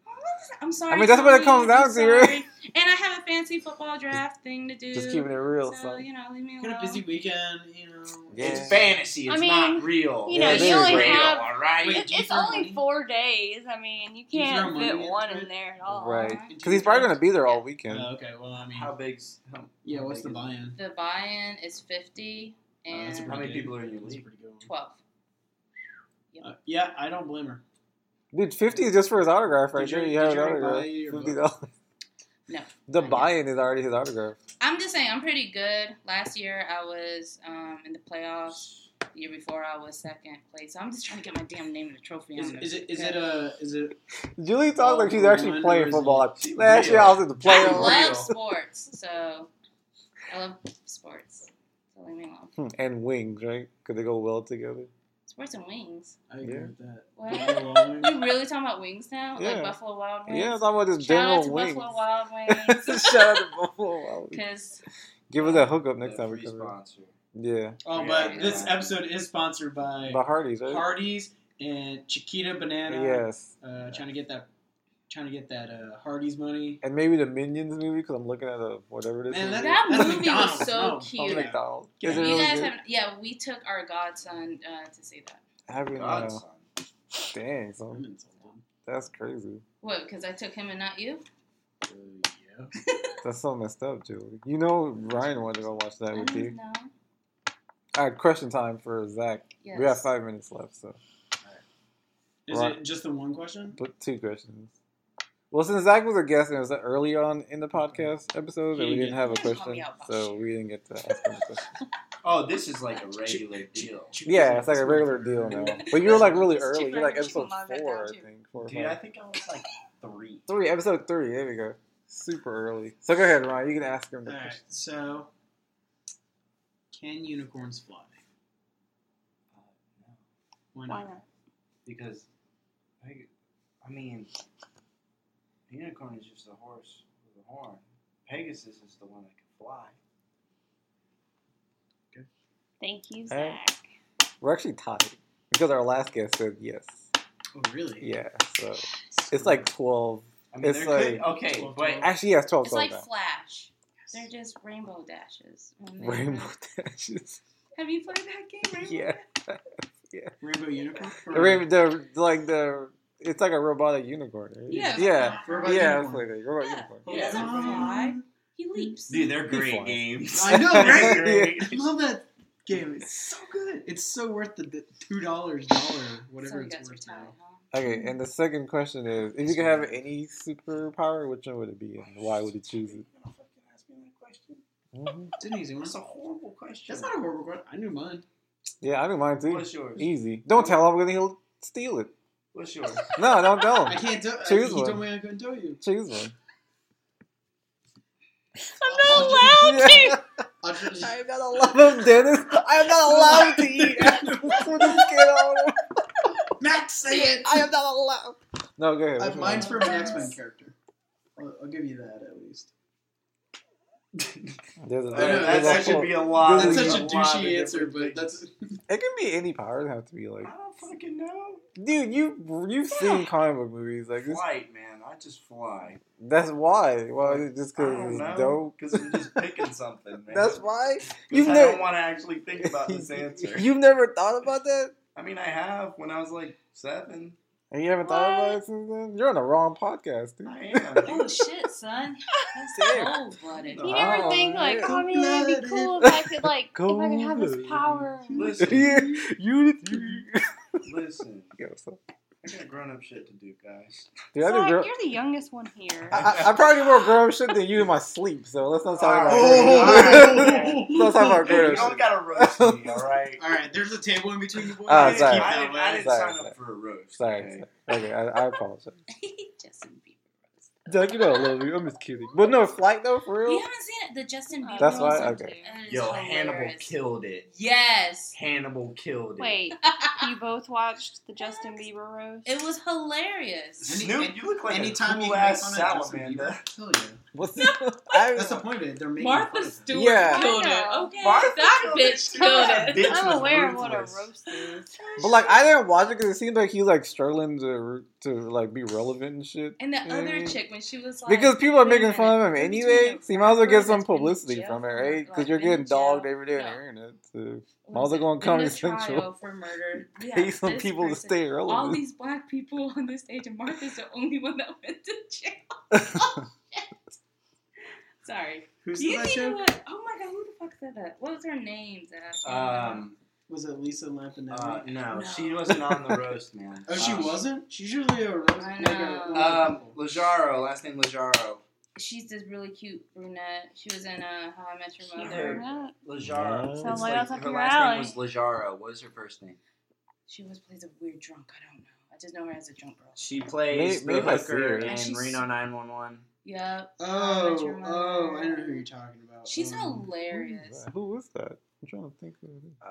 [SPEAKER 3] I'm sorry.
[SPEAKER 1] mean, that's what it
[SPEAKER 3] Tony,
[SPEAKER 1] comes
[SPEAKER 3] I'm
[SPEAKER 1] down to, right?
[SPEAKER 3] sorry. And I have a fancy football draft thing to do.
[SPEAKER 1] Just keeping it real,
[SPEAKER 3] so,
[SPEAKER 1] son.
[SPEAKER 3] you know, leave me
[SPEAKER 5] Had a
[SPEAKER 3] alone.
[SPEAKER 5] busy weekend, you know.
[SPEAKER 1] Yeah.
[SPEAKER 2] It's fantasy.
[SPEAKER 4] I
[SPEAKER 2] It's
[SPEAKER 4] mean,
[SPEAKER 2] not real.
[SPEAKER 4] you
[SPEAKER 1] know,
[SPEAKER 2] it's
[SPEAKER 1] you only
[SPEAKER 2] real,
[SPEAKER 4] have-
[SPEAKER 2] all right.
[SPEAKER 5] Wait,
[SPEAKER 4] It-
[SPEAKER 5] do you
[SPEAKER 4] it's
[SPEAKER 5] throw
[SPEAKER 4] only
[SPEAKER 5] money?
[SPEAKER 4] four days. I mean, you
[SPEAKER 5] you throw
[SPEAKER 4] can't
[SPEAKER 5] money
[SPEAKER 4] fit
[SPEAKER 5] into
[SPEAKER 4] one
[SPEAKER 5] it?
[SPEAKER 4] in there at all.
[SPEAKER 1] Right.
[SPEAKER 3] Aw.
[SPEAKER 1] Because he's probably gonna be there all weekend.
[SPEAKER 5] Oh, okay, well, I mean,
[SPEAKER 2] How big's? How,
[SPEAKER 5] yeah.
[SPEAKER 2] how
[SPEAKER 5] What's the
[SPEAKER 2] big is-
[SPEAKER 5] buy-in?
[SPEAKER 3] The buy-in is 50
[SPEAKER 5] Uh,
[SPEAKER 3] and
[SPEAKER 5] that's a
[SPEAKER 2] How many
[SPEAKER 5] pretty good-
[SPEAKER 2] people are in your
[SPEAKER 5] that's a
[SPEAKER 2] league?
[SPEAKER 5] pretty good one.
[SPEAKER 3] 12.
[SPEAKER 5] Uh, yeah, I don't blame her.
[SPEAKER 1] Dude, 50 is just for his autograph right
[SPEAKER 5] Did you-
[SPEAKER 1] there. You,
[SPEAKER 5] did
[SPEAKER 1] have
[SPEAKER 5] you
[SPEAKER 1] an
[SPEAKER 5] already
[SPEAKER 1] autograph.
[SPEAKER 5] buy your book?
[SPEAKER 1] $50.
[SPEAKER 3] No,
[SPEAKER 1] The
[SPEAKER 3] not yet.
[SPEAKER 1] buy in is already his autograph.
[SPEAKER 3] I'm just saying, I'm pretty good. Last year I was um, in the playoffs. The year before I was second place. So I'm just trying to get my damn name in the trophy.
[SPEAKER 5] Is,
[SPEAKER 3] on
[SPEAKER 5] is
[SPEAKER 3] there.
[SPEAKER 5] it? Is it a? Is it?
[SPEAKER 1] Julie talks
[SPEAKER 5] Oh,
[SPEAKER 1] like she's
[SPEAKER 5] no
[SPEAKER 1] actually
[SPEAKER 5] wonder
[SPEAKER 1] playing
[SPEAKER 5] is
[SPEAKER 1] football. Like,
[SPEAKER 2] it-
[SPEAKER 1] last year I was in the
[SPEAKER 3] I
[SPEAKER 1] playoffs.
[SPEAKER 2] Real.
[SPEAKER 3] love sports, so I love sports. So leave me alone.
[SPEAKER 1] Hmm, and wings, right? Could they go well together?
[SPEAKER 3] Sports and wings.
[SPEAKER 5] I agree
[SPEAKER 1] Yeah.
[SPEAKER 5] with that.
[SPEAKER 3] What? you really talking about wings now?
[SPEAKER 1] Yeah.
[SPEAKER 3] Like Buffalo Wild Wings?
[SPEAKER 1] Yeah, I thought about this
[SPEAKER 3] Shout out
[SPEAKER 1] general
[SPEAKER 3] to
[SPEAKER 1] wings.
[SPEAKER 3] Buffalo Wild Wings.
[SPEAKER 1] Shout out to Buffalo Wild Wings.
[SPEAKER 3] Because
[SPEAKER 1] Give us that hookup next
[SPEAKER 2] A
[SPEAKER 1] time we
[SPEAKER 2] free
[SPEAKER 1] come. in.
[SPEAKER 2] sponsor.
[SPEAKER 1] Yeah,
[SPEAKER 5] Oh,
[SPEAKER 2] Yeah,
[SPEAKER 5] but
[SPEAKER 3] yeah.
[SPEAKER 5] this episode is sponsored by
[SPEAKER 1] the Hardys, right?
[SPEAKER 5] Hardee's and Chiquita Banana.
[SPEAKER 1] Yes,
[SPEAKER 5] Uh, trying to get that, trying to get that uh, Hardee's money.
[SPEAKER 1] and maybe the Minions movie because I'm looking at a whatever this
[SPEAKER 5] Man,
[SPEAKER 1] is.
[SPEAKER 5] that-
[SPEAKER 3] that
[SPEAKER 5] That's
[SPEAKER 3] movie was
[SPEAKER 5] McDonald's.
[SPEAKER 3] so
[SPEAKER 5] No,
[SPEAKER 1] Oh,
[SPEAKER 3] cute.
[SPEAKER 1] McDonald's.
[SPEAKER 5] Yeah.
[SPEAKER 1] Is it
[SPEAKER 5] They're
[SPEAKER 3] You
[SPEAKER 1] really
[SPEAKER 3] guys
[SPEAKER 1] good?
[SPEAKER 3] have yeah. We took our godson uh, to see that.
[SPEAKER 1] I haven't. Uh,
[SPEAKER 2] Godson.
[SPEAKER 1] dang,
[SPEAKER 5] I'm
[SPEAKER 1] son,
[SPEAKER 5] insulted.
[SPEAKER 1] that's crazy.
[SPEAKER 3] What? Because I took him and not you.
[SPEAKER 5] Uh, yeah.
[SPEAKER 1] That's so messed up, Julie. You know Ryan wanted to go watch
[SPEAKER 3] I
[SPEAKER 1] that with
[SPEAKER 3] don't
[SPEAKER 1] you.
[SPEAKER 3] know.
[SPEAKER 1] All right, question time for Zach.
[SPEAKER 3] Yes.
[SPEAKER 1] We have five minutes left, so
[SPEAKER 5] Is
[SPEAKER 1] Right.
[SPEAKER 5] it just the one question?
[SPEAKER 1] put two questions. Well, since Zach was a guest and it was early on in the podcast episode, and we
[SPEAKER 5] He
[SPEAKER 1] didn't
[SPEAKER 5] did.
[SPEAKER 1] have a
[SPEAKER 3] You didn't call
[SPEAKER 1] question,
[SPEAKER 3] me out about
[SPEAKER 1] so we didn't get to ask him a question.
[SPEAKER 2] Oh, this is like a regular deal.
[SPEAKER 1] Yeah, it's like a regular deal now. But you were like really
[SPEAKER 3] It's
[SPEAKER 1] early.
[SPEAKER 3] cheaper
[SPEAKER 1] You're like
[SPEAKER 3] than
[SPEAKER 1] episode
[SPEAKER 3] Chipmunk back
[SPEAKER 1] four,
[SPEAKER 3] down,
[SPEAKER 1] I
[SPEAKER 3] too.
[SPEAKER 1] think. Four or
[SPEAKER 2] Dude, I
[SPEAKER 1] five.
[SPEAKER 2] think I was like three.
[SPEAKER 1] Three, episode three. There we go. Super early. So go ahead, Ryan. You can ask him the
[SPEAKER 5] All right.
[SPEAKER 1] question.
[SPEAKER 5] So, can unicorns fly?
[SPEAKER 2] Uh, no,
[SPEAKER 5] Why
[SPEAKER 4] Why
[SPEAKER 5] not?
[SPEAKER 4] not?
[SPEAKER 2] because I, I mean, a unicorn is just a horse with a horn. Pegasus is the one that can fly.
[SPEAKER 4] Thank you,
[SPEAKER 1] All
[SPEAKER 4] Zach.
[SPEAKER 1] right. We're actually tied because our last guest said yes.
[SPEAKER 5] Oh, really?
[SPEAKER 1] Yeah. So it's like twelve.
[SPEAKER 2] I mean,
[SPEAKER 1] It's
[SPEAKER 2] there could-
[SPEAKER 1] like-
[SPEAKER 2] okay,
[SPEAKER 5] Well,
[SPEAKER 2] but
[SPEAKER 5] well,
[SPEAKER 1] Actually, yeah, it's twelve.
[SPEAKER 3] It's like
[SPEAKER 1] now.
[SPEAKER 3] Flash. They're just rainbow dashes. And they-
[SPEAKER 1] Rainbow Dashes.
[SPEAKER 3] Have you played that game? Rainbow
[SPEAKER 1] Yeah.
[SPEAKER 3] Dash?
[SPEAKER 5] Rainbow unicorn.
[SPEAKER 1] The rain- the like the it's like a robotic unicorn. Right?
[SPEAKER 3] Yeah.
[SPEAKER 1] Yeah.
[SPEAKER 5] Robot
[SPEAKER 1] Yeah. It's like
[SPEAKER 5] unicorn.
[SPEAKER 1] a robot
[SPEAKER 3] Yeah.
[SPEAKER 1] unicorn.
[SPEAKER 3] He doesn't
[SPEAKER 5] Um,
[SPEAKER 3] fly. He leaps.
[SPEAKER 2] dude, they're
[SPEAKER 1] He
[SPEAKER 2] great
[SPEAKER 1] flies.
[SPEAKER 2] games.
[SPEAKER 5] I know, right?
[SPEAKER 2] Great.
[SPEAKER 5] I love that game. It's so good. It's so worth the the two dollars, dollar,
[SPEAKER 3] so
[SPEAKER 5] whatever
[SPEAKER 3] you
[SPEAKER 5] it's
[SPEAKER 3] guys are
[SPEAKER 5] worth
[SPEAKER 3] tied,
[SPEAKER 5] now.
[SPEAKER 3] huh?
[SPEAKER 1] Okay, and the second question is: If you could have any superpower, which one would it be, and why would you choose it?
[SPEAKER 2] You're gonna fucking ask me that question?
[SPEAKER 1] Mhm.
[SPEAKER 5] It's an easy one.
[SPEAKER 2] That's a horrible question.
[SPEAKER 5] That's not a horrible question. I knew mine.
[SPEAKER 1] Yeah, I don't mind too.
[SPEAKER 2] What's yours?
[SPEAKER 1] Easy. Don't tell him because he'll steal it.
[SPEAKER 2] What's yours?
[SPEAKER 1] No, don't tell
[SPEAKER 5] I
[SPEAKER 1] him.
[SPEAKER 5] can't tell.
[SPEAKER 1] Choose
[SPEAKER 5] he
[SPEAKER 1] one.
[SPEAKER 5] told me I couldn't tell you.
[SPEAKER 1] Choose one.
[SPEAKER 4] I'm not allowed to.
[SPEAKER 5] I'll just-
[SPEAKER 1] am not allowed, Dennis. I am not allowed to eat.
[SPEAKER 5] Max, say it.
[SPEAKER 1] I am not allowed. No, go ahead.
[SPEAKER 5] Uh,
[SPEAKER 1] Which one?
[SPEAKER 5] mine's from an X Men character. I'll, I'll give you that at least.
[SPEAKER 1] There's a-
[SPEAKER 2] Uh,
[SPEAKER 5] know,
[SPEAKER 1] there's a
[SPEAKER 2] that, that should
[SPEAKER 1] whole-
[SPEAKER 2] be a lot.
[SPEAKER 1] That's
[SPEAKER 2] There's
[SPEAKER 1] such
[SPEAKER 5] a
[SPEAKER 2] lot of
[SPEAKER 5] douchey answer,
[SPEAKER 2] different
[SPEAKER 5] but
[SPEAKER 2] things.
[SPEAKER 1] It can be any power. It doesn't have to be like,
[SPEAKER 2] I don't fucking know.
[SPEAKER 1] dude, you you've seen comic book movies like this.
[SPEAKER 2] Flight, man. I just fly.
[SPEAKER 1] That's why. Well, it's just
[SPEAKER 2] I
[SPEAKER 1] because
[SPEAKER 2] don't
[SPEAKER 1] it's
[SPEAKER 2] know.
[SPEAKER 1] dope.
[SPEAKER 2] Because I'm just picking something, man.
[SPEAKER 1] That's why.
[SPEAKER 2] 'Cause
[SPEAKER 1] You've
[SPEAKER 2] I
[SPEAKER 1] never-
[SPEAKER 2] don't want to actually think about this answer.
[SPEAKER 1] You've never thought about that,
[SPEAKER 2] I mean, I have when I was like seven.
[SPEAKER 1] and you haven't thought about
[SPEAKER 3] What?
[SPEAKER 1] it since then. You're on the wrong podcast, dude.
[SPEAKER 2] I am.
[SPEAKER 3] Oh shit, son. That's
[SPEAKER 1] Damn.
[SPEAKER 3] cold blooded.
[SPEAKER 4] You
[SPEAKER 1] No.
[SPEAKER 4] never
[SPEAKER 1] Oh,
[SPEAKER 4] think like,
[SPEAKER 1] man.
[SPEAKER 4] oh man, it'd be cool if I could like, if I could have this
[SPEAKER 1] Cool.
[SPEAKER 4] power.
[SPEAKER 2] Listen,
[SPEAKER 1] yeah, you. you
[SPEAKER 2] listen.
[SPEAKER 1] yeah, so,
[SPEAKER 2] I got grown up shit to do, guys.
[SPEAKER 1] dude, I,
[SPEAKER 4] Zach,
[SPEAKER 1] do grow-
[SPEAKER 4] you're the youngest one here.
[SPEAKER 1] I, I- I probably do more grown shit than you in my sleep. So let's not talk about.
[SPEAKER 2] Oh,
[SPEAKER 1] let's not talk about
[SPEAKER 2] Hey,
[SPEAKER 1] grown
[SPEAKER 2] you don't
[SPEAKER 1] shit.
[SPEAKER 2] gotta roast me, all right?
[SPEAKER 5] All right, there's a table in between you boys.
[SPEAKER 1] Ah,
[SPEAKER 2] I didn't,
[SPEAKER 1] sorry.
[SPEAKER 2] I didn't, I didn't
[SPEAKER 1] Sorry,
[SPEAKER 2] sign
[SPEAKER 1] sorry.
[SPEAKER 2] up for a roast.
[SPEAKER 1] Sorry.
[SPEAKER 2] okay?
[SPEAKER 1] sorry. Okay, I, I apologize.
[SPEAKER 3] Justin Bieber.
[SPEAKER 1] Zach, you know I love you. I'm just kidding. But no, flight though, for
[SPEAKER 3] You
[SPEAKER 1] real.
[SPEAKER 3] haven't seen it, the Justin
[SPEAKER 4] Uh,
[SPEAKER 3] Bieber.
[SPEAKER 1] That's why-
[SPEAKER 3] one?
[SPEAKER 1] okay.
[SPEAKER 3] That is
[SPEAKER 2] Yo, Hannibal
[SPEAKER 3] hilarious.
[SPEAKER 2] killed it.
[SPEAKER 3] Yes.
[SPEAKER 2] Hannibal killed it.
[SPEAKER 4] Wait, you both watched the Justin
[SPEAKER 3] What?
[SPEAKER 4] Bieber roast?
[SPEAKER 3] It was hilarious.
[SPEAKER 5] Any-
[SPEAKER 2] Snoop, you look like
[SPEAKER 5] Anytime
[SPEAKER 2] a
[SPEAKER 5] you
[SPEAKER 2] cool
[SPEAKER 5] can make fun
[SPEAKER 2] ass
[SPEAKER 5] of Justin
[SPEAKER 2] salamander.
[SPEAKER 5] Bieber, I tell you.
[SPEAKER 1] What's I,
[SPEAKER 5] That's the point of it. They're making fun
[SPEAKER 3] Martha
[SPEAKER 5] of him.
[SPEAKER 3] Stewart
[SPEAKER 1] Yeah.
[SPEAKER 3] killed it.
[SPEAKER 4] I know.
[SPEAKER 3] Okay.
[SPEAKER 2] Martha
[SPEAKER 3] that
[SPEAKER 2] killed
[SPEAKER 3] bitch
[SPEAKER 2] it.
[SPEAKER 3] killed
[SPEAKER 2] That
[SPEAKER 3] it.
[SPEAKER 2] bitch
[SPEAKER 4] I'm
[SPEAKER 2] was
[SPEAKER 4] aware of what a
[SPEAKER 2] ruthless.
[SPEAKER 4] roast is.
[SPEAKER 1] But like I didn't watch it because it seemed like he like struggling to to like be relevant and shit.
[SPEAKER 3] And the other
[SPEAKER 1] Mm.
[SPEAKER 3] chick when she was like
[SPEAKER 1] Because people are making
[SPEAKER 3] yeah,
[SPEAKER 1] fun of him
[SPEAKER 3] it's
[SPEAKER 1] anyway,
[SPEAKER 3] between
[SPEAKER 1] so you might as well get
[SPEAKER 3] that's been
[SPEAKER 1] some
[SPEAKER 3] in
[SPEAKER 1] publicity
[SPEAKER 3] jail
[SPEAKER 1] from it,
[SPEAKER 3] for,
[SPEAKER 1] right?
[SPEAKER 3] like,
[SPEAKER 1] Because you're
[SPEAKER 3] been in
[SPEAKER 1] getting dogged
[SPEAKER 3] jail.
[SPEAKER 1] every day on
[SPEAKER 3] No.
[SPEAKER 1] the internet. So
[SPEAKER 3] what
[SPEAKER 1] might as
[SPEAKER 3] is
[SPEAKER 1] well
[SPEAKER 3] it?
[SPEAKER 1] go on
[SPEAKER 3] In
[SPEAKER 1] Comedy
[SPEAKER 3] the
[SPEAKER 1] Central.
[SPEAKER 3] trial for murder. Yeah,
[SPEAKER 1] Pay some
[SPEAKER 3] this
[SPEAKER 1] people to
[SPEAKER 3] person.
[SPEAKER 1] stay
[SPEAKER 3] All
[SPEAKER 1] relevant.
[SPEAKER 3] these black people on this stage, and Martha's the only one that went to jail. Sorry.
[SPEAKER 5] Who
[SPEAKER 3] Do you
[SPEAKER 5] said that
[SPEAKER 3] think it
[SPEAKER 5] joke?
[SPEAKER 3] was? Oh my god, who the fuck said that? What was her name? That I
[SPEAKER 2] Um,
[SPEAKER 5] Was it Lisa Lampanelli?
[SPEAKER 2] uh, no,
[SPEAKER 3] No.
[SPEAKER 2] she wasn't on the roast, man.
[SPEAKER 5] oh, she
[SPEAKER 1] uh,
[SPEAKER 2] Um,
[SPEAKER 5] wasn't. She's usually a roast.
[SPEAKER 3] I
[SPEAKER 5] like a-
[SPEAKER 3] know.
[SPEAKER 2] Um, Lajaro, last name Lajaro.
[SPEAKER 3] she's this really cute brunette. She was in uh, How I Met Your
[SPEAKER 2] She
[SPEAKER 3] Mother.
[SPEAKER 2] heard-
[SPEAKER 4] Right.
[SPEAKER 2] Lajaro.
[SPEAKER 1] Sounds
[SPEAKER 2] It's
[SPEAKER 4] like that's up
[SPEAKER 2] her
[SPEAKER 4] your
[SPEAKER 2] last
[SPEAKER 4] alley.
[SPEAKER 2] name was Lajaro. What was her first name?
[SPEAKER 3] She always plays a weird drunk. I don't know. I just know her as a drunk girl.
[SPEAKER 2] She plays
[SPEAKER 1] May- maybe
[SPEAKER 2] the
[SPEAKER 1] I see her.
[SPEAKER 2] hooker
[SPEAKER 1] Yeah,
[SPEAKER 2] in
[SPEAKER 3] she's-
[SPEAKER 2] Reno 911.
[SPEAKER 3] Yep. How I Met Your
[SPEAKER 5] Oh, oh, I know who
[SPEAKER 3] Mother.
[SPEAKER 5] you're talking about.
[SPEAKER 3] She's
[SPEAKER 5] um,
[SPEAKER 3] hilarious.
[SPEAKER 1] Who was that? I'm trying to think. Of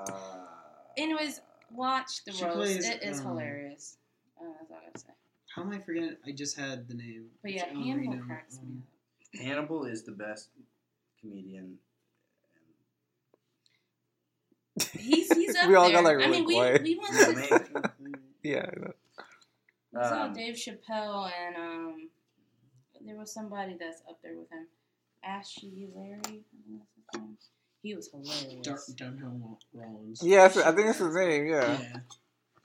[SPEAKER 1] it.
[SPEAKER 2] Uh,
[SPEAKER 3] Anyways, Watch the
[SPEAKER 6] She
[SPEAKER 3] roast.
[SPEAKER 6] plays,
[SPEAKER 3] it is
[SPEAKER 6] um,
[SPEAKER 3] hilarious. Uh, that's all I gotta say.
[SPEAKER 6] How am I forgetting? I just had the name.
[SPEAKER 3] But yeah,
[SPEAKER 6] It's
[SPEAKER 3] Hannibal
[SPEAKER 6] Elena,
[SPEAKER 3] cracks me
[SPEAKER 6] um,
[SPEAKER 3] up.
[SPEAKER 2] Hannibal is the best comedian.
[SPEAKER 3] He's he's up
[SPEAKER 1] We all
[SPEAKER 3] there.
[SPEAKER 1] got, like,
[SPEAKER 3] I
[SPEAKER 1] really
[SPEAKER 3] mean, we
[SPEAKER 1] quiet.
[SPEAKER 3] we went
[SPEAKER 2] Yeah,
[SPEAKER 3] to
[SPEAKER 2] man.
[SPEAKER 1] Yeah, I know.
[SPEAKER 3] we saw
[SPEAKER 2] Um,
[SPEAKER 3] Dave Chappelle and um, there was somebody that's up there with him. Ashy Larry. I think that's his name. He was hilarious.
[SPEAKER 6] Dar- Doug Hill Rollins.
[SPEAKER 1] yeah. that's- I think that's his name. Yeah.
[SPEAKER 6] Yeah.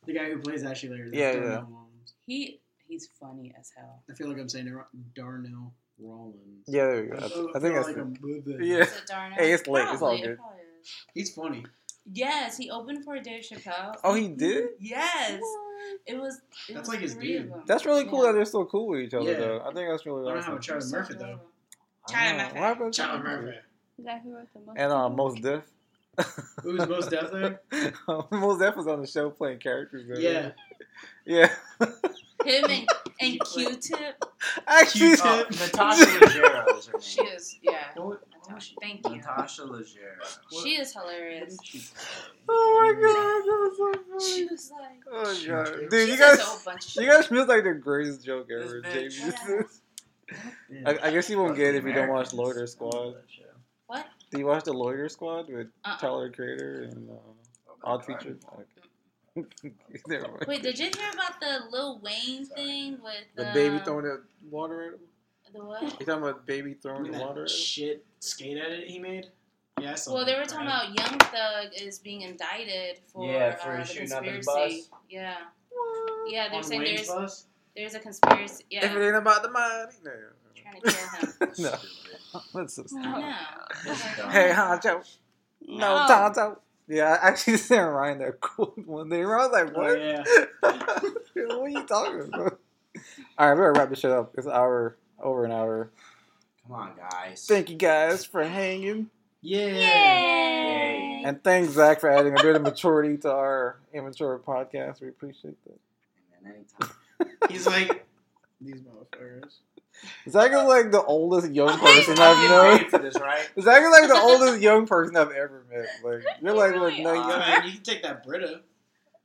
[SPEAKER 6] The guy who plays Ashley Larry. that's
[SPEAKER 1] Yeah,
[SPEAKER 6] Darnell
[SPEAKER 1] yeah.
[SPEAKER 6] Rollins.
[SPEAKER 3] He he's funny as hell.
[SPEAKER 6] I feel like I'm saying it wrong. Darnell Rollins.
[SPEAKER 1] Yeah, there you go. I, th- I think that's
[SPEAKER 6] like
[SPEAKER 1] it.
[SPEAKER 6] a
[SPEAKER 1] Yeah.
[SPEAKER 3] Is it Darnell?
[SPEAKER 1] Hey, it's late. It's all
[SPEAKER 3] Probably. It
[SPEAKER 1] good.
[SPEAKER 3] probably is.
[SPEAKER 6] He's funny.
[SPEAKER 3] Yes, he opened for Dave Chappelle.
[SPEAKER 1] Oh, he did?
[SPEAKER 3] Yes, it was. It
[SPEAKER 6] That's
[SPEAKER 3] was
[SPEAKER 6] like his
[SPEAKER 3] three of
[SPEAKER 6] dude.
[SPEAKER 3] them.
[SPEAKER 1] That's really cool
[SPEAKER 3] Yeah.
[SPEAKER 1] that they're so cool with each other,
[SPEAKER 6] Yeah.
[SPEAKER 1] though. I think that's really
[SPEAKER 6] I don't know
[SPEAKER 1] awesome.
[SPEAKER 6] how Charlie
[SPEAKER 3] They're so
[SPEAKER 6] Murphy though.
[SPEAKER 3] adorable.
[SPEAKER 1] I
[SPEAKER 3] Charlie
[SPEAKER 1] don't know.
[SPEAKER 3] Murphy.
[SPEAKER 1] What happened to
[SPEAKER 6] Charlie Murphy.
[SPEAKER 4] Is that who wrote the most?
[SPEAKER 1] And uh,
[SPEAKER 4] people?
[SPEAKER 1] Most Def.
[SPEAKER 6] Who's most deaf there?
[SPEAKER 1] Most Def was on the show playing characters. Though.
[SPEAKER 6] Yeah.
[SPEAKER 1] Yeah.
[SPEAKER 3] Him and,
[SPEAKER 6] He played-
[SPEAKER 3] and Q-Tip.
[SPEAKER 1] Actually,
[SPEAKER 2] Oh, Natasha Leggero is her name.
[SPEAKER 3] She is, yeah.
[SPEAKER 6] What,
[SPEAKER 3] Natasha. Thank you.
[SPEAKER 2] Natasha Leggero.
[SPEAKER 3] She is hilarious.
[SPEAKER 1] oh my god, that was so
[SPEAKER 3] She
[SPEAKER 1] funny.
[SPEAKER 3] was like,
[SPEAKER 1] Oh
[SPEAKER 6] She-
[SPEAKER 1] god,
[SPEAKER 3] she
[SPEAKER 1] dude, you
[SPEAKER 3] says
[SPEAKER 1] guys,
[SPEAKER 3] a whole bunch of
[SPEAKER 1] you
[SPEAKER 3] shit.
[SPEAKER 1] guys feels like the greatest joke
[SPEAKER 2] This
[SPEAKER 1] ever,
[SPEAKER 2] bitch.
[SPEAKER 1] James.
[SPEAKER 3] Whatever.
[SPEAKER 1] I, I guess you won't get it if you don't watch
[SPEAKER 2] Americans.
[SPEAKER 1] Loiter Squad.
[SPEAKER 3] What?
[SPEAKER 1] Do you watch the Loiter Squad with
[SPEAKER 3] Uh-uh.
[SPEAKER 1] Tyler Creator and uh,
[SPEAKER 2] Oh my
[SPEAKER 1] Odd
[SPEAKER 2] God.
[SPEAKER 1] Future? Okay. Never mind.
[SPEAKER 3] Wait, did you hear about the Lil Wayne thing with
[SPEAKER 1] The
[SPEAKER 3] um,
[SPEAKER 1] baby throwing the water at him?
[SPEAKER 3] the what?
[SPEAKER 1] You talking about the baby
[SPEAKER 6] I mean,
[SPEAKER 1] throwing the
[SPEAKER 6] that
[SPEAKER 1] water at him?
[SPEAKER 6] shit skate edit he made? Yeah, I saw
[SPEAKER 3] Well,
[SPEAKER 6] that
[SPEAKER 3] they were talking
[SPEAKER 6] crap.
[SPEAKER 3] about Young Thug is being indicted for,
[SPEAKER 2] Yeah, for
[SPEAKER 3] uh, the
[SPEAKER 2] shooting up his
[SPEAKER 3] conspiracy.
[SPEAKER 2] bus.
[SPEAKER 3] Yeah, yeah, they're
[SPEAKER 6] On
[SPEAKER 3] saying
[SPEAKER 6] Wayne's
[SPEAKER 3] there's
[SPEAKER 6] bus?
[SPEAKER 3] there's a conspiracy. Yeah,
[SPEAKER 1] If it ain't about the money. No.
[SPEAKER 3] trying to kill him.
[SPEAKER 1] No.
[SPEAKER 2] Stupid.
[SPEAKER 1] Oh, That's so stupid.
[SPEAKER 3] No.
[SPEAKER 1] Hey, Honcho. No,
[SPEAKER 4] Oh,
[SPEAKER 3] No.
[SPEAKER 1] Tonto. Yeah, I actually sent Ryan that quote one day. and I was like,
[SPEAKER 6] Oh,
[SPEAKER 1] what?
[SPEAKER 6] yeah.
[SPEAKER 1] what are you talking about? All right, we're gonna wrap this shit up. It's an hour, over an hour.
[SPEAKER 2] Come on, guys.
[SPEAKER 1] Thank you guys for hanging,
[SPEAKER 6] Yeah.
[SPEAKER 2] Yay.
[SPEAKER 1] and thanks Zach for adding a bit of maturity to our immature podcast. We appreciate that.
[SPEAKER 2] Man, anytime.
[SPEAKER 6] He's like, these motherfuckers.
[SPEAKER 1] Zach is like the oldest young person
[SPEAKER 2] I'm
[SPEAKER 1] I've
[SPEAKER 2] getting
[SPEAKER 1] known.
[SPEAKER 2] paid for this, right?
[SPEAKER 1] Zach is like the oldest young person I've ever met. Like you're like like no
[SPEAKER 6] Yeah,
[SPEAKER 1] young.
[SPEAKER 6] man, you can take that Brita.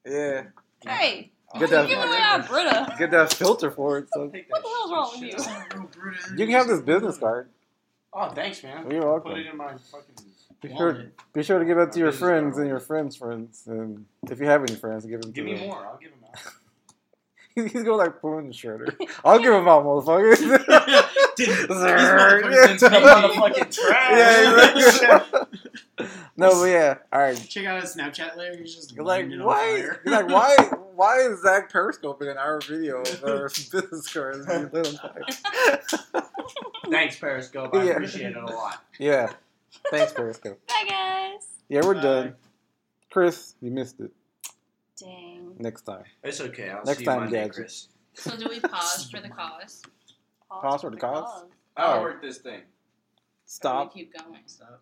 [SPEAKER 1] yeah.
[SPEAKER 4] Hey,
[SPEAKER 1] Get
[SPEAKER 4] you're
[SPEAKER 1] that
[SPEAKER 4] giving away our Brita.
[SPEAKER 1] get that filter for it. So
[SPEAKER 2] Take
[SPEAKER 4] What the
[SPEAKER 2] that
[SPEAKER 4] hell's wrong with
[SPEAKER 2] shit.
[SPEAKER 4] you?
[SPEAKER 1] you can have this business card.
[SPEAKER 2] Oh, thanks, man.
[SPEAKER 1] You're
[SPEAKER 2] Put it
[SPEAKER 1] welcome.
[SPEAKER 2] in my fucking.
[SPEAKER 1] Be sure
[SPEAKER 6] Wallet.
[SPEAKER 1] be sure to give it to your
[SPEAKER 2] Business card.
[SPEAKER 1] friends and your friends' friends, and if you have any friends, give them to
[SPEAKER 2] Give me
[SPEAKER 1] them.
[SPEAKER 2] more. I'll give him out.
[SPEAKER 1] He's going like Boone Shredder. I'll give him out, motherfuckers. yeah,
[SPEAKER 6] Dude, these
[SPEAKER 1] motherfuckers
[SPEAKER 6] motherfuckers been
[SPEAKER 1] been
[SPEAKER 6] paying.
[SPEAKER 1] exactly. no, but yeah, all right.
[SPEAKER 6] Check out his Snapchat later. He's just
[SPEAKER 1] You're like,
[SPEAKER 6] lighting it on
[SPEAKER 1] why?
[SPEAKER 6] fire.
[SPEAKER 1] You're like, why? Why is Zach periscoping an hour video of our business cards? being lit on fire?
[SPEAKER 2] Thanks, Periscope. I
[SPEAKER 1] Yeah.
[SPEAKER 2] appreciate it a lot.
[SPEAKER 1] Yeah. Thanks, Periscope.
[SPEAKER 4] Bye, guys.
[SPEAKER 1] Yeah, we're
[SPEAKER 6] Bye.
[SPEAKER 1] done. Chris, you missed it.
[SPEAKER 4] Dang.
[SPEAKER 1] Next time.
[SPEAKER 2] It's okay. I'll
[SPEAKER 1] Next
[SPEAKER 2] see
[SPEAKER 1] time,
[SPEAKER 2] you Monday,
[SPEAKER 1] Gadget.
[SPEAKER 2] Chris.
[SPEAKER 3] So do we pause for the cause?
[SPEAKER 1] Pause for the cause?
[SPEAKER 2] I'll
[SPEAKER 1] Oh.
[SPEAKER 2] work this thing.
[SPEAKER 3] Or do
[SPEAKER 1] Stop.
[SPEAKER 3] we keep going.
[SPEAKER 6] Stop.